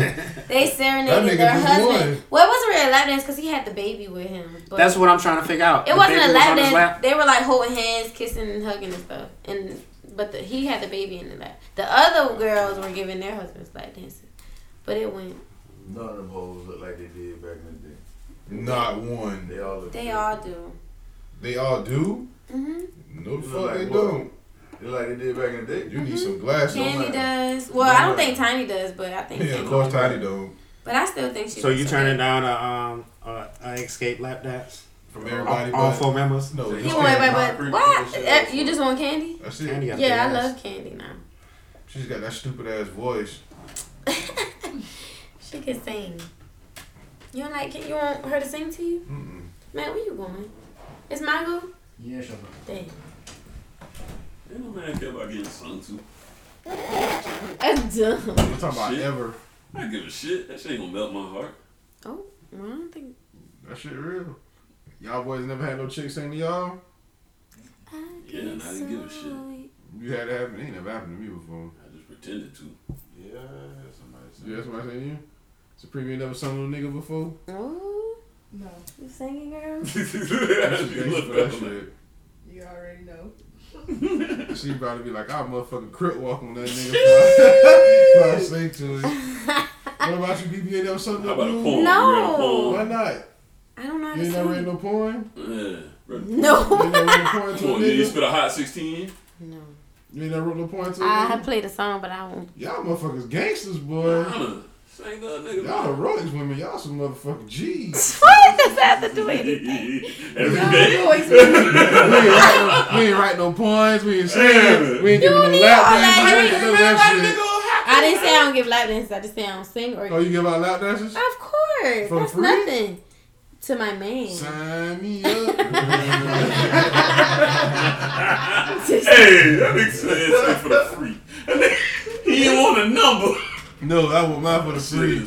Speaker 4: Shit.
Speaker 6: No,
Speaker 4: That
Speaker 6: they
Speaker 4: nigga
Speaker 6: serenaded their
Speaker 4: just
Speaker 6: husband.
Speaker 4: won.
Speaker 6: Well, it wasn't really a lap dance because he had the baby with him. But
Speaker 10: That's what I'm trying to figure out.
Speaker 6: It
Speaker 10: The
Speaker 6: wasn't
Speaker 10: baby
Speaker 6: a
Speaker 10: was on
Speaker 6: lap
Speaker 10: his
Speaker 6: dance. They were like holding hands, kissing, and hugging and stuff. And but the, he had the baby in the lap. The other girls were giving their husbands lap dances, but it went.
Speaker 12: None of them hoes look like they did back in the day.
Speaker 4: Not one.
Speaker 12: They all look.
Speaker 6: They
Speaker 12: good.
Speaker 6: all do.
Speaker 4: They all do?
Speaker 6: hmm
Speaker 4: No the
Speaker 12: look
Speaker 4: fuck
Speaker 12: like
Speaker 4: they
Speaker 12: what?
Speaker 4: don't.
Speaker 12: They look like they did back in the day.
Speaker 4: You need some glasses.
Speaker 6: Candy
Speaker 4: man.
Speaker 6: does. Well, I don't think Tiny does, but I think.
Speaker 4: Yeah, of course, Tiny don't.
Speaker 6: But I still think she.
Speaker 10: So
Speaker 6: looks
Speaker 10: you
Speaker 6: okay.
Speaker 10: turning down a um a, a escape lap dance
Speaker 4: From
Speaker 10: All-
Speaker 4: everybody,
Speaker 10: all,
Speaker 4: but-
Speaker 10: four members?
Speaker 4: No,
Speaker 6: He
Speaker 4: you
Speaker 6: went, wait,
Speaker 4: can't.
Speaker 6: wait,
Speaker 12: concrete
Speaker 6: wait.
Speaker 12: bullshit.
Speaker 6: What? Uh, You just want candy?
Speaker 4: That's it.
Speaker 10: Candy got
Speaker 6: Yeah, I
Speaker 10: big ass.
Speaker 6: love candy now.
Speaker 4: She's got that stupid ass voice.
Speaker 6: She can sing. You don't like? You want her to sing to you?
Speaker 4: Mm-mm.
Speaker 6: Man, where you going? It's my go.
Speaker 15: Yeah, sure.
Speaker 6: Dang.
Speaker 11: Ain't no man care about getting sung to.
Speaker 6: That's dumb.
Speaker 4: I'm talking about
Speaker 11: Shit.
Speaker 4: ever.
Speaker 11: I don't give a shit. That shit ain't gonna melt my heart.
Speaker 6: Oh, well, I don't think.
Speaker 4: That shit real. Y'all boys never had no chick sing to y'all.
Speaker 6: I
Speaker 11: Yeah, and I didn't give a shit.
Speaker 4: You had that happen. It ain't never happened to me before.
Speaker 11: I just pretended to.
Speaker 12: Yeah, somebody said.
Speaker 4: You that's what I saying to you. Supreme ain't never sung to a nigga before.
Speaker 6: Oh,
Speaker 2: No.
Speaker 6: You singing, girl?
Speaker 2: You already know.
Speaker 4: She about to be like, I'll motherfucking crit walk on that nigga. before I- before I say to it. What about you, BBA? That was something
Speaker 11: How about
Speaker 4: to
Speaker 11: a
Speaker 4: do?
Speaker 11: poem? You read a poem?
Speaker 4: Why not?
Speaker 6: I don't know how
Speaker 4: You
Speaker 6: to
Speaker 4: ain't never read
Speaker 6: sing.
Speaker 4: no poem?
Speaker 11: Yeah.
Speaker 6: No.
Speaker 4: You ain't never read no poem
Speaker 11: Come
Speaker 4: to a
Speaker 11: on, you
Speaker 4: nigga?
Speaker 11: spit a hot 16?
Speaker 6: No.
Speaker 4: You ain't never wrote no poem to a
Speaker 6: I have
Speaker 4: nigga?
Speaker 6: played a song, but I won't.
Speaker 4: Y'all motherfuckers gangsters, boy.
Speaker 11: Nah, ain't nothing, nigga.
Speaker 4: Y'all heroics women. Y'all some motherfucking G's.
Speaker 6: What does that have to do with it?
Speaker 11: Every
Speaker 4: Nah,
Speaker 11: day.
Speaker 4: you always- we ain't write no, we ain't write no points. We ain't singing. We ain't giving no lap dances. We ain't doing that
Speaker 6: I didn't say I don't give lap dances. I just say I don't sing or.
Speaker 4: shit. Oh, you give out lap dances?
Speaker 6: Of course,
Speaker 4: For
Speaker 6: that's
Speaker 4: free?
Speaker 6: nothing to my man.
Speaker 4: Sign me up.
Speaker 11: Hey, that nigga said it's for the free. He didn't want a number.
Speaker 4: No, I want mine for the free.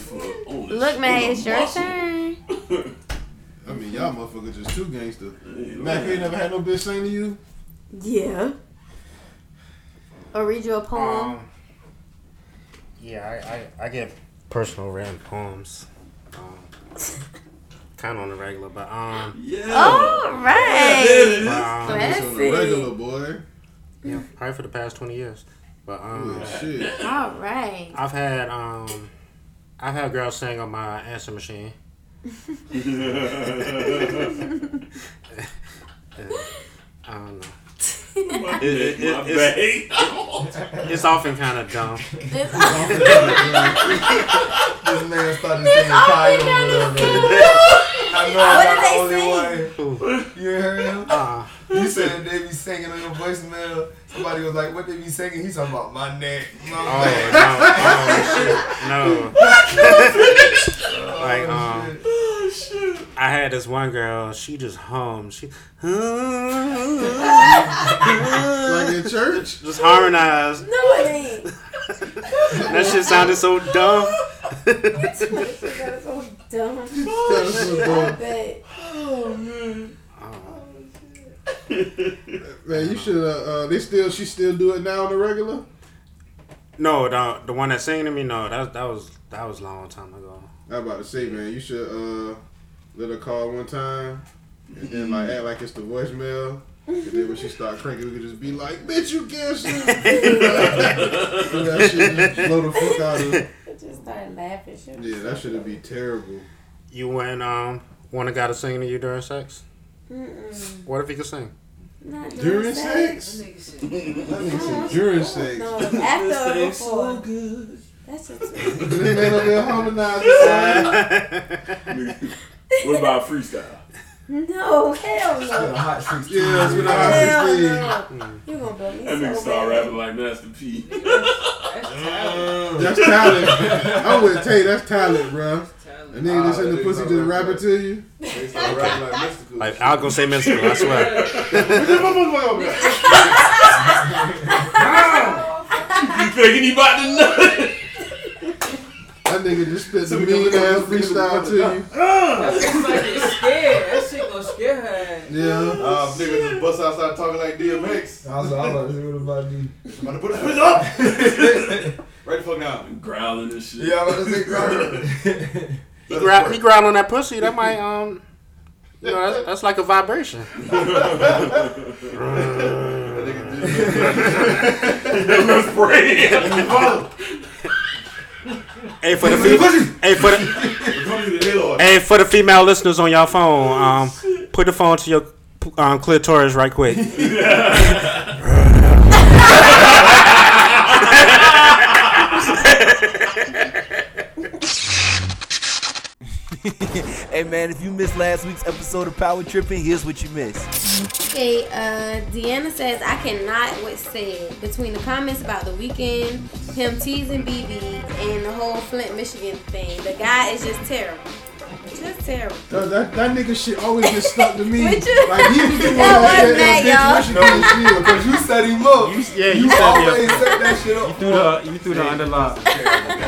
Speaker 6: Look, man, it's your turn.
Speaker 4: I mean, y'all motherfuckers just too gangster. Mac, you ain't never had no bitch sing to you?
Speaker 6: Yeah. Or read you a poem.
Speaker 10: Um, yeah, I, I, I get personal written poems. Um, kind of on the regular, but um.
Speaker 11: Yeah.
Speaker 6: All right.
Speaker 10: But, um,
Speaker 4: regular boy.
Speaker 10: Yeah, probably for the past twenty years. But um,
Speaker 4: Oh, shit.
Speaker 6: All right.
Speaker 10: I've had um, I've had girls sing on my answer machine. I don't know. It, it, it, it's, it's often kind of dumb.
Speaker 3: This man started saying
Speaker 6: Oh,
Speaker 3: pie over there. I know
Speaker 6: What
Speaker 3: I'm not the only one. You heard him?
Speaker 10: Uh,
Speaker 3: You said they be singing on your voicemail. Somebody was like, what they be singing? He's talking about my neck. My
Speaker 10: Oh, no,
Speaker 3: neck.
Speaker 10: oh, shit, no. like, um, I had this one girl, she just hummed. She,
Speaker 4: Like in church?
Speaker 10: just harmonized.
Speaker 6: No, it ain't.
Speaker 10: That shit sounded so dumb.
Speaker 6: That's so dumb.
Speaker 4: That's so dumb.
Speaker 6: I bet.
Speaker 2: Oh man.
Speaker 4: Man, you should. Uh, uh, they still. She still do it now on the regular.
Speaker 10: No, the, the one that sang to me, no, that, that was that was a long time ago.
Speaker 4: I was about to say, man, you should uh, let her call one time, and then like act like it's the voicemail. And then when she start cranking, we could just be like, "Bitch, you guessed it." And that shit just blow the fuck out of.
Speaker 6: I just started laughing. She was
Speaker 4: Yeah, that
Speaker 6: so
Speaker 4: should be terrible.
Speaker 10: You went um want a guy to sing to you during sex?
Speaker 6: Mm-mm.
Speaker 10: What if he could sing?
Speaker 6: Not during,
Speaker 4: During
Speaker 6: sex?
Speaker 4: sex? That nigga said during sex.
Speaker 6: No, after or
Speaker 2: This tastes
Speaker 6: before.
Speaker 2: so good.
Speaker 6: That's just.
Speaker 4: This man over there harmonizing.
Speaker 11: What about freestyle?
Speaker 6: No, hell
Speaker 3: Been a
Speaker 6: no.
Speaker 3: hot 16.
Speaker 4: Yeah, it's been a hot
Speaker 6: Hell
Speaker 4: 16.
Speaker 6: no. You gonna blow me
Speaker 11: That nigga
Speaker 6: so
Speaker 11: started
Speaker 6: bad.
Speaker 11: rapping like Master P.
Speaker 4: That's talent. I would tell you that's talent, bro. A nigga that's in the
Speaker 3: Ah,
Speaker 4: pussy
Speaker 3: that
Speaker 4: just
Speaker 3: nigga
Speaker 4: rapping to you.
Speaker 3: They start rapping like mystical.
Speaker 10: Like
Speaker 12: Um,
Speaker 10: I'll go say mystical, I swear.
Speaker 11: You thinking he about to know?
Speaker 4: That nigga just spit some mean ass freestyle to you.
Speaker 2: It's like it's scared. That shit gonna scare her.
Speaker 4: Yeah.
Speaker 12: Uh, niggas just bust outside talking like DMX.
Speaker 3: I was, I was like, what about you?
Speaker 12: I'm gonna put his bitch up. right the fuck now.
Speaker 11: Growling and shit.
Speaker 3: Yeah, I was like, right.
Speaker 10: He growl, he growl on that pussy. That might um, you know, that's, that's like a vibration.
Speaker 12: That nigga
Speaker 11: Spray.
Speaker 10: Hey for the fe- hey for the
Speaker 12: did. Booty the hell on.
Speaker 10: hey for the female listeners on your phone, um, put the phone to your um, clitoris right quick.
Speaker 16: hey man, if you missed last week's episode of Power Tripping, here's what you missed.
Speaker 6: Okay, uh, Deanna says I cannot what said between the comments about the weekend, him teasing BB, and the whole Flint, Michigan thing. The guy is just terrible, just terrible.
Speaker 4: That, that, that nigga shit always gets stuck to me.
Speaker 6: Would you-
Speaker 4: Like, he was the one
Speaker 6: That
Speaker 4: that
Speaker 6: was
Speaker 4: said,
Speaker 6: mad,
Speaker 4: "Bitch, Michigan shit."
Speaker 3: Because you set him up. You,
Speaker 9: yeah,
Speaker 3: you
Speaker 9: set me up.
Speaker 3: always set that shit up.
Speaker 9: threw the you threw the underlock.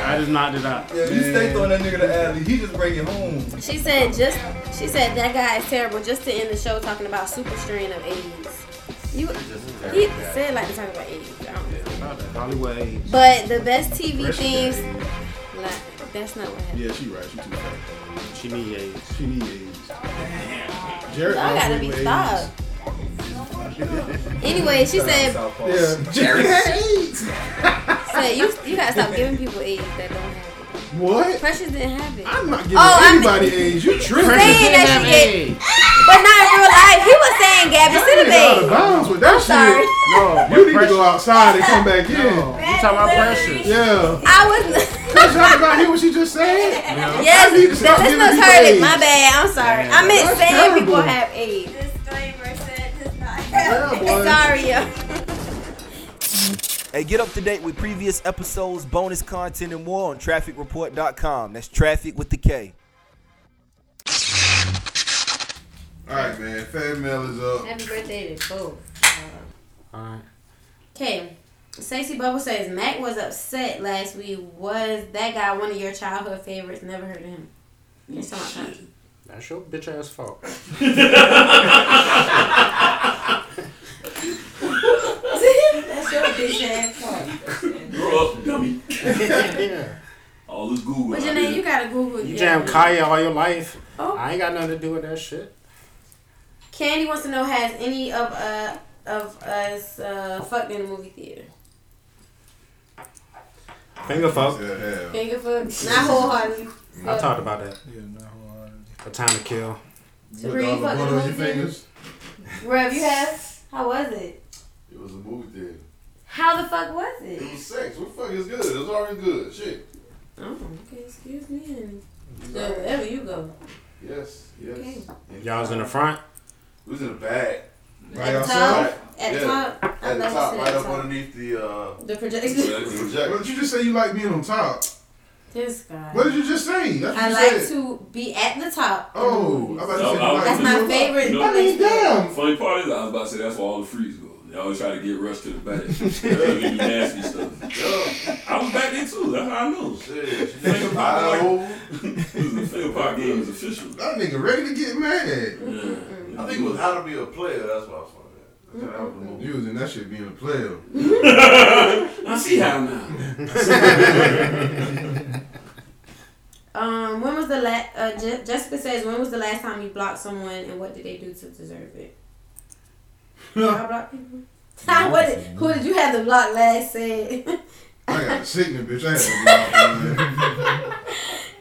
Speaker 9: I just knocked it out.
Speaker 3: Yeah, you stay throwing that nigga the alley. He just bring it home.
Speaker 6: She said just she said that guy is terrible. Just to end the show talking about super strain of AIDS. You he said like to talk about AIDS. I don't know.
Speaker 9: Hollywood AIDS.
Speaker 6: But the best TV
Speaker 4: Rest
Speaker 6: things, like, that's not what happened.
Speaker 4: Yeah, she right. She too fat.
Speaker 10: She need AIDS.
Speaker 4: She need AIDS.
Speaker 6: Y'all gotta be stopped. Anyway, she said,
Speaker 4: Yeah.
Speaker 6: Jerry said you you gotta stop giving people AIDS that don't have it.
Speaker 4: What?
Speaker 6: Precious didn't have it. Oh, I'm
Speaker 4: not giving anybody AIDS. You tripping.
Speaker 6: Saying that she did, but not in real life. He was saying Gabby
Speaker 4: Out of
Speaker 6: Sidibe.
Speaker 4: bounds with that
Speaker 6: I'm sorry.
Speaker 4: shit. No, you need to go outside and come back in.
Speaker 10: You talking about precious?
Speaker 4: Yeah.
Speaker 6: I was.
Speaker 4: Cause y'all about hear what she just said.
Speaker 6: Yes,
Speaker 4: I need to
Speaker 6: this
Speaker 4: stop giving
Speaker 6: was
Speaker 4: people
Speaker 6: heard it.
Speaker 4: AIDS.
Speaker 6: My bad. I'm sorry. I meant
Speaker 4: That's
Speaker 6: saying people
Speaker 4: terrible.
Speaker 6: have AIDS. Disclaimer said does not have
Speaker 4: boy.
Speaker 6: Sorry, yo.
Speaker 16: Hey, get up to date with previous episodes, bonus content, and more on trafficreport.com. That's traffic with the K.
Speaker 4: All right, man. Fan mail is up.
Speaker 6: Happy birthday to both.
Speaker 10: Alright.
Speaker 6: Okay. Stacey Bubble says Mac was upset last week. Was that guy one of your childhood favorites? Never heard of him. He's talking about Kanye.
Speaker 10: That's your bitch ass fault.
Speaker 6: That's your bitch ass fault.
Speaker 11: Grow up, dummy.
Speaker 10: yeah.
Speaker 11: All this Google.
Speaker 6: What's your
Speaker 11: out
Speaker 6: name?
Speaker 11: here.
Speaker 6: You gotta Google.
Speaker 10: You
Speaker 6: it.
Speaker 10: jam Kaya all your life.
Speaker 6: Oh.
Speaker 10: I ain't got nothing to do with that shit.
Speaker 6: Candy wants to know has any of uh of us uh fucked in the movie theater?
Speaker 10: Finger fuck.
Speaker 6: Finger food? Not wholeheartedly.
Speaker 10: I
Speaker 6: Fuck.
Speaker 10: talked about that. Yeah, no. A time to kill.
Speaker 6: So were you fucking in the movie theater? Rev, you have? How was it?
Speaker 12: It was a movie theater.
Speaker 6: How the fuck was it?
Speaker 12: It was sex. What the fuck is good? It was already good. Shit.
Speaker 6: Oh, okay. Excuse me, honey. So wherever you go.
Speaker 12: Yes. Yes.
Speaker 6: Okay.
Speaker 10: Y'all was in the front.
Speaker 12: It was in the back.
Speaker 6: Right At the outside? top? At the top? I
Speaker 12: At the
Speaker 6: love to
Speaker 12: top,
Speaker 6: sit
Speaker 12: right
Speaker 6: at the
Speaker 12: up
Speaker 6: top.
Speaker 12: underneath the uh
Speaker 6: The projection.
Speaker 12: the projector.
Speaker 4: What did you just say? You like being on top?
Speaker 6: This guy.
Speaker 4: What did you just say? That's what
Speaker 6: I
Speaker 4: you
Speaker 6: like
Speaker 4: said.
Speaker 6: to be at the top.
Speaker 4: Oh, I about to say you
Speaker 11: I was
Speaker 4: like
Speaker 6: That's
Speaker 11: just-
Speaker 6: my
Speaker 11: you know,
Speaker 6: favorite
Speaker 11: you know,
Speaker 6: place.
Speaker 11: Funny part is, I was about to say that's where all the freaks go. They always try to get rushed to the back. They do nasty stuff. I was back there too. That's how I know. Finger pop, like, finger pop game is official.
Speaker 4: That nigga ready to get mad.
Speaker 12: I think it was how to be a player, that's what I was
Speaker 6: Mm-hmm.
Speaker 12: talking about.
Speaker 4: You was in that shit being a player.
Speaker 11: I see how now.
Speaker 6: Um, when was the last? Uh, Je- Jessica says, when was the last time you blocked someone, and what did they do to deserve it? I block people. what did, who did you have to block last? Said
Speaker 4: I got a sickness, bitch. I had to block, man.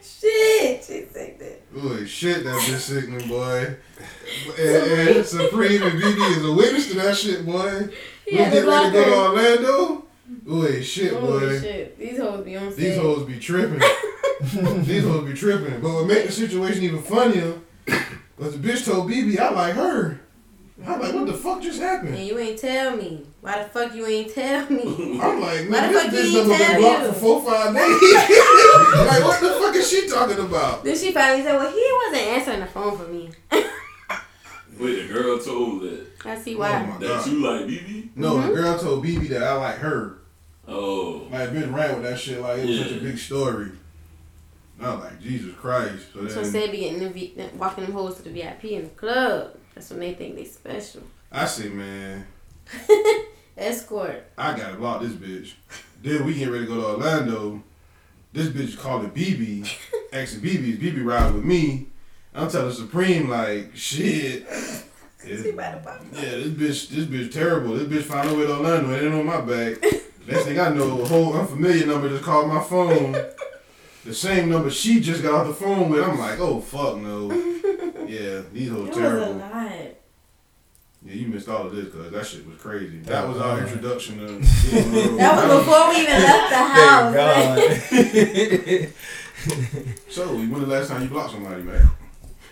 Speaker 6: shit. She said that.
Speaker 4: Holy shit, that bitch sickening, boy. And, and Supreme and BB is a witness to that shit, boy. We
Speaker 6: Yeah,
Speaker 4: get
Speaker 6: the
Speaker 4: ready to go to
Speaker 6: blocker.
Speaker 4: Orlando. Holy shit,
Speaker 6: Holy
Speaker 4: boy.
Speaker 6: shit! These hoes be on
Speaker 4: These
Speaker 6: set.
Speaker 4: hoes be tripping. These hoes be tripping. But what made the situation even funnier was the bitch told BB I like her. I'm like, what the fuck just happened?
Speaker 6: And you ain't tell me. Why the fuck you ain't tell me?
Speaker 4: I'm like,
Speaker 6: Why
Speaker 4: man,
Speaker 6: the
Speaker 4: this
Speaker 6: fuck
Speaker 4: bitch
Speaker 6: you ain't
Speaker 4: done been
Speaker 6: tell
Speaker 4: blocked for
Speaker 6: you?
Speaker 4: four, five days. like, what the fuck is she talking about?
Speaker 6: Then she finally said, well, he wasn't answering the phone for me.
Speaker 11: Wait, the girl told that
Speaker 6: I see why.
Speaker 11: that you like BB.
Speaker 4: No,
Speaker 6: Mm-hmm.
Speaker 4: the girl told BB that I like her.
Speaker 11: Oh,
Speaker 4: Like, bitch ran with that shit. Like, it was such a
Speaker 11: Yeah.
Speaker 4: big story. And I was like, Jesus Christ. So
Speaker 6: So
Speaker 4: then
Speaker 6: instead of getting the v- walking them hoes to the VIP in the club, that's when they think they special.
Speaker 4: I say, man,
Speaker 6: Escort.
Speaker 4: I gotta block this bitch. Then we getting ready to go to Orlando. This bitch calling BB, asking BB, is BB ride with me? I'm telling Supreme like, shit. This, yeah, this bitch, this bitch terrible. This bitch found her way to Orlando. It ain't on my back. Next thing I know, a whole unfamiliar number just called my phone. The same number she just got off the phone with. I'm like, oh fuck no. Yeah, these hoes
Speaker 6: It was
Speaker 4: terrible.
Speaker 6: a lot.
Speaker 4: Yeah, you missed all of this because that shit was crazy. That was our introduction to.
Speaker 6: That was before we even left the
Speaker 3: Oh,
Speaker 6: house.
Speaker 4: so, when the last time you blocked somebody, man?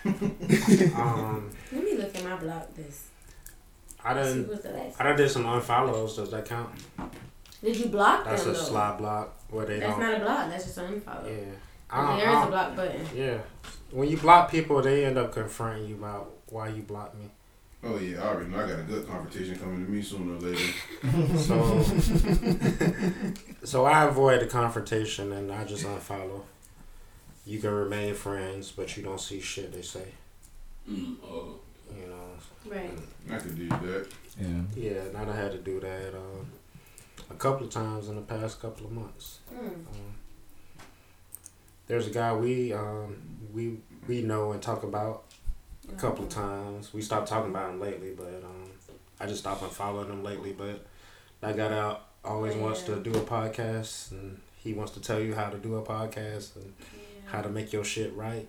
Speaker 10: Um,
Speaker 6: Let me look at my block list.
Speaker 10: I
Speaker 6: See
Speaker 10: done,
Speaker 6: what's the last.
Speaker 10: I done did some unfollows. Does that count?
Speaker 6: Did you block
Speaker 10: That's
Speaker 6: them
Speaker 10: a
Speaker 6: though?
Speaker 10: sly block where they
Speaker 6: That's
Speaker 10: don't.
Speaker 6: not a block. That's just an unfollow.
Speaker 10: yeah. I
Speaker 6: I
Speaker 10: don't- I
Speaker 6: mean, there is a
Speaker 10: don't-
Speaker 6: block button.
Speaker 10: Yeah. When you block people, they end up confronting you about why you blocked me.
Speaker 4: Oh yeah, I already know. I got a good confrontation coming to me sooner or later.
Speaker 10: So, so I avoid the confrontation and I just unfollow. You can remain friends, but you don't see shit they say.
Speaker 11: mm, oh,
Speaker 10: You know.
Speaker 6: Right.
Speaker 4: I could do that.
Speaker 10: Yeah. Yeah, and I had to do that um,
Speaker 6: Hmm.
Speaker 10: a couple of times in the past couple of months.
Speaker 6: Mm.
Speaker 10: Um, There's a guy we um, we we know and talk about a couple of times. We stopped talking about him lately, but um, I just stopped unfollowing him lately. But that got out. Always wants to do a podcast, and he wants to tell you how to do a podcast and how to make your shit right.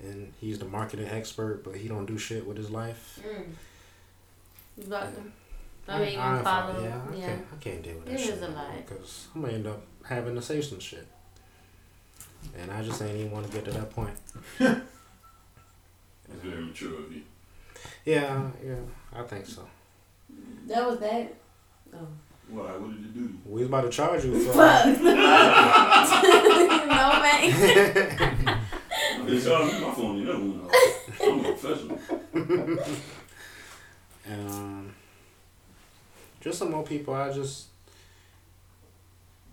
Speaker 10: And he's the marketing expert, but he don't do shit with his life.
Speaker 6: Mm. You blocked him. I
Speaker 10: Yeah,
Speaker 6: mean, you
Speaker 10: I
Speaker 6: can
Speaker 10: ain't
Speaker 6: follow.
Speaker 10: follow- yeah, I
Speaker 6: yeah.
Speaker 10: can't- I can't deal with that
Speaker 6: It
Speaker 10: shit
Speaker 6: is a
Speaker 10: no
Speaker 6: lot.
Speaker 10: because I'm gonna end up having to say some shit, and I just ain't even want to get to that point.
Speaker 11: It's very mature of you.
Speaker 10: Yeah, yeah, I think so.
Speaker 6: That was that. Oh.
Speaker 11: Why? What did you do?
Speaker 10: We was about to charge you for. uh,
Speaker 6: Fuck. no thanks.
Speaker 11: Bitch, y'all leave my phone in that one. I'm a professional.
Speaker 10: um, just some more people. I just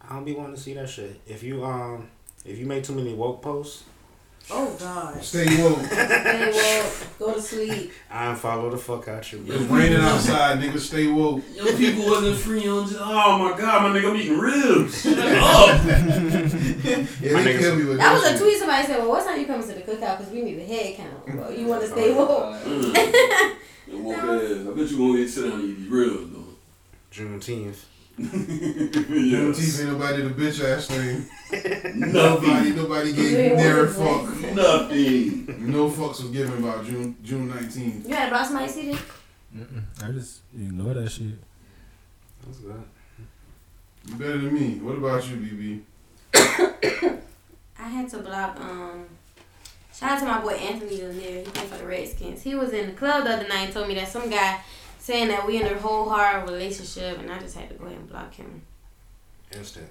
Speaker 10: I don't be wanting to see that shit. If you um if you make too many woke posts,
Speaker 6: Oh God.
Speaker 10: Stay woke.
Speaker 6: Stay woke. Go to sleep.
Speaker 10: I follow the fuck out you.
Speaker 4: It's raining outside, nigga. Stay woke.
Speaker 11: Them people wasn't free on. Just, oh my god, my nigga, I'm eating ribs. Shut up.
Speaker 4: Yeah,
Speaker 11: My
Speaker 4: they
Speaker 11: niggas-
Speaker 4: kill me with
Speaker 6: That was
Speaker 4: shit.
Speaker 6: a tweet somebody said. Well, what time you coming to the cookout? Cause we need a head count. Well, you want to
Speaker 10: Oh,
Speaker 6: stay woke?
Speaker 11: Mm. Your woke ass. I bet you gonna eat sit down and eat these ribs though.
Speaker 10: Juneteenth.
Speaker 11: yes.
Speaker 4: Juneteenth ain't nobody the bitch ass thing. nobody,
Speaker 11: Nothing.
Speaker 4: nobody
Speaker 6: You
Speaker 4: gave
Speaker 6: ain't
Speaker 4: near a
Speaker 6: want
Speaker 4: fuck.
Speaker 11: Nothing.
Speaker 4: No fucks was given about June June nineteenth.
Speaker 6: You had brought somebody seated.
Speaker 14: I just ignore that shit.
Speaker 10: That's good.
Speaker 4: You better than me. What about you, BB?
Speaker 6: I had to block. Um, shout out to my boy Anthony Lanier. He played for the Redskins. He was in the club the other night and told me that some guy saying that we in a whole hard relationship, and I just had to go ahead and block him.
Speaker 10: Instant.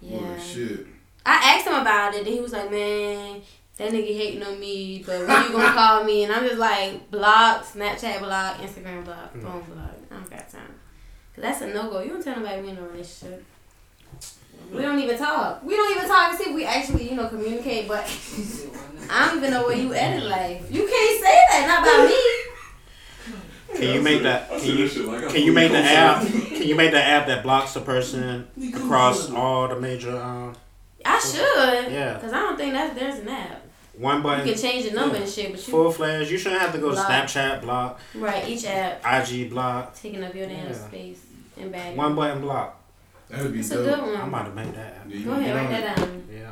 Speaker 6: Yeah.
Speaker 4: Holy shit.
Speaker 6: I asked him about it, and he was like, "Man, that nigga hating on me, but when you gonna call me?" And I'm just like, "Block, Snapchat block, Instagram block,
Speaker 10: Mm.
Speaker 6: phone block. I don't got time. Cause that's a no go. You don't tell nobody we in a relationship. We don't even talk. We don't even talk to see if we actually, you know, communicate. But I don't even know where you at in life. You can't say that not about me.
Speaker 10: Can you make that?
Speaker 11: I
Speaker 10: Can
Speaker 11: said
Speaker 10: you,
Speaker 11: that shit like I
Speaker 10: can you make the
Speaker 11: fucking
Speaker 10: app?
Speaker 11: know.
Speaker 10: Can you make the app that blocks a person across all the major? Um,
Speaker 6: I should.
Speaker 10: Yeah.
Speaker 6: Cause I don't think that's there's an app.
Speaker 10: one button.
Speaker 6: You can change the number and shit, but you-
Speaker 10: full flash. You shouldn't have to go to
Speaker 6: Block.
Speaker 10: Snapchat block,
Speaker 6: Right. Each app
Speaker 10: IG block,
Speaker 6: taking up your damn
Speaker 10: Yeah.
Speaker 6: space and bad.
Speaker 10: one button block.
Speaker 4: That would be
Speaker 6: It's a
Speaker 4: dope.
Speaker 6: good one.
Speaker 10: I might have made that. app.
Speaker 4: Yeah, you
Speaker 6: Go
Speaker 4: can get
Speaker 6: ahead, write
Speaker 4: on
Speaker 6: that
Speaker 4: it.
Speaker 6: down.
Speaker 10: Yeah.
Speaker 4: You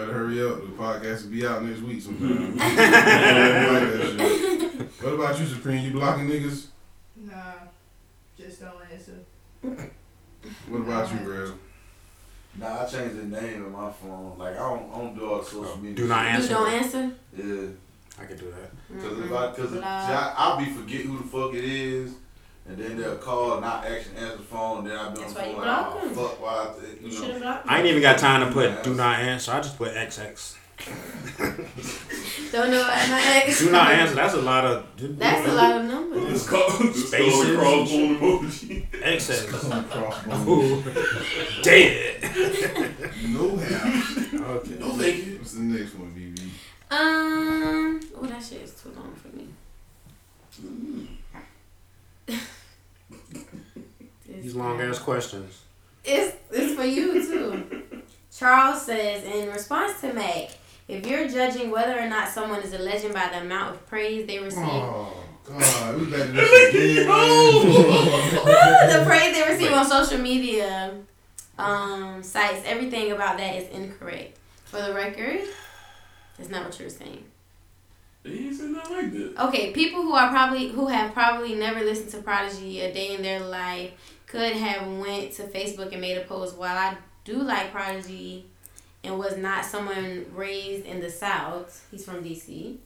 Speaker 4: better hurry up. The podcast will be out next week sometime.
Speaker 11: Mhm.
Speaker 4: I like that shit. what about you, Supreme? You blocking niggas?
Speaker 2: Nah, just don't answer.
Speaker 4: What about you, Brad?
Speaker 12: Nah, I changed the name of my phone. Like I don't, I don't do all social media.
Speaker 10: Oh, do not
Speaker 12: shit.
Speaker 10: answer.
Speaker 6: You don't answer.
Speaker 12: Yeah.
Speaker 10: I can do that.
Speaker 12: Cause if I, cause if, see,
Speaker 6: Nah.
Speaker 12: I, I'll be forget who the fuck it is, and then they'll call and I actually answer the phone. Then I'll be on
Speaker 6: That's
Speaker 12: the
Speaker 6: why
Speaker 12: phone
Speaker 6: you
Speaker 12: like,
Speaker 6: block
Speaker 12: oh,
Speaker 6: them.
Speaker 12: fuck, why? I th- you know.
Speaker 6: should've blocked
Speaker 10: I ain't even got time to put do not answer. I just put XX.
Speaker 6: Don't know about my ex.
Speaker 10: Do not answer. That's a lot of.
Speaker 6: That's a lot of numbers.
Speaker 11: It's called it's called a crossbone emoji.
Speaker 10: XX. Ooh. Dead.
Speaker 4: No half.
Speaker 10: Okay.
Speaker 11: No thank you.
Speaker 4: What's the next one, BB?
Speaker 6: Um. Oh, that shit is too long for me.
Speaker 10: Mm. These long ass questions.
Speaker 6: It's it's for you too. Charles says in response to Mac, if you're judging whether or not someone is a legend by the amount of praise they receive,
Speaker 4: Oh God, we back to this again. man.
Speaker 6: the praise they receive on social media um, sites, everything about that is incorrect. For the record, that's not what you were saying.
Speaker 11: He ain't said nothing like that.
Speaker 6: Okay, people who are probably who have probably never listened to Prodigy a day in their life could have went to Facebook and made a post. While I do like Prodigy, and was not someone raised in the South. He's from DC.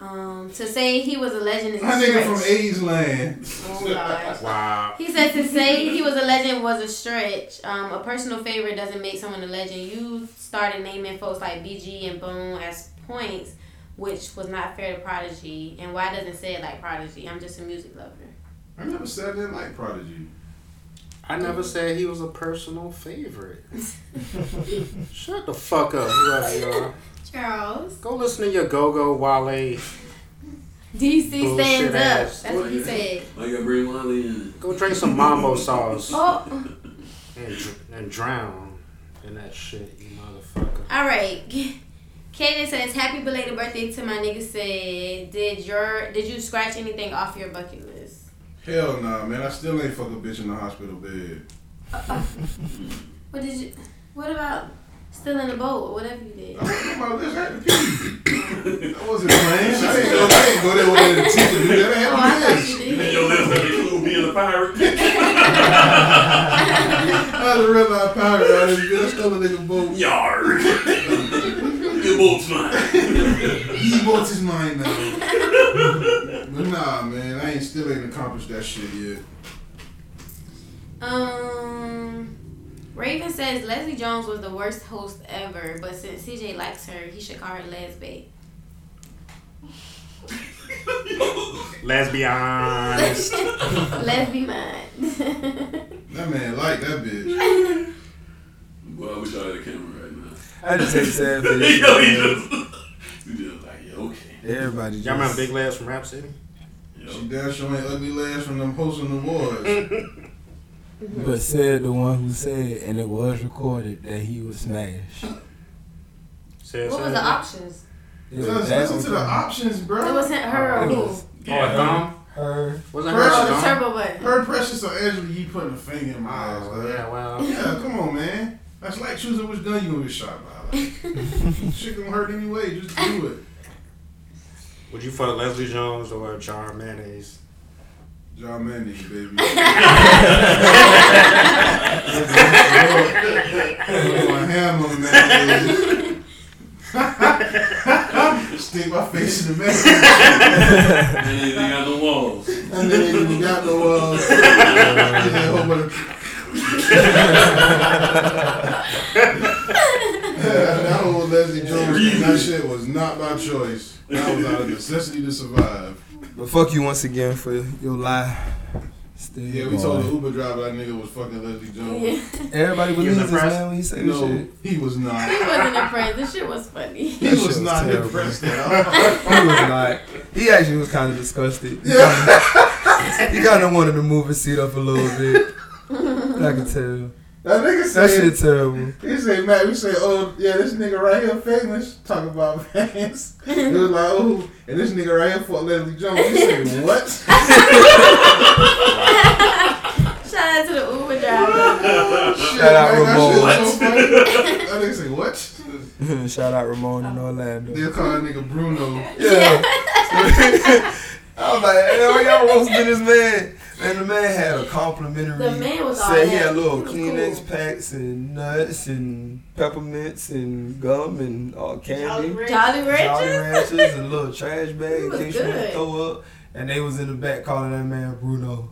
Speaker 6: Um, to say he was a legend is a
Speaker 4: My nigga from
Speaker 6: stretch.
Speaker 4: AIDS land.
Speaker 6: Oh, God.
Speaker 10: Wow.
Speaker 6: He said to say he was a legend was a stretch. Um, a personal favorite doesn't make someone a legend. You started naming folks like BG and Bone as points, which was not fair to Prodigy. And why doesn't say it like Prodigy? I'm just a music lover.
Speaker 4: I never said that like Prodigy.
Speaker 10: I never said he was a personal favorite. Shut the fuck up, whoever you are.
Speaker 6: Charles.
Speaker 10: Go listen to your Go Go Wale. Bullshit
Speaker 6: DC stands
Speaker 10: ass.
Speaker 6: up. That's what he said.
Speaker 11: Like I bring Wally in.
Speaker 10: Go drink some mambo sauce
Speaker 6: Oh,
Speaker 10: and, dr- and drown in that shit, you motherfucker.
Speaker 6: all right. Kaden says, "Happy belated birthday to my nigga." Said, "Did your did you scratch anything off your bucket list?"
Speaker 4: Hell nah, man. I still ain't fuck a bitch in the hospital bed.
Speaker 6: What did you? What about still in the boat or whatever you did?
Speaker 4: That wasn't planned. I ain't go, I ain't go there with an intention to do that. I had
Speaker 6: Oh, I
Speaker 4: a
Speaker 6: thought
Speaker 4: bitch.
Speaker 6: you did.
Speaker 11: Yo, listen, include being a pirate.
Speaker 4: I had a real life pirate out of I stole a nigga boat.
Speaker 11: Yard. Your boat's mine.
Speaker 4: He wants his mind now. but nah, man. I ain't still ain't accomplished that shit yet.
Speaker 6: Um, Raven says Leslie Jones was the worst host ever, but since CJ likes her, he should call her Lesbe.
Speaker 10: Let's be honest.
Speaker 6: Let's be mine.
Speaker 4: That man like that bitch.
Speaker 11: Well, I wish I had a camera right now.
Speaker 9: I just hate sad for
Speaker 11: Yo,
Speaker 9: you,
Speaker 11: he
Speaker 9: man.
Speaker 11: just, he just like, yeah, okay.
Speaker 9: Everybody
Speaker 10: Y'all remember
Speaker 9: just.
Speaker 10: Big Labs from Rap City?
Speaker 4: She damn sure ain't ugly lass from them hosting the awards.
Speaker 14: But said the one who said, and it was recorded, that he was smashed.
Speaker 10: Said
Speaker 6: what
Speaker 10: something.
Speaker 6: was the options?
Speaker 4: Just listen to the options, bro.
Speaker 6: It wasn't her or
Speaker 14: It
Speaker 6: who. Oh,
Speaker 14: was
Speaker 10: Oh, a thumb?
Speaker 14: her.
Speaker 10: Wasn't her a
Speaker 4: Precious,
Speaker 10: thumb?
Speaker 6: Turbo butt.
Speaker 4: her precious or Angela, you putting a finger in my eyes,
Speaker 17: Oh,
Speaker 4: bro.
Speaker 10: Oh, Yeah, well.
Speaker 4: Oh, Yeah, come on, man. That's like choosing which gun you gonna get shot by. Like, shit gonna hurt anyway. Just do it.
Speaker 10: Would you fuck Leslie Jones or John Mayonnaise?
Speaker 4: John Mandy, baby. my ham on that. bitch. Stick my face in the man.
Speaker 11: And then they got no walls.
Speaker 4: And then ain't even got no uh, just had a whole bunch of- Yeah, that whole Leslie Jones thing, that shit was not by choice. That was out of necessity to survive.
Speaker 9: But fuck you once again for your lie. Still
Speaker 4: Yeah, we told the Uber driver that nigga was fucking Leslie Jones.
Speaker 9: Everybody
Speaker 10: He was
Speaker 9: believes this
Speaker 10: impressed?
Speaker 9: man when he say this
Speaker 4: No,
Speaker 9: shit.
Speaker 4: he was not.
Speaker 6: He wasn't impressed. This shit was funny.
Speaker 4: He
Speaker 9: That
Speaker 4: was
Speaker 9: shit
Speaker 4: not
Speaker 9: terrible.
Speaker 4: impressed at all.
Speaker 9: he was not. He actually was kind of disgusted. He kind of wanted to move his seat up a little bit. I could tell.
Speaker 4: That nigga
Speaker 9: That shit
Speaker 4: said,
Speaker 9: terrible.
Speaker 4: he said, Matt, we say, oh, yeah, this nigga right here famous, talking about fans. He was like, oh, and this nigga right here fought Leslie Jones. He said, what?
Speaker 6: Shout out to the Uber driver.
Speaker 4: Shit,
Speaker 9: Shout out
Speaker 4: man, that shit
Speaker 9: Ramon.
Speaker 4: was so funny. That nigga say, what?
Speaker 9: Shout out Ramon in Orlando.
Speaker 4: They'll call that nigga Bruno.
Speaker 9: Yeah. I was like, hey, why y'all roasting this man? And the man had a complimentary.
Speaker 6: The man was all
Speaker 9: Said he
Speaker 6: that.
Speaker 9: had little
Speaker 6: He was
Speaker 9: Kleenex
Speaker 6: cool.
Speaker 9: packs and nuts and peppermints and gum and all candy.
Speaker 6: Jolly
Speaker 9: Jolly
Speaker 6: Ranchers.
Speaker 9: Ranchers and little trash bag
Speaker 6: He
Speaker 9: in
Speaker 6: was
Speaker 9: case you want to
Speaker 6: good.
Speaker 9: throw up. And they was in the back calling that man Bruno.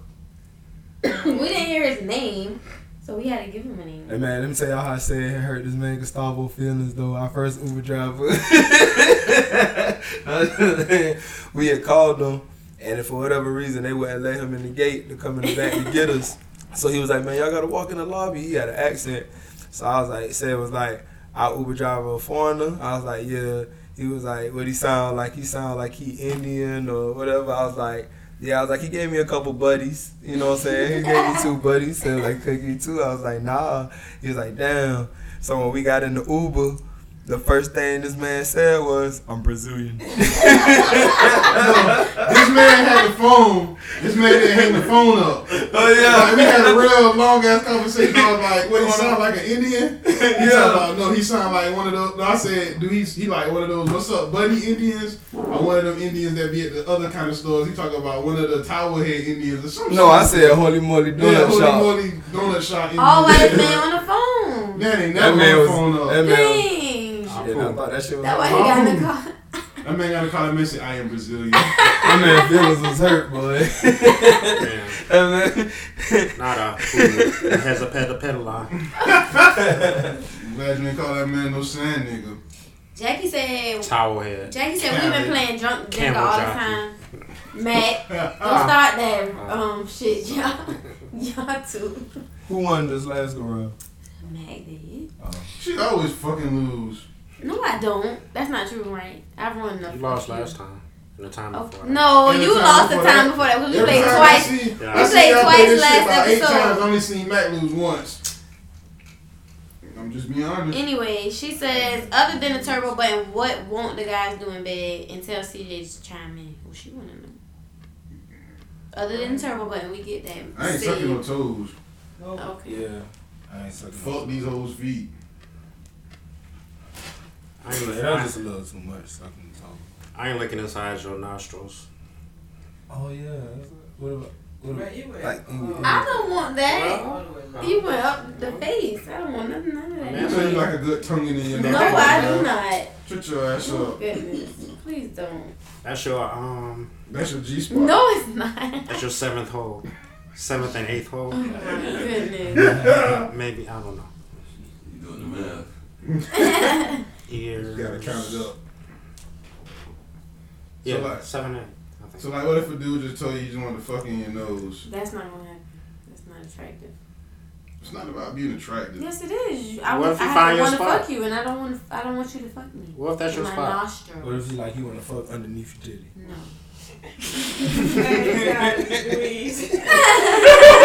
Speaker 6: we didn't hear his name, so we had to give him a name.
Speaker 9: And man, let me tell y'all how I said it hurt this man Gustavo feelings though. Our first Uber driver. we had called him and for whatever reason they wouldn't let him in the gate to come in the back to get us. So he was like, Man, y'all gotta walk in the lobby. He had an accent. So I was like, said it was like our Uber driver a foreigner. I was like, Yeah. He was like, What he sound like? He sound like he Indian or whatever. I was like, yeah, I was like, he gave me a couple buddies. You know what I'm saying? He gave me two buddies. So like, could you two? I was like, nah. He was like, damn. So when we got in the Uber, the first thing this man said was, I'm Brazilian.
Speaker 4: This man had the phone. This man didn't hang the phone up.
Speaker 9: Oh
Speaker 4: Like, we
Speaker 9: yeah.
Speaker 4: had a real long ass conversation. I was like, what, he sound like an Indian? He yeah. no, he sound like one of those. No, I said, do he, he like one of those, what's up, buddy Indians? Or one of them Indians that be at the other kind of stores. He talking about one of the towel head Indians or something.
Speaker 9: No, I said holy moly donut
Speaker 4: yeah, holy
Speaker 9: shop.
Speaker 4: moly donut shop. Indians.
Speaker 6: All white man on the phone.
Speaker 4: That ain't never
Speaker 9: That
Speaker 4: hung the
Speaker 9: man was.
Speaker 4: phone up.
Speaker 9: That man was.
Speaker 6: Dang.
Speaker 9: Shit, I thought that shit was.
Speaker 6: That why he got in the car.
Speaker 4: That man got a call and message, I am Brazilian.
Speaker 9: That man feelings was hurt, boy.
Speaker 10: Yeah.
Speaker 9: that man.
Speaker 10: Not a fool. It has a pedal pedal on.
Speaker 4: I'm glad you didn't call that man no sand nigga.
Speaker 6: Jackie said.
Speaker 10: Towel head.
Speaker 6: Jackie said we've been playing drunk Jenga
Speaker 10: Camel
Speaker 6: all the
Speaker 10: jockey.
Speaker 6: time. Matt, don't start that um shit, y'all. Y'all too.
Speaker 9: Who won this last go round?
Speaker 6: Matt did.
Speaker 4: She always fucking lose.
Speaker 6: No, I don't. That's not true, right? I've won enough.
Speaker 10: You lost
Speaker 6: Thank you.
Speaker 10: last time. And the time
Speaker 6: Oh,
Speaker 10: before.
Speaker 6: no,
Speaker 4: Every
Speaker 6: you
Speaker 4: time
Speaker 6: lost the
Speaker 4: before
Speaker 6: time
Speaker 4: that-
Speaker 6: before that. We
Speaker 4: Every
Speaker 6: played
Speaker 4: time I
Speaker 6: twice.
Speaker 4: see-
Speaker 10: Yeah.
Speaker 4: I
Speaker 10: We
Speaker 4: see
Speaker 6: played
Speaker 4: y'all play
Speaker 6: twice
Speaker 4: this shit
Speaker 6: last
Speaker 4: about Eight
Speaker 6: episode.
Speaker 4: times, I only seen Mac lose once.
Speaker 17: I'm just being honest.
Speaker 6: Anyway, she says, other than the turbo button, what won't the guys do in bed? And tell CJ to chime in. Well, she want to know. Other than the turbo button, we get that.
Speaker 17: I ain't
Speaker 6: See.
Speaker 17: sucking no toes.
Speaker 6: Okay.
Speaker 17: Yeah. I ain't sucking. Fuck these hoes' feet.
Speaker 10: I ain't
Speaker 14: That was just a little too much. Sucking the toes.
Speaker 10: I ain't looking inside your nostrils.
Speaker 14: Oh yeah. What about? What
Speaker 2: Right, you were-
Speaker 10: Like,
Speaker 6: I don't want that. You went up the face. I don't want nothing, none of that.
Speaker 17: You know you like a good tongue in your
Speaker 6: No,
Speaker 17: neck.
Speaker 6: I do not.
Speaker 17: Shut your ass
Speaker 6: Oh,
Speaker 17: up.
Speaker 6: goodness. Please don't.
Speaker 10: That's your um.
Speaker 17: That's your G spot.
Speaker 6: No, it's not. Oh,
Speaker 10: That's your seventh hole, seventh and eighth hole.
Speaker 6: goodness.
Speaker 10: Maybe I don't know.
Speaker 11: You doing the math?
Speaker 10: Ears. You
Speaker 17: gotta count it up.
Speaker 10: Yeah,
Speaker 17: So like-
Speaker 10: seven eight.
Speaker 17: So like, what if a dude just told you you just wanted to fuck in your nose?
Speaker 6: That's not gonna happen. That's not attractive.
Speaker 17: It's not about being attractive.
Speaker 6: Yes, it is. I,
Speaker 17: Mm. What
Speaker 6: would,
Speaker 17: if you
Speaker 6: I
Speaker 17: find your
Speaker 6: want to
Speaker 17: spot?
Speaker 6: fuck you, and I don't want. I don't want you to fuck me.
Speaker 10: What if that's
Speaker 6: In
Speaker 10: your
Speaker 6: my
Speaker 10: spot?
Speaker 6: Nostril.
Speaker 14: What if it's like you want to fuck underneath your titty?
Speaker 6: No.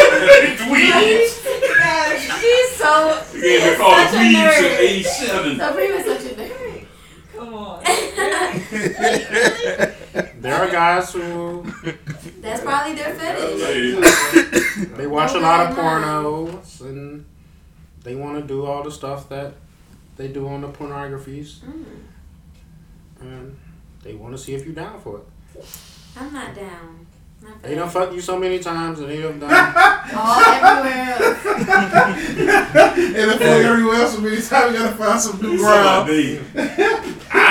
Speaker 11: Dweebs.
Speaker 6: Yeah, she's so.
Speaker 11: You gave her called
Speaker 6: such a
Speaker 11: dweebs in
Speaker 6: nerd.
Speaker 11: 87.
Speaker 6: So Bree was such a nerd.
Speaker 2: Come on.
Speaker 10: There are guys who
Speaker 6: That's probably their fetish.
Speaker 10: they watch a lot of
Speaker 6: No, why not?
Speaker 10: pornos and they want to do all the stuff that they do on the pornographies,
Speaker 6: Mm,
Speaker 10: and they want to see if you're down for it.
Speaker 6: I'm not down. Not for
Speaker 10: They done
Speaker 6: that.
Speaker 10: fuck you so many times and they done done.
Speaker 6: All everywhere else.
Speaker 17: And if fuck everywhere else for me, time you gotta find some new ground.
Speaker 11: I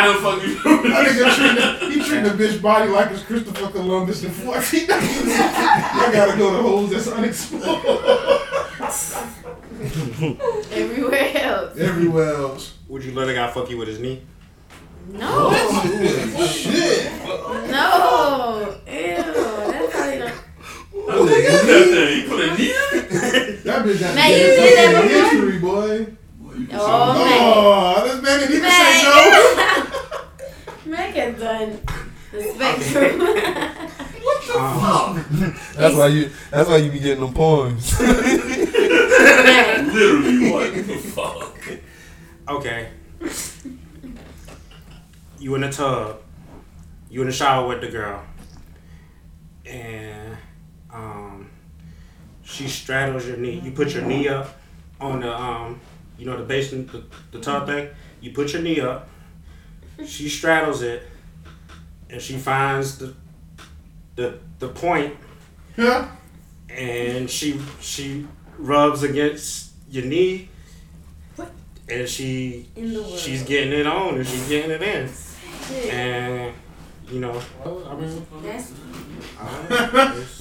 Speaker 11: don't fucking
Speaker 17: That nigga treating, he treating the bitch body like it's Christopher Columbus and fuck. He doesn't- I gotta go to holes that's unexplored.
Speaker 6: Everywhere else.
Speaker 17: Everywhere else.
Speaker 10: Would you let a guy fuck you with his knee?
Speaker 6: No.
Speaker 17: shit.
Speaker 6: No. Ew. That's probably not.
Speaker 17: That bitch got
Speaker 6: Man, you
Speaker 17: the
Speaker 6: did that
Speaker 17: fucking
Speaker 6: before?
Speaker 17: history, boy.
Speaker 6: Oh,
Speaker 17: Oh, this man didn't even say no.
Speaker 6: Meg. Meg has done the spectrum. what the
Speaker 10: Uh,
Speaker 9: That's why you. That's why you be getting them poems.
Speaker 11: Literally, what the fuck?
Speaker 10: Okay. You in the tub. You in the shower with the girl. And um she straddles your knee. You put your knee up on the um you know the basin the, the tub thing. You put your knee up. She straddles it and she finds the the the point
Speaker 17: Yeah.
Speaker 10: and she she rubs against your knee and she
Speaker 6: In the world.
Speaker 10: she's getting it on and she's getting it in and you know I mean,
Speaker 6: That's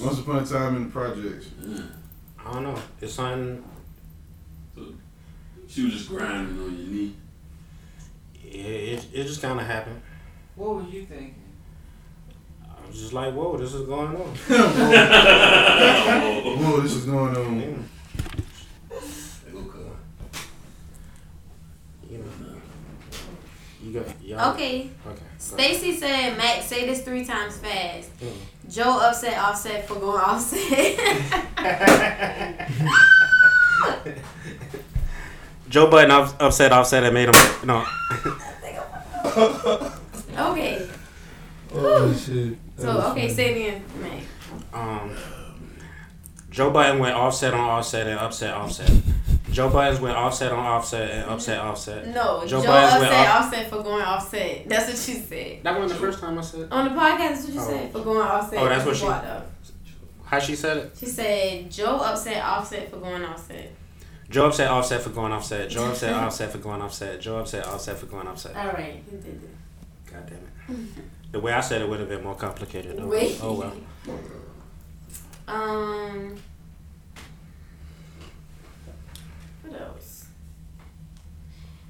Speaker 17: Once upon a time in the projects.
Speaker 10: I don't know it's something
Speaker 11: She was just grinding on your knee.
Speaker 10: yeah, it, it just kind of happened
Speaker 15: What were you thinking?
Speaker 10: I was just like whoa this is going on
Speaker 12: Oh.
Speaker 17: Whoa, this is going on.
Speaker 10: you know you got y'all
Speaker 6: Okay.
Speaker 10: okay
Speaker 6: Stacy said, Max, say this three times fast.
Speaker 10: Mm.
Speaker 6: Joe upset offset for going offset.
Speaker 10: Joe Button up, upset offset and made him no
Speaker 6: okay.
Speaker 9: Oh shit.
Speaker 6: So, okay, say it again, Max.
Speaker 10: um, Joe Biden went offset on offset and upset offset. Joe Biden's went offset on offset and upset offset.
Speaker 6: No, Joe,
Speaker 10: Biden's
Speaker 6: upset
Speaker 10: off-
Speaker 6: offset for going offset. That's what she said.
Speaker 10: That wasn't the first time I said.
Speaker 6: On the podcast, that's what you said for going offset.
Speaker 10: Oh, that's what she-
Speaker 6: Brought up.
Speaker 10: How she said it?
Speaker 6: She said, Joe upset offset for going offset.
Speaker 10: Joe upset offset for going offset. Joe upset offset for going offset. Joe upset offset for going offset.
Speaker 6: All right, you did it.
Speaker 10: God damn it. The way I said it would have been more complicated though.
Speaker 6: Wait.
Speaker 10: Oh well.
Speaker 6: Um, what else?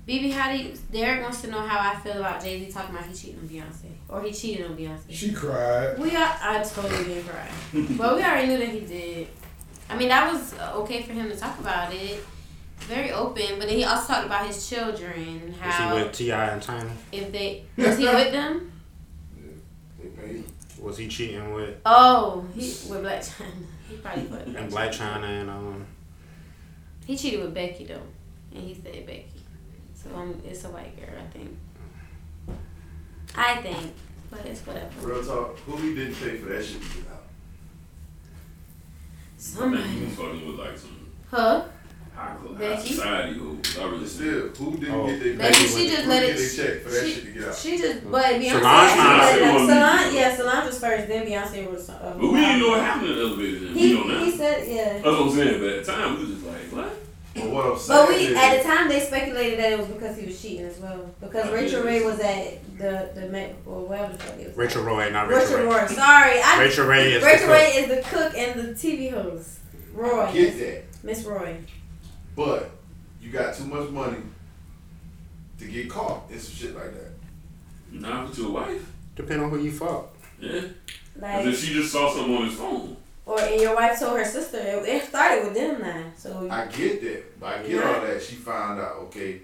Speaker 6: BB, how do you? Derek wants to know how I feel about Jay Z talking about he cheating on Beyonce or he cheated on Beyonce.
Speaker 17: She cried.
Speaker 6: We are. I totally didn't cry. but we already knew that he did. I mean, that was uh, okay for him to talk about it. Very open, but then he also talked about his children and
Speaker 10: Was he
Speaker 6: how
Speaker 10: with Ti and Tiny?
Speaker 6: if they was he with them?
Speaker 10: Was he cheating with
Speaker 6: Oh, he with Black China. He probably with Blac
Speaker 10: and
Speaker 6: Chyna.
Speaker 10: Black China and um?
Speaker 6: He cheated with Becky though. and he said Becky. So um, it's a white girl, I think. I think, but it's whatever.
Speaker 12: Real talk, who we didn't pay for that shit to get out?
Speaker 6: Oh
Speaker 11: Somebody. I think you fucking with like some
Speaker 6: Huh?
Speaker 11: high, high
Speaker 6: Becky?
Speaker 11: society who I really
Speaker 12: Still, who didn't get their
Speaker 6: Becky, she just let it.
Speaker 12: They check for that
Speaker 6: she,
Speaker 12: shit to get out.
Speaker 6: She just, but Beyonce.
Speaker 11: Solange
Speaker 6: actually let it out.
Speaker 11: was the one
Speaker 6: Solange, yeah, Solange was first. Then Beyonce was. Uh,
Speaker 11: But we didn't know what happened in the elevator then.
Speaker 6: He,
Speaker 11: we don't know. Uh,
Speaker 6: he said, yeah.
Speaker 11: That's what I'm saying, but at the time we was just like, what?
Speaker 12: But what I'm
Speaker 6: But we at the time they speculated that it was because he was cheating as well. Because
Speaker 10: Oh,
Speaker 6: Rachel
Speaker 10: yeah.
Speaker 6: Ray was at the the Met or whatever the fuck it was.
Speaker 10: Rachel Roy, not
Speaker 6: Rachel
Speaker 10: Rachel Ray.
Speaker 6: Roy. Sorry, I,
Speaker 10: Rachel Ray is the
Speaker 6: Rachel
Speaker 10: cook.
Speaker 6: Ray is the cook and the TV host. Roy,
Speaker 12: Get that.
Speaker 6: Miss Roy.
Speaker 12: But you got too much money to get caught in some shit like that.
Speaker 11: Nah, but your wife.
Speaker 10: Depending on who you fuck.
Speaker 11: Yeah.
Speaker 6: Like-
Speaker 11: Because if she just saw something on his phone.
Speaker 6: Or and your wife told her sister. It, it started with them now. So
Speaker 12: I get that. But I get all that. She found out, okay.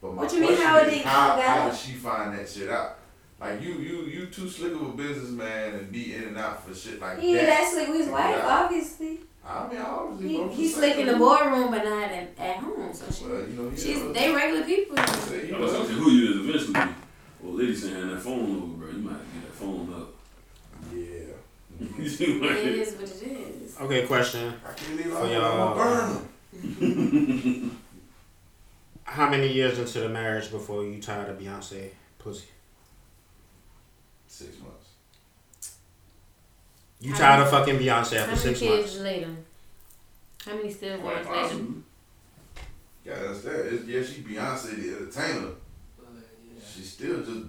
Speaker 12: But my
Speaker 6: What you mean,
Speaker 12: question
Speaker 6: how it
Speaker 12: is,
Speaker 6: didn't
Speaker 12: how,
Speaker 6: come
Speaker 12: how
Speaker 6: out?
Speaker 12: did she find that shit out? Like you, you, you too slick of a businessman and be in and out for shit like
Speaker 6: he
Speaker 12: that.
Speaker 6: that's sleep with his
Speaker 12: Yeah.
Speaker 6: wife, obviously.
Speaker 12: I mean, obviously, but
Speaker 6: He,
Speaker 12: I'm
Speaker 6: he's
Speaker 12: just
Speaker 6: slick in the
Speaker 12: saying.
Speaker 6: boardroom, but not at, at home. So she,
Speaker 12: Well, you know, he
Speaker 6: she's
Speaker 12: knows.
Speaker 6: they regular people.
Speaker 11: I was asking who you is eventually. Well, lady saying hand that phone over, bro. You might have to get that phone up.
Speaker 12: Yeah.
Speaker 11: you see what I
Speaker 6: It
Speaker 11: mean?
Speaker 6: is what it is.
Speaker 10: Okay, question.
Speaker 12: I can't leave
Speaker 10: For
Speaker 12: out y'all.
Speaker 10: y'all.
Speaker 12: Burn them.
Speaker 10: How many years into the marriage before you tired of Beyonce pussy?
Speaker 12: Six months.
Speaker 10: You
Speaker 6: How
Speaker 10: tired of
Speaker 6: many-
Speaker 10: fucking Beyonce after six
Speaker 6: How many
Speaker 10: months?
Speaker 6: kids later? How many stillborns later?
Speaker 12: Awesome. Yeah, that's that. It's, yeah, she Beyonce the entertainer.
Speaker 6: Uh,
Speaker 12: She still just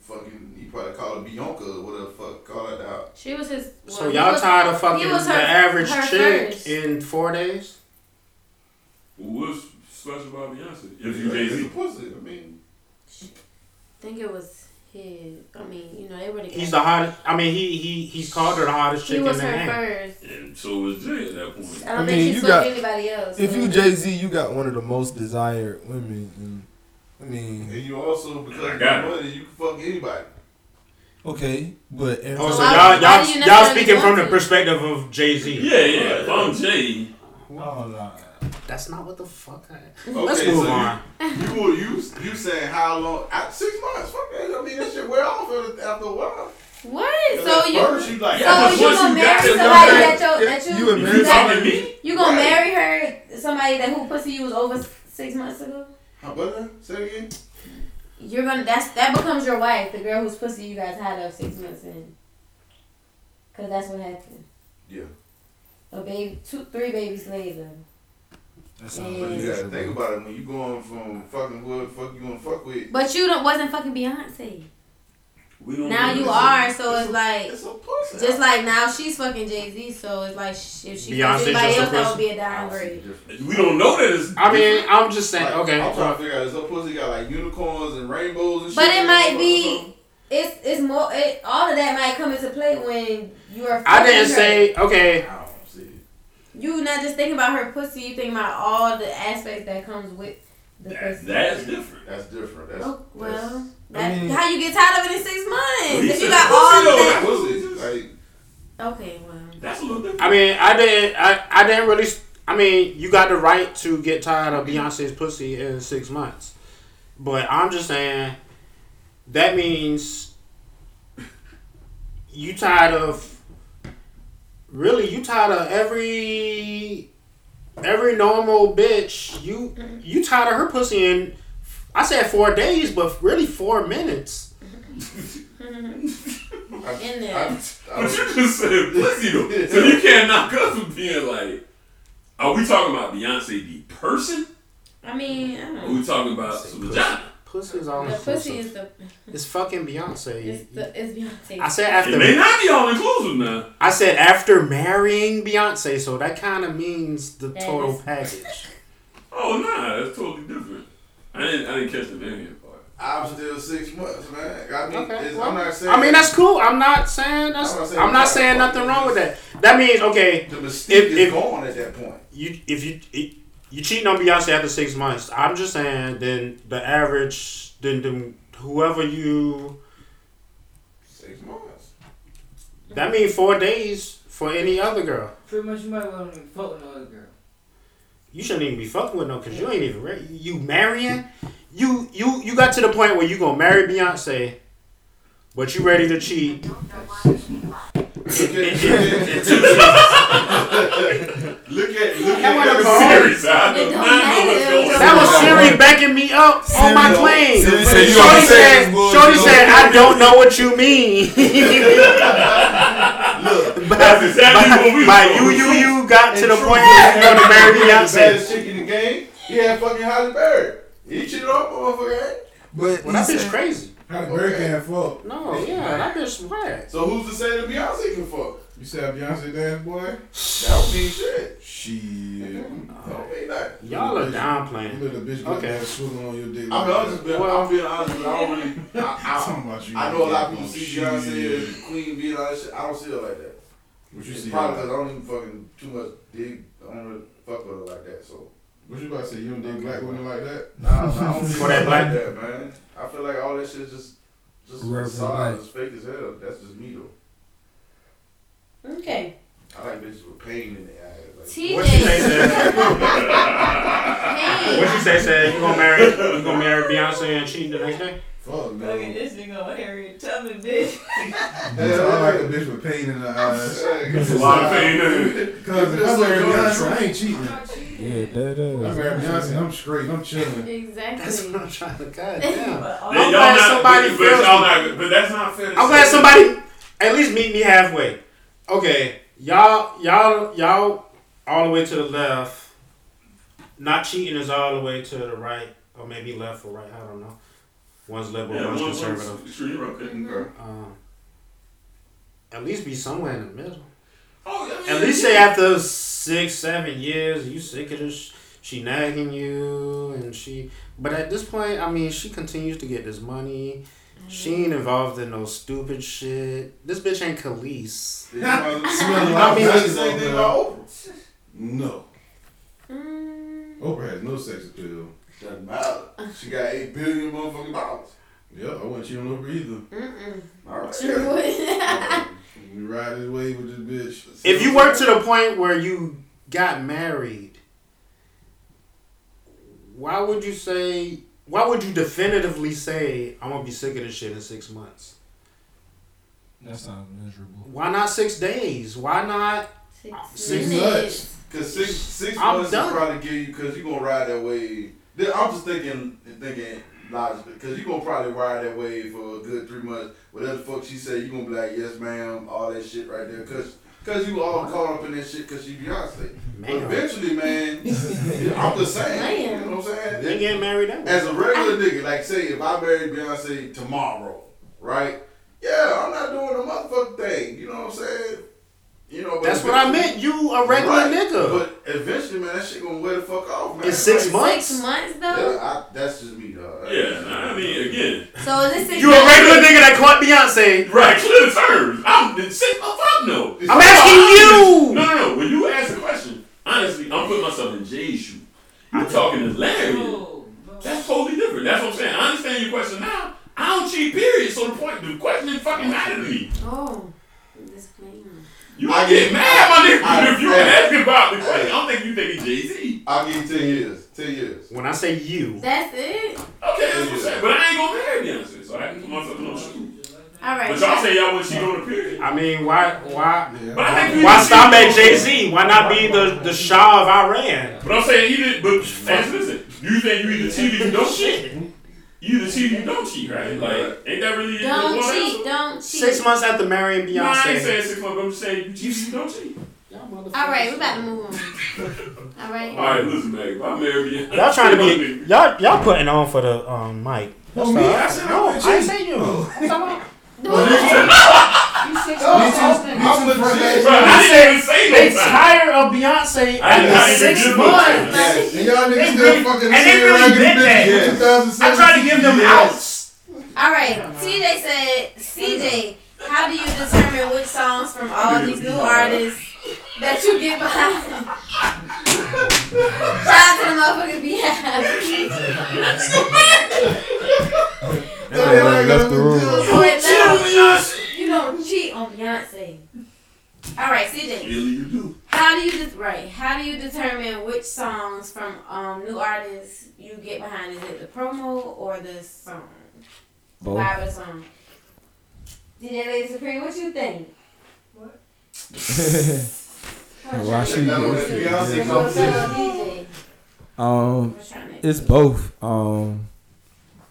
Speaker 12: fucking. You probably call her Bianca or whatever the fuck. Call her out.
Speaker 6: She was his.
Speaker 10: So
Speaker 6: well, he
Speaker 10: y'all
Speaker 6: was-
Speaker 10: tired of
Speaker 6: he
Speaker 10: fucking
Speaker 6: was her-
Speaker 10: the average
Speaker 6: her
Speaker 10: chick
Speaker 6: first.
Speaker 10: in four days?
Speaker 11: What's special about Beyonce? If
Speaker 12: Yeah,
Speaker 11: you Jay
Speaker 12: it's a
Speaker 11: Z.
Speaker 12: pussy. I mean,
Speaker 6: I think it was his. I mean, you know, they were together.
Speaker 10: He's the hottest. I I mean, he he he's called her the hottest
Speaker 6: He
Speaker 10: chick
Speaker 6: was
Speaker 10: in the
Speaker 6: her
Speaker 10: game.
Speaker 6: first.
Speaker 11: And so was Jay at that point.
Speaker 6: I don't
Speaker 14: I
Speaker 6: think
Speaker 14: mean,
Speaker 6: she
Speaker 14: you
Speaker 6: fucked
Speaker 14: got-
Speaker 6: anybody else.
Speaker 14: If
Speaker 6: so-
Speaker 14: you Jay Z, you got one of the most desired women. And, I mean,
Speaker 12: and you also because
Speaker 14: I
Speaker 12: of
Speaker 14: got
Speaker 12: your money, you can fuck anybody.
Speaker 14: okay, but
Speaker 10: Oh, so y'all y'all, y'all speaking from the perspective of Jay Z.
Speaker 11: Yeah, yeah. If I'm Jay,
Speaker 10: That's not what the fuck. I...
Speaker 12: Okay,
Speaker 10: Let's move
Speaker 12: so
Speaker 10: on.
Speaker 12: You, you were- you you saying how long? I, six months. Fuck that. I mean that shit wear off after- after a while.
Speaker 6: What?
Speaker 12: Cause
Speaker 6: So
Speaker 12: at
Speaker 6: you.
Speaker 12: first you like-
Speaker 6: so
Speaker 12: Yeah, but
Speaker 6: you
Speaker 12: once
Speaker 6: gonna
Speaker 12: you
Speaker 6: marry
Speaker 12: got
Speaker 6: somebody
Speaker 12: it,
Speaker 6: that your
Speaker 12: okay.
Speaker 6: that you.
Speaker 12: You would marry
Speaker 6: that-
Speaker 12: somebody me?
Speaker 6: You gonna
Speaker 12: Right.
Speaker 6: marry her? Somebody that who pussy you was over s- six months ago.
Speaker 12: Huh, brother? Say it again.
Speaker 6: You're gonna that's that becomes your wife, the girl whose pussy you got tied of six months in. Cause that's what happened.
Speaker 12: Yeah.
Speaker 6: A baby, two, three babies later.
Speaker 12: But you gotta think about it when you going from fucking whoever the fuck you gonna fuck with.
Speaker 6: But you don't wasn't fucking Beyonce.
Speaker 11: we don't
Speaker 6: Now
Speaker 11: know.
Speaker 6: you
Speaker 11: It's a-
Speaker 6: are, so it's like
Speaker 12: pussy.
Speaker 6: just like now she's fucking Jay Z, so it's like sh- if she fucks
Speaker 10: Beyonce's
Speaker 6: anybody
Speaker 10: just a
Speaker 6: else, that would
Speaker 10: pussy.
Speaker 6: be a downgrade.
Speaker 11: We don't know that it's.
Speaker 10: I mean, I'm just saying.
Speaker 12: Like,
Speaker 10: okay,
Speaker 12: I'm trying to figure out is her pussy got like unicorns and rainbows and
Speaker 6: But
Speaker 12: shit.
Speaker 6: it might be it's it's more it, all of that might come into play when you are.
Speaker 10: I didn't say
Speaker 6: fucking her.
Speaker 10: okay.
Speaker 6: You not just thinking about her pussy, you think about all the aspects that comes with the pussy.
Speaker 11: That's different.
Speaker 12: That's different. That's
Speaker 6: Oh, well,
Speaker 12: that's-
Speaker 6: that,
Speaker 12: I mean-
Speaker 6: how you get tired of it in six
Speaker 12: Well, he
Speaker 6: months? If you
Speaker 12: said
Speaker 6: got
Speaker 12: pussy
Speaker 6: all
Speaker 12: though,
Speaker 6: of that.
Speaker 12: pussy. Like,
Speaker 6: Okay, well.
Speaker 11: That's a little different.
Speaker 10: I mean, I didn't. I, I didn't really. s- I mean, you got the right to get tired
Speaker 6: Mm-hmm.
Speaker 10: of Beyonce's pussy in six months, but I'm just saying that means you tired of. Really, you tired of every every normal bitch. You
Speaker 6: Mm-hmm.
Speaker 10: you tired of her pussy in. I said four days, but really four minutes.
Speaker 6: In there.
Speaker 11: But you just said pussy though, so you can't knock us for being like. Are we talking about Beyonce the person?
Speaker 6: I mean, I don't
Speaker 11: Or
Speaker 6: know.
Speaker 11: are we talking about some vagina?
Speaker 10: Pussy is all
Speaker 6: The pussy
Speaker 10: inclusive.
Speaker 6: is the
Speaker 10: It's fucking Beyonce.
Speaker 6: is the is Beyonce.
Speaker 10: I said after
Speaker 11: It may not be all inclusive now.
Speaker 10: I said after marrying Beyonce, so that kind of means the
Speaker 6: That
Speaker 10: total
Speaker 6: is-
Speaker 10: package.
Speaker 11: Oh nah, that's totally different. I didn't I didn't catch the marrying part.
Speaker 12: I'm still six months, man. I mean, it's,
Speaker 10: well,
Speaker 12: I'm not saying.
Speaker 10: I mean that's cool. I'm not saying that's.
Speaker 12: I'm
Speaker 10: I'm
Speaker 12: not
Speaker 10: not saying,
Speaker 12: saying we gotta fuck
Speaker 10: nothing wrong with that. That means okay.
Speaker 12: The mystique
Speaker 10: if,
Speaker 12: is
Speaker 10: if
Speaker 12: gone at that point.
Speaker 10: you if you if you cheating on Beyonce after six months, I'm just saying then the average then, then whoever you
Speaker 12: Six months.
Speaker 10: that means four days for any other girl.
Speaker 15: Pretty much you might want to fuck with no other girl.
Speaker 10: you shouldn't even be fucking with no because you ain't even ready. You marrying, you you you got to the point where you gonna marry Beyonce, but you ready to cheat.
Speaker 12: Look at look
Speaker 10: That
Speaker 12: at
Speaker 10: wasn't
Speaker 12: your
Speaker 10: Corona.
Speaker 12: series. I
Speaker 10: It don't
Speaker 12: do not know what's
Speaker 10: matter.
Speaker 12: going on.
Speaker 10: That was Siri backing me up on my claim.
Speaker 12: Siri
Speaker 10: Shorty
Speaker 12: said you on the
Speaker 10: said,
Speaker 12: same board,
Speaker 10: Shorty
Speaker 12: you
Speaker 10: said,
Speaker 12: know.
Speaker 10: I don't know what you mean. Look, that's exactly what we By you, you, you got to the point where you want to marry Beyonce.
Speaker 12: Beyonce. Baddest chick in the game. He had fucking Halle Berry. He cheated off motherfucker. ain't
Speaker 9: But
Speaker 10: Well, that bitch crazy.
Speaker 12: Halle
Speaker 10: Berry
Speaker 12: can't
Speaker 17: fuck.
Speaker 10: No, yeah, that bitch swag.
Speaker 12: he? So who's to say that Beyonce can fuck?
Speaker 17: You said Beyonce dance boy?
Speaker 12: That would mean shit.
Speaker 17: Shit.
Speaker 12: Don't mean nothing.
Speaker 10: Y'all are downplaying.
Speaker 17: You let a bitch get that swooning on your dick.
Speaker 12: I mean, I'm just being, I'm being honest. With you. I don't really. I, I,
Speaker 17: Something about you.
Speaker 12: I know a lot of people
Speaker 17: Oh,
Speaker 12: see
Speaker 17: shit.
Speaker 12: Beyonce as Queen Bee and all that shit. I don't see her like that.
Speaker 17: What you
Speaker 12: It's
Speaker 17: see uh, her
Speaker 12: Probably
Speaker 17: like?
Speaker 12: because I don't even fucking too much dig. I don't really fuck with her like that. So.
Speaker 17: What you about to say? You don't date black women like that?
Speaker 12: Nah, nah, I don't
Speaker 17: For
Speaker 12: feel
Speaker 17: that
Speaker 12: that
Speaker 17: black-
Speaker 12: like that, man. I feel like all that shit just just
Speaker 17: Rare for
Speaker 12: facade,
Speaker 17: black.
Speaker 12: it's fake as hell. That's just me though.
Speaker 6: Okay.
Speaker 12: I like bitches with pain in their eyes. Like,
Speaker 6: TJ.
Speaker 10: What she say, said? What she say, said? You gonna marry? You gonna marry Beyonce and cheat the next day?
Speaker 17: Fuck,
Speaker 2: Look at this nigga on Harriet Tubman, bitch.
Speaker 17: I like a bitch with pain in her eyes.
Speaker 11: There's a lot of pain in it.
Speaker 17: Cause if I marry Beyonce, I ain't cheating.
Speaker 14: Yeah, that
Speaker 17: If I marry Beyonce, I'm straight. I'm chilling.
Speaker 6: Exactly.
Speaker 10: That's what I'm trying to. Goddamn.
Speaker 11: Then y'all
Speaker 10: I'm glad
Speaker 11: not-
Speaker 10: somebody
Speaker 11: but,
Speaker 10: feels
Speaker 11: but, y'all
Speaker 10: me.
Speaker 11: not, but that's not fair. To
Speaker 10: I'm
Speaker 11: say.
Speaker 10: glad somebody at least meet me halfway. Okay, y'all, y'all, y'all, all the way to the left. Not cheating is all the way to the right, or maybe left or right. I don't know. One's liberal,
Speaker 11: Yeah,
Speaker 10: one's
Speaker 11: one's- one's
Speaker 10: conservative.
Speaker 11: extreme, okay. Mhm.
Speaker 10: Um, at least be somewhere in the middle.
Speaker 11: Oh, I mean,
Speaker 10: At least
Speaker 11: yeah.
Speaker 10: say after six, seven years, you sick of this. She nagging you, and she. But at this point, I mean, she continues to get this money. She ain't involved in no stupid shit. This bitch ain't Khalees.
Speaker 12: Did you know-
Speaker 10: I mean,
Speaker 12: That's the same thing about
Speaker 10: like-
Speaker 12: Oprah.
Speaker 17: No.
Speaker 6: Mm,
Speaker 17: Oprah has no sex appeal.
Speaker 12: Doesn't matter. She got eight billion motherfucking dollars.
Speaker 17: Yeah, I want you on Oprah either.
Speaker 6: Mm-mm.
Speaker 12: All right.
Speaker 17: You ride this wave with this bitch.
Speaker 10: if you work to the point where you got married, why would you say? Why would you definitively say I'm gonna be sick of this shit in six months?
Speaker 14: That sounds miserable.
Speaker 10: Why not six days? Why not six
Speaker 12: months. Cause six six
Speaker 10: I'm
Speaker 12: months
Speaker 10: done.
Speaker 12: will probably give you because you gonna ride that wave. Then I'm just thinking thinking logically because you gonna probably ride that wave for a good three months. Whatever the fuck she said, you gonna be like yes ma'am, all that shit right there. Cause cause you all caught up in that shit because she Beyonce. But eventually, man, I'm just saying. You know what I'm saying?
Speaker 10: They get married that way.
Speaker 12: As a regular nigga, like say if I marry Beyonce tomorrow, right? Yeah, I'm not doing the motherfucking thing. You know what I'm saying? You know, but
Speaker 10: That's what I meant. You a regular
Speaker 12: Right.
Speaker 10: nigga.
Speaker 12: But eventually, man, that shit gonna wear the fuck off, man.
Speaker 10: In six
Speaker 12: Like,
Speaker 10: months?
Speaker 6: Six months though.
Speaker 12: Yeah, I, that's just me, dog.
Speaker 11: Yeah, nah, I mean, again.
Speaker 6: So is this six
Speaker 10: You a
Speaker 6: months?
Speaker 10: regular nigga that caught Beyonce.
Speaker 11: Right, clear the terms. I'm the same fuck no.
Speaker 10: I'm asking you.
Speaker 11: No, no, no. When you ask the question, honestly, I'm putting myself in Jay's shoe. I'm talking to Larry. That's totally different. That's what I'm saying. I understand your question now. I don't cheat, period. So the point, the question is fucking matter to me.
Speaker 6: Oh, this plane.
Speaker 11: You might get mad, my nigga,
Speaker 12: I-
Speaker 11: if you
Speaker 12: I-
Speaker 11: asking about the question. I don't think you think it's Jay Z.
Speaker 12: I'll give you ten years. Ten years.
Speaker 10: When I say you,
Speaker 6: That's it.
Speaker 11: Okay, that's what I'm saying. But I ain't gonna marry Beyonce, so I can put myself in those shoes.
Speaker 6: All right.
Speaker 11: But y'all say y'all want to cheat on the period.
Speaker 10: I mean, why, why,
Speaker 11: But I think we
Speaker 10: why
Speaker 11: need
Speaker 10: stop
Speaker 11: to-
Speaker 10: at Jay Z? Why not be the the Shah of Iran?
Speaker 11: But I'm saying either, but as, listen, you think you either cheat or you don't cheat. You either cheat or you don't cheat, right? Like, ain't that really
Speaker 6: Don't
Speaker 11: one
Speaker 6: cheat.
Speaker 11: answer?
Speaker 6: Don't cheat.
Speaker 10: Six months after marrying
Speaker 11: Nah, I ain't
Speaker 10: Beyonce.
Speaker 11: saying six months. but I'm just saying you cheat or you don't cheat.
Speaker 6: All right, we about to move on. All right.
Speaker 11: All right, listen, man. If I marry Beyonce,
Speaker 10: Y'all trying to be y'all y'all putting on for the um mic. That's all right. no, I ain't saying you. I'm talking about-
Speaker 15: Oh!
Speaker 17: I'm legit.
Speaker 10: I
Speaker 11: even say
Speaker 10: said they
Speaker 11: nothing.
Speaker 10: tired of Beyonce
Speaker 11: I did not
Speaker 10: after
Speaker 11: even
Speaker 10: six
Speaker 11: give a
Speaker 10: months.
Speaker 17: Yes. And y'all
Speaker 10: They
Speaker 17: niggas
Speaker 10: really-
Speaker 17: still fucking
Speaker 10: and they
Speaker 17: the
Speaker 10: really
Speaker 17: raggedy
Speaker 10: did that.
Speaker 17: bitches in 2017.
Speaker 10: I tried to give them outs.
Speaker 6: All right. CJ said, CJ, how do you determine which songs from all these new artists that you get behind? Shout out to the motherfucking behalf.
Speaker 14: left the room.
Speaker 6: Quit
Speaker 11: Cheat on
Speaker 6: now.
Speaker 11: Beyonce.
Speaker 6: You don't cheat on Beyonce. All right, CJ.
Speaker 11: Really, you do.
Speaker 6: How do you de- right? How do you determine which songs um, the promo or the song?
Speaker 9: Both.
Speaker 6: Vibe of song. DJ Lady Supreme, what you think? What?
Speaker 9: Why she
Speaker 6: DJ.
Speaker 9: Um, it's both. Um,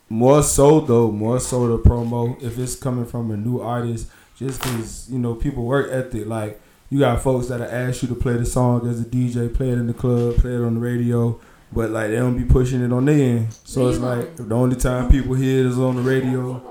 Speaker 9: more so though, more so the promo. If it's coming from a new artist, just because you know people work ethic. Like you got folks that ask you to play the song as a DJ, play it in the club, play it on the radio, but like they don't be pushing it on their end. So it's like the only time people hear it is on the radio.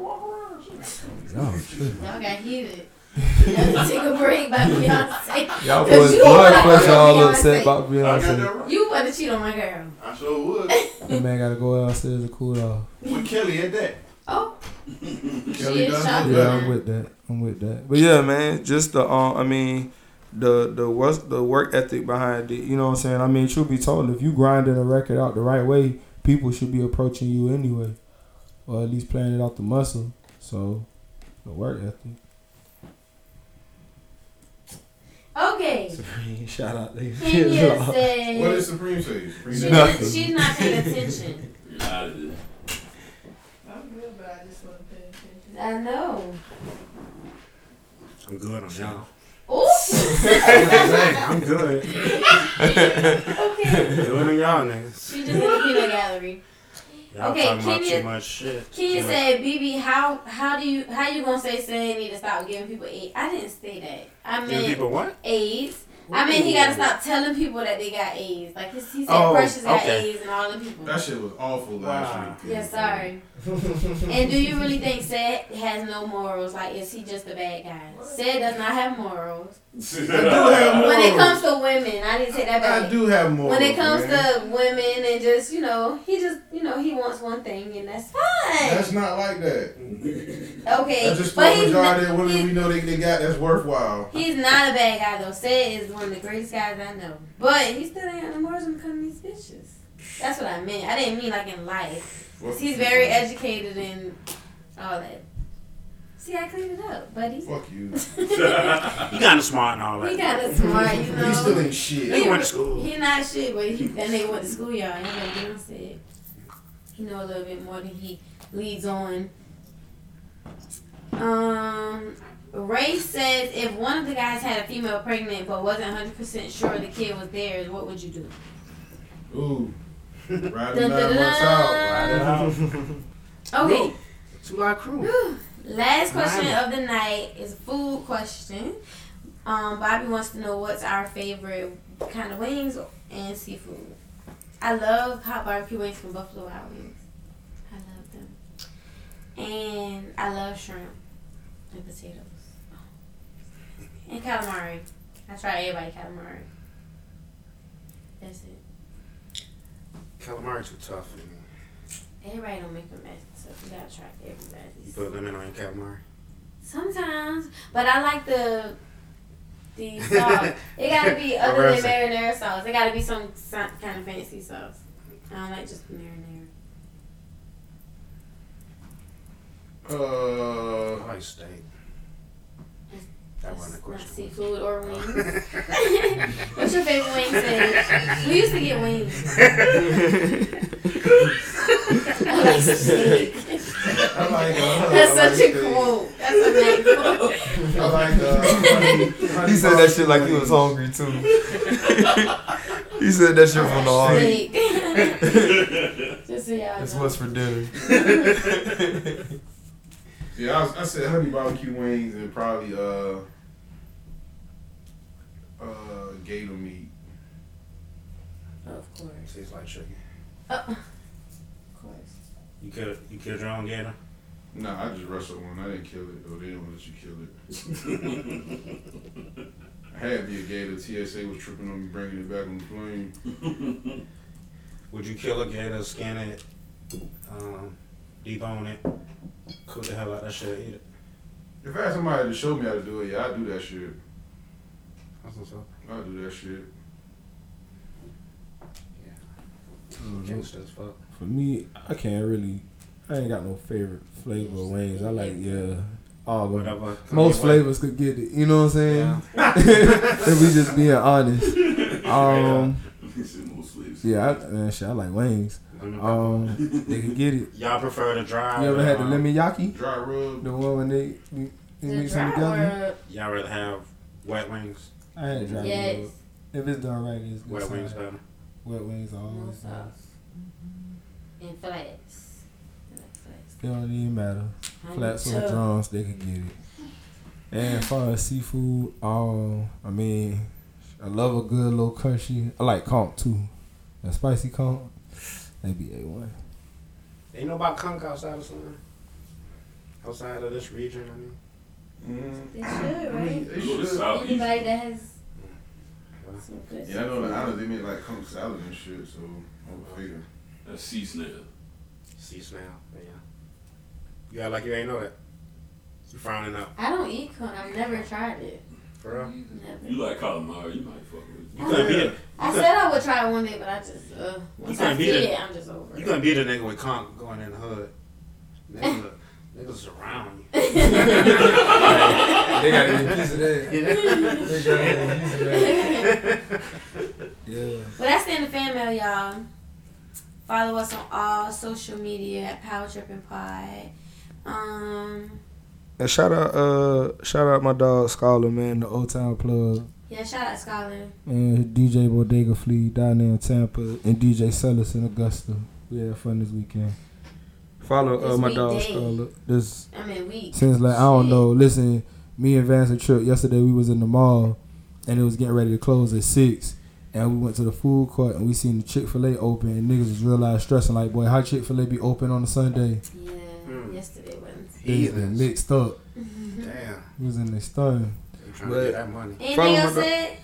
Speaker 9: Oh, shit.
Speaker 6: Y'all got heated. Let's take a break by Beyonce.
Speaker 9: Y'all
Speaker 6: 'Cause
Speaker 9: boys
Speaker 6: you don't
Speaker 9: blood
Speaker 6: wanna
Speaker 9: pressure
Speaker 6: fuck
Speaker 9: all
Speaker 6: with
Speaker 9: upset
Speaker 6: Beyonce.
Speaker 9: about Beyonce.
Speaker 6: You want to cheat on my girl.
Speaker 12: I sure would.
Speaker 9: That man gotta go downstairs and cool off.
Speaker 12: With Kelly at that.
Speaker 6: Oh.
Speaker 12: Kelly
Speaker 6: is
Speaker 12: done.
Speaker 9: Yeah, I'm with that. I'm with that. But yeah, man, just the um, I mean, the the work the work ethic behind it. You know what I'm saying? I mean, truth be told, if you grinding a record out the right way, people should be approaching you anyway, or at least playing it out the muscle. So, the work ethic.
Speaker 6: Okay.
Speaker 9: Supreme, shout out.
Speaker 6: Kenya said.
Speaker 4: What did Supreme say? Supreme
Speaker 6: She,
Speaker 4: said-
Speaker 9: Nothing.
Speaker 6: She's not paying attention.
Speaker 2: I'm good, but I just wasn't paying attention.
Speaker 6: I know.
Speaker 10: I'm good on y'all.
Speaker 6: Ooh.
Speaker 10: I'm good.
Speaker 6: Okay.
Speaker 10: Good on y'all niggas.
Speaker 6: She just in the peanut gallery.
Speaker 10: Y'all
Speaker 6: Okay,
Speaker 10: talking about
Speaker 6: Kenya-
Speaker 10: too much shit.
Speaker 6: Kenya
Speaker 10: Too much-
Speaker 6: said, "BB, how how do you how you gonna say Stan need to stop giving people AIDS? I didn't say that. I
Speaker 10: Giving
Speaker 6: meant
Speaker 10: people what?
Speaker 6: AIDS. I mean he gotta
Speaker 10: Ooh.
Speaker 6: stop telling people that they got AIDS. Like he he said,
Speaker 4: Oh,
Speaker 6: Precious got
Speaker 4: okay.
Speaker 6: AIDS and all the people.
Speaker 4: That shit was awful last week.
Speaker 6: Yeah, sorry. and do you really think Seth has no morals? Like, is he just a bad guy? Seth does not have morals.
Speaker 4: I do have morals.
Speaker 6: When it comes to women, I didn't say that back.
Speaker 4: I do have morals.
Speaker 6: When it comes
Speaker 4: man.
Speaker 6: to women and just, you know, he just, you know, he wants one thing and that's fine.
Speaker 4: That's not like that.
Speaker 6: okay.
Speaker 4: That's just for
Speaker 6: but
Speaker 4: the
Speaker 6: he's
Speaker 4: majority
Speaker 6: not,
Speaker 4: of women we know they, they got that's worthwhile.
Speaker 6: he's not a bad guy, though. Seth is one of the greatest guys I know. But he still ain't got no morals when it comes to these bitches. That's what I meant. I didn't mean like in life. 'Cause He's very educated and all that. See, I cleaned it up, buddy.
Speaker 4: Fuck you.
Speaker 10: you kinda smart and all that.
Speaker 6: He kind of smart, you know.
Speaker 4: He still ain't shit.
Speaker 10: He went to school.
Speaker 6: He not shit, but he that nigga went to school, y'all. Ain't like Dion said. He know a little bit more than he leads on. Um, Ray says if one of the guys had a female pregnant but wasn't 100 percent sure the kid was theirs, what would you do?
Speaker 4: Ooh. Ride
Speaker 6: Dun,
Speaker 4: it nine
Speaker 6: dun,
Speaker 4: months out. Ride it out.
Speaker 6: Okay.
Speaker 10: It's a lot of crew.
Speaker 6: Last question
Speaker 10: Mine.
Speaker 6: of the night is a food question. Um, Bobby wants to know what's our favorite kind of wings and seafood. I love hot barbecue wings from Buffalo Wild Wings. I love them. And I love shrimp and potatoes. And calamari. I try everybody calamari. That's it.
Speaker 10: Calamari too tough for me.
Speaker 6: Everybody don't make them mess, so you gotta try everybody.
Speaker 10: You put lemon on your calamari.
Speaker 6: Sometimes, but I like the the sauce. it gotta be other than
Speaker 10: Arroz.
Speaker 6: marinara sauce. It gotta be some, some kind of fancy sauce. I don't like just marinara.
Speaker 4: Uh,
Speaker 10: I like steak. That wasn't a
Speaker 6: Not
Speaker 10: question.
Speaker 6: seafood or wings. What's your favorite wing sandwich? We used to get wings. I like steak.
Speaker 4: I like, uh,
Speaker 6: That's
Speaker 4: I like
Speaker 6: such a
Speaker 4: steak.
Speaker 6: quote. That's a big quote.
Speaker 4: I like, uh, honey- honey
Speaker 18: He said that shit
Speaker 4: barbecue
Speaker 18: like he was
Speaker 4: wings.
Speaker 18: hungry too. he said that shit from the
Speaker 6: Steak.
Speaker 18: heart.
Speaker 6: Just so y'all
Speaker 18: That's
Speaker 6: know.
Speaker 18: what's for dinner.
Speaker 4: Yeah, I, was, I said honey barbecue wings and probably uh uh gator meat.
Speaker 6: Of course.
Speaker 10: Tastes like chicken.
Speaker 6: Oh, of course.
Speaker 10: You killed you killed your own gator?
Speaker 4: Nah, I just wrestled one. I didn't kill it though. They didn't let you kill it. I had me a gator. TSA was tripping on me bringing it back on the plane.
Speaker 10: Would you kill a gator, skin it, um, debone it, cook the hell out of that shit, eat it?
Speaker 4: if I had somebody to show me how to do it, yeah, I'd do that shit.
Speaker 10: That's what's up.
Speaker 4: I'd do that shit.
Speaker 9: Mm-hmm.
Speaker 10: Juice as fuck.
Speaker 9: For me, I can't really. I ain't got no favorite flavor of wings. I like yeah. All of them.
Speaker 10: Whatever.
Speaker 9: Most flavors could get it. You know what I'm saying? if we just being honest. Um,
Speaker 11: He said most slaves.
Speaker 9: yeah, I, man, shit, I like wings. Um, they can get it.
Speaker 10: Y'all prefer to drive.
Speaker 9: You ever had the
Speaker 10: um,
Speaker 9: lemon yaki?
Speaker 10: Dry rub.
Speaker 9: The one when they they, they
Speaker 10: The
Speaker 9: mix them
Speaker 10: dry
Speaker 9: together.
Speaker 10: um, Y'all rather have wet wings?
Speaker 9: I had dry
Speaker 6: Yes.
Speaker 9: rub. If it's done right, it's good.
Speaker 10: Wet
Speaker 9: side.
Speaker 10: wings better.
Speaker 9: Wet wings are always better.
Speaker 6: And flats. Flats.
Speaker 9: It don't even matter.
Speaker 6: Honey
Speaker 9: Flats or
Speaker 6: too.
Speaker 9: drums, they can get it. And as far as seafood, all I mean, I love a good little country. I like conch too. A spicy conch, they be a one.
Speaker 10: Ain't know about conch outside of something. Outside of this region, I mean.
Speaker 6: They should,
Speaker 12: I mean,
Speaker 6: right?
Speaker 12: they should.
Speaker 6: Anybody that has.
Speaker 12: Yeah, I know the islands, they make like conch salad and shit, so I would figure.
Speaker 11: That's sea snail.
Speaker 10: Sea snail, yeah. You act like you ain't know that. You frowning out.
Speaker 6: I don't eat corn. I've never tried it.
Speaker 10: For real?
Speaker 11: You like calamari, you might fuck with it.
Speaker 10: You couldn't beat it.
Speaker 6: I said I would try it one day, but I just uh,
Speaker 10: You
Speaker 6: once I
Speaker 10: couldn't
Speaker 6: see
Speaker 10: beat
Speaker 6: it,
Speaker 10: it.
Speaker 6: I'm just over
Speaker 10: You
Speaker 6: it.
Speaker 10: couldn't beat a nigga with conch going in the hood. Niggas, niggas around you.
Speaker 9: They got to get a piece of that. They got to get a piece of that. Yeah.
Speaker 6: Well, that's the end of fan mail, y'all. Follow us on all social media at Power Tripping Pod. Um,
Speaker 19: And shout out, uh, shout out my dog Scholar, man, the old town plug.
Speaker 6: yeah, shout out Scotland.
Speaker 9: And DJ Bodega Flea down there in Tampa, and DJ Sellers in Augusta. We had fun this weekend.
Speaker 19: Follow uh,
Speaker 6: This
Speaker 19: my dog
Speaker 6: weekday.
Speaker 19: Scholar. This
Speaker 6: I mean, we.
Speaker 9: Since like I don't know. Listen, me and Vance and Trip yesterday we was in the mall, and it was getting ready to close at six, and we went to the food court and we seen the Chick Fil A open, and niggas was realized stressing like, boy, how Chick Fil A be open on a Sunday?
Speaker 6: Yeah,
Speaker 4: Hmm.
Speaker 6: yesterday was.
Speaker 9: They was been mixed up.
Speaker 10: Damn.
Speaker 9: We was in the stone.
Speaker 10: trying to get that money.
Speaker 6: Anything else said?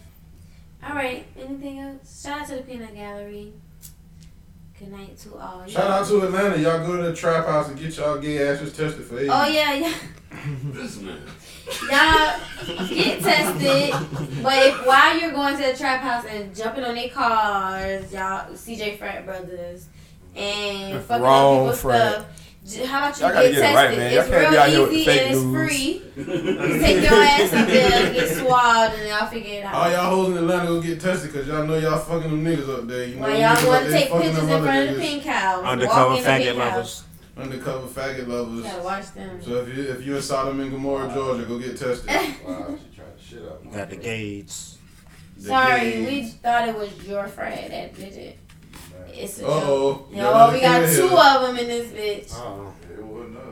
Speaker 6: All right. Anything else? Shout out to the Peanut Gallery. Good night to all. y'all.
Speaker 4: Shout out to Atlanta. Y'all go to the trap house and get y'all gay asses tested for AIDS.
Speaker 6: Oh yeah, yeah.
Speaker 11: This man.
Speaker 6: Y'all get tested, but if while you're going to the trap house and jumping on their cars, y'all CJ Frat brothers and fucking
Speaker 19: Wrong
Speaker 6: other people's
Speaker 19: frat.
Speaker 6: stuff. j- How about you
Speaker 19: Y'all gotta
Speaker 6: get,
Speaker 19: get it
Speaker 6: tested?
Speaker 19: right, man. Y'all
Speaker 6: It's
Speaker 19: can't
Speaker 6: real
Speaker 19: be out here with the
Speaker 6: easy
Speaker 19: fake
Speaker 6: and it's
Speaker 19: news.
Speaker 6: free. You take your ass up there, get swabbed, and y'all figure it out.
Speaker 4: All y'all hoes in Atlanta go get tested because y'all know y'all fucking them niggas up there. You know
Speaker 6: Why y'all
Speaker 4: niggas up
Speaker 6: want to
Speaker 4: there
Speaker 6: take
Speaker 4: fucking
Speaker 6: pictures in
Speaker 4: them other
Speaker 6: front of the
Speaker 4: niggas.
Speaker 6: pink house?
Speaker 4: Undercover
Speaker 6: walk in the
Speaker 4: faggot
Speaker 6: pink
Speaker 4: lovers.
Speaker 6: House.
Speaker 4: Undercover faggot lovers.
Speaker 6: You gotta watch them.
Speaker 4: So if you if you in Sodom and Gomorrah, Georgia, go get tested. wow, she tried to shit up.
Speaker 10: Got the gauge.
Speaker 6: Sorry, we thought it was your Fred that did it. It's a
Speaker 4: Uh-oh.
Speaker 6: joke.
Speaker 4: You got
Speaker 6: Yo, we got
Speaker 4: another
Speaker 6: two
Speaker 4: kid.
Speaker 6: of them in this bitch.
Speaker 10: Oh.
Speaker 4: It wasn't us.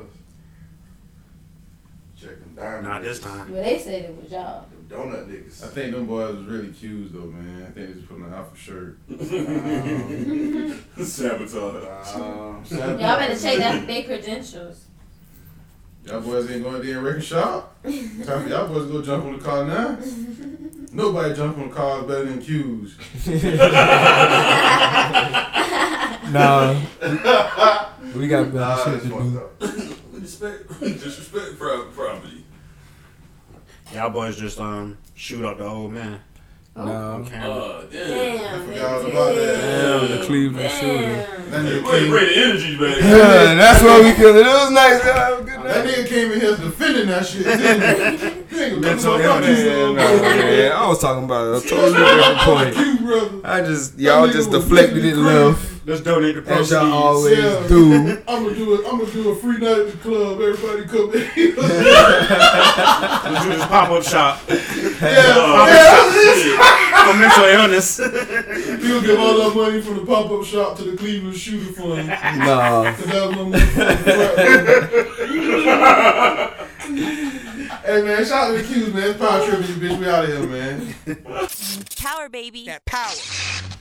Speaker 4: Checking diamond.
Speaker 10: Not this time.
Speaker 6: Well, they said it was y'all.
Speaker 4: Donut niggas.
Speaker 12: I think them boys was really cues though, man. I think they was putting an alpha shirt.
Speaker 11: Sabotage.
Speaker 4: Uh,
Speaker 12: Um,
Speaker 6: Y'all better check that their credentials.
Speaker 4: Y'all boys ain't going to the record shop. Time for y'all boys to go jump on the car now. Nobody jump on cars better than Q's.
Speaker 9: Nah, we- we got better
Speaker 4: Nah,
Speaker 9: shit
Speaker 4: that's
Speaker 9: to
Speaker 4: fucked
Speaker 9: do.
Speaker 11: Disrespect, disrespect pro- property.
Speaker 10: Y'all boys just um shoot up the old man.
Speaker 9: No.
Speaker 19: Um,
Speaker 10: On camera.
Speaker 11: Uh, damn.
Speaker 6: Damn.
Speaker 4: Y'all about that.
Speaker 9: Damn, the Cleveland shooter.
Speaker 4: That nigga
Speaker 11: Way to
Speaker 4: came-
Speaker 11: bring the energy back.
Speaker 9: Yeah, that's what we killed. It was nice. Have a good night.
Speaker 4: That nigga came in here defending that shit. didn't he? You ain't gonna
Speaker 19: Mental
Speaker 4: come up
Speaker 19: illness.
Speaker 4: on
Speaker 19: Nah,
Speaker 4: me.
Speaker 19: man, I was talking about a totally different point. I just y'all just deflected it left.
Speaker 10: Let's donate the
Speaker 19: As
Speaker 10: proceeds.
Speaker 19: y'all always
Speaker 4: Yeah.
Speaker 19: do.
Speaker 4: I'm gonna do it. I'm gonna do a free night at the club. Everybody come in.
Speaker 10: Let's do this pop up shop. Oh,
Speaker 4: yeah.
Speaker 10: For mental illness.
Speaker 4: We'll give all our money from the pop up shop to the Cleveland Shooter Fund.
Speaker 19: Nah.
Speaker 4: Cause that was my motherfucking frat. Hey man, shout şey out to the Q's man. It's power trip, bitch. We out of here, man.
Speaker 20: Power, baby. That power.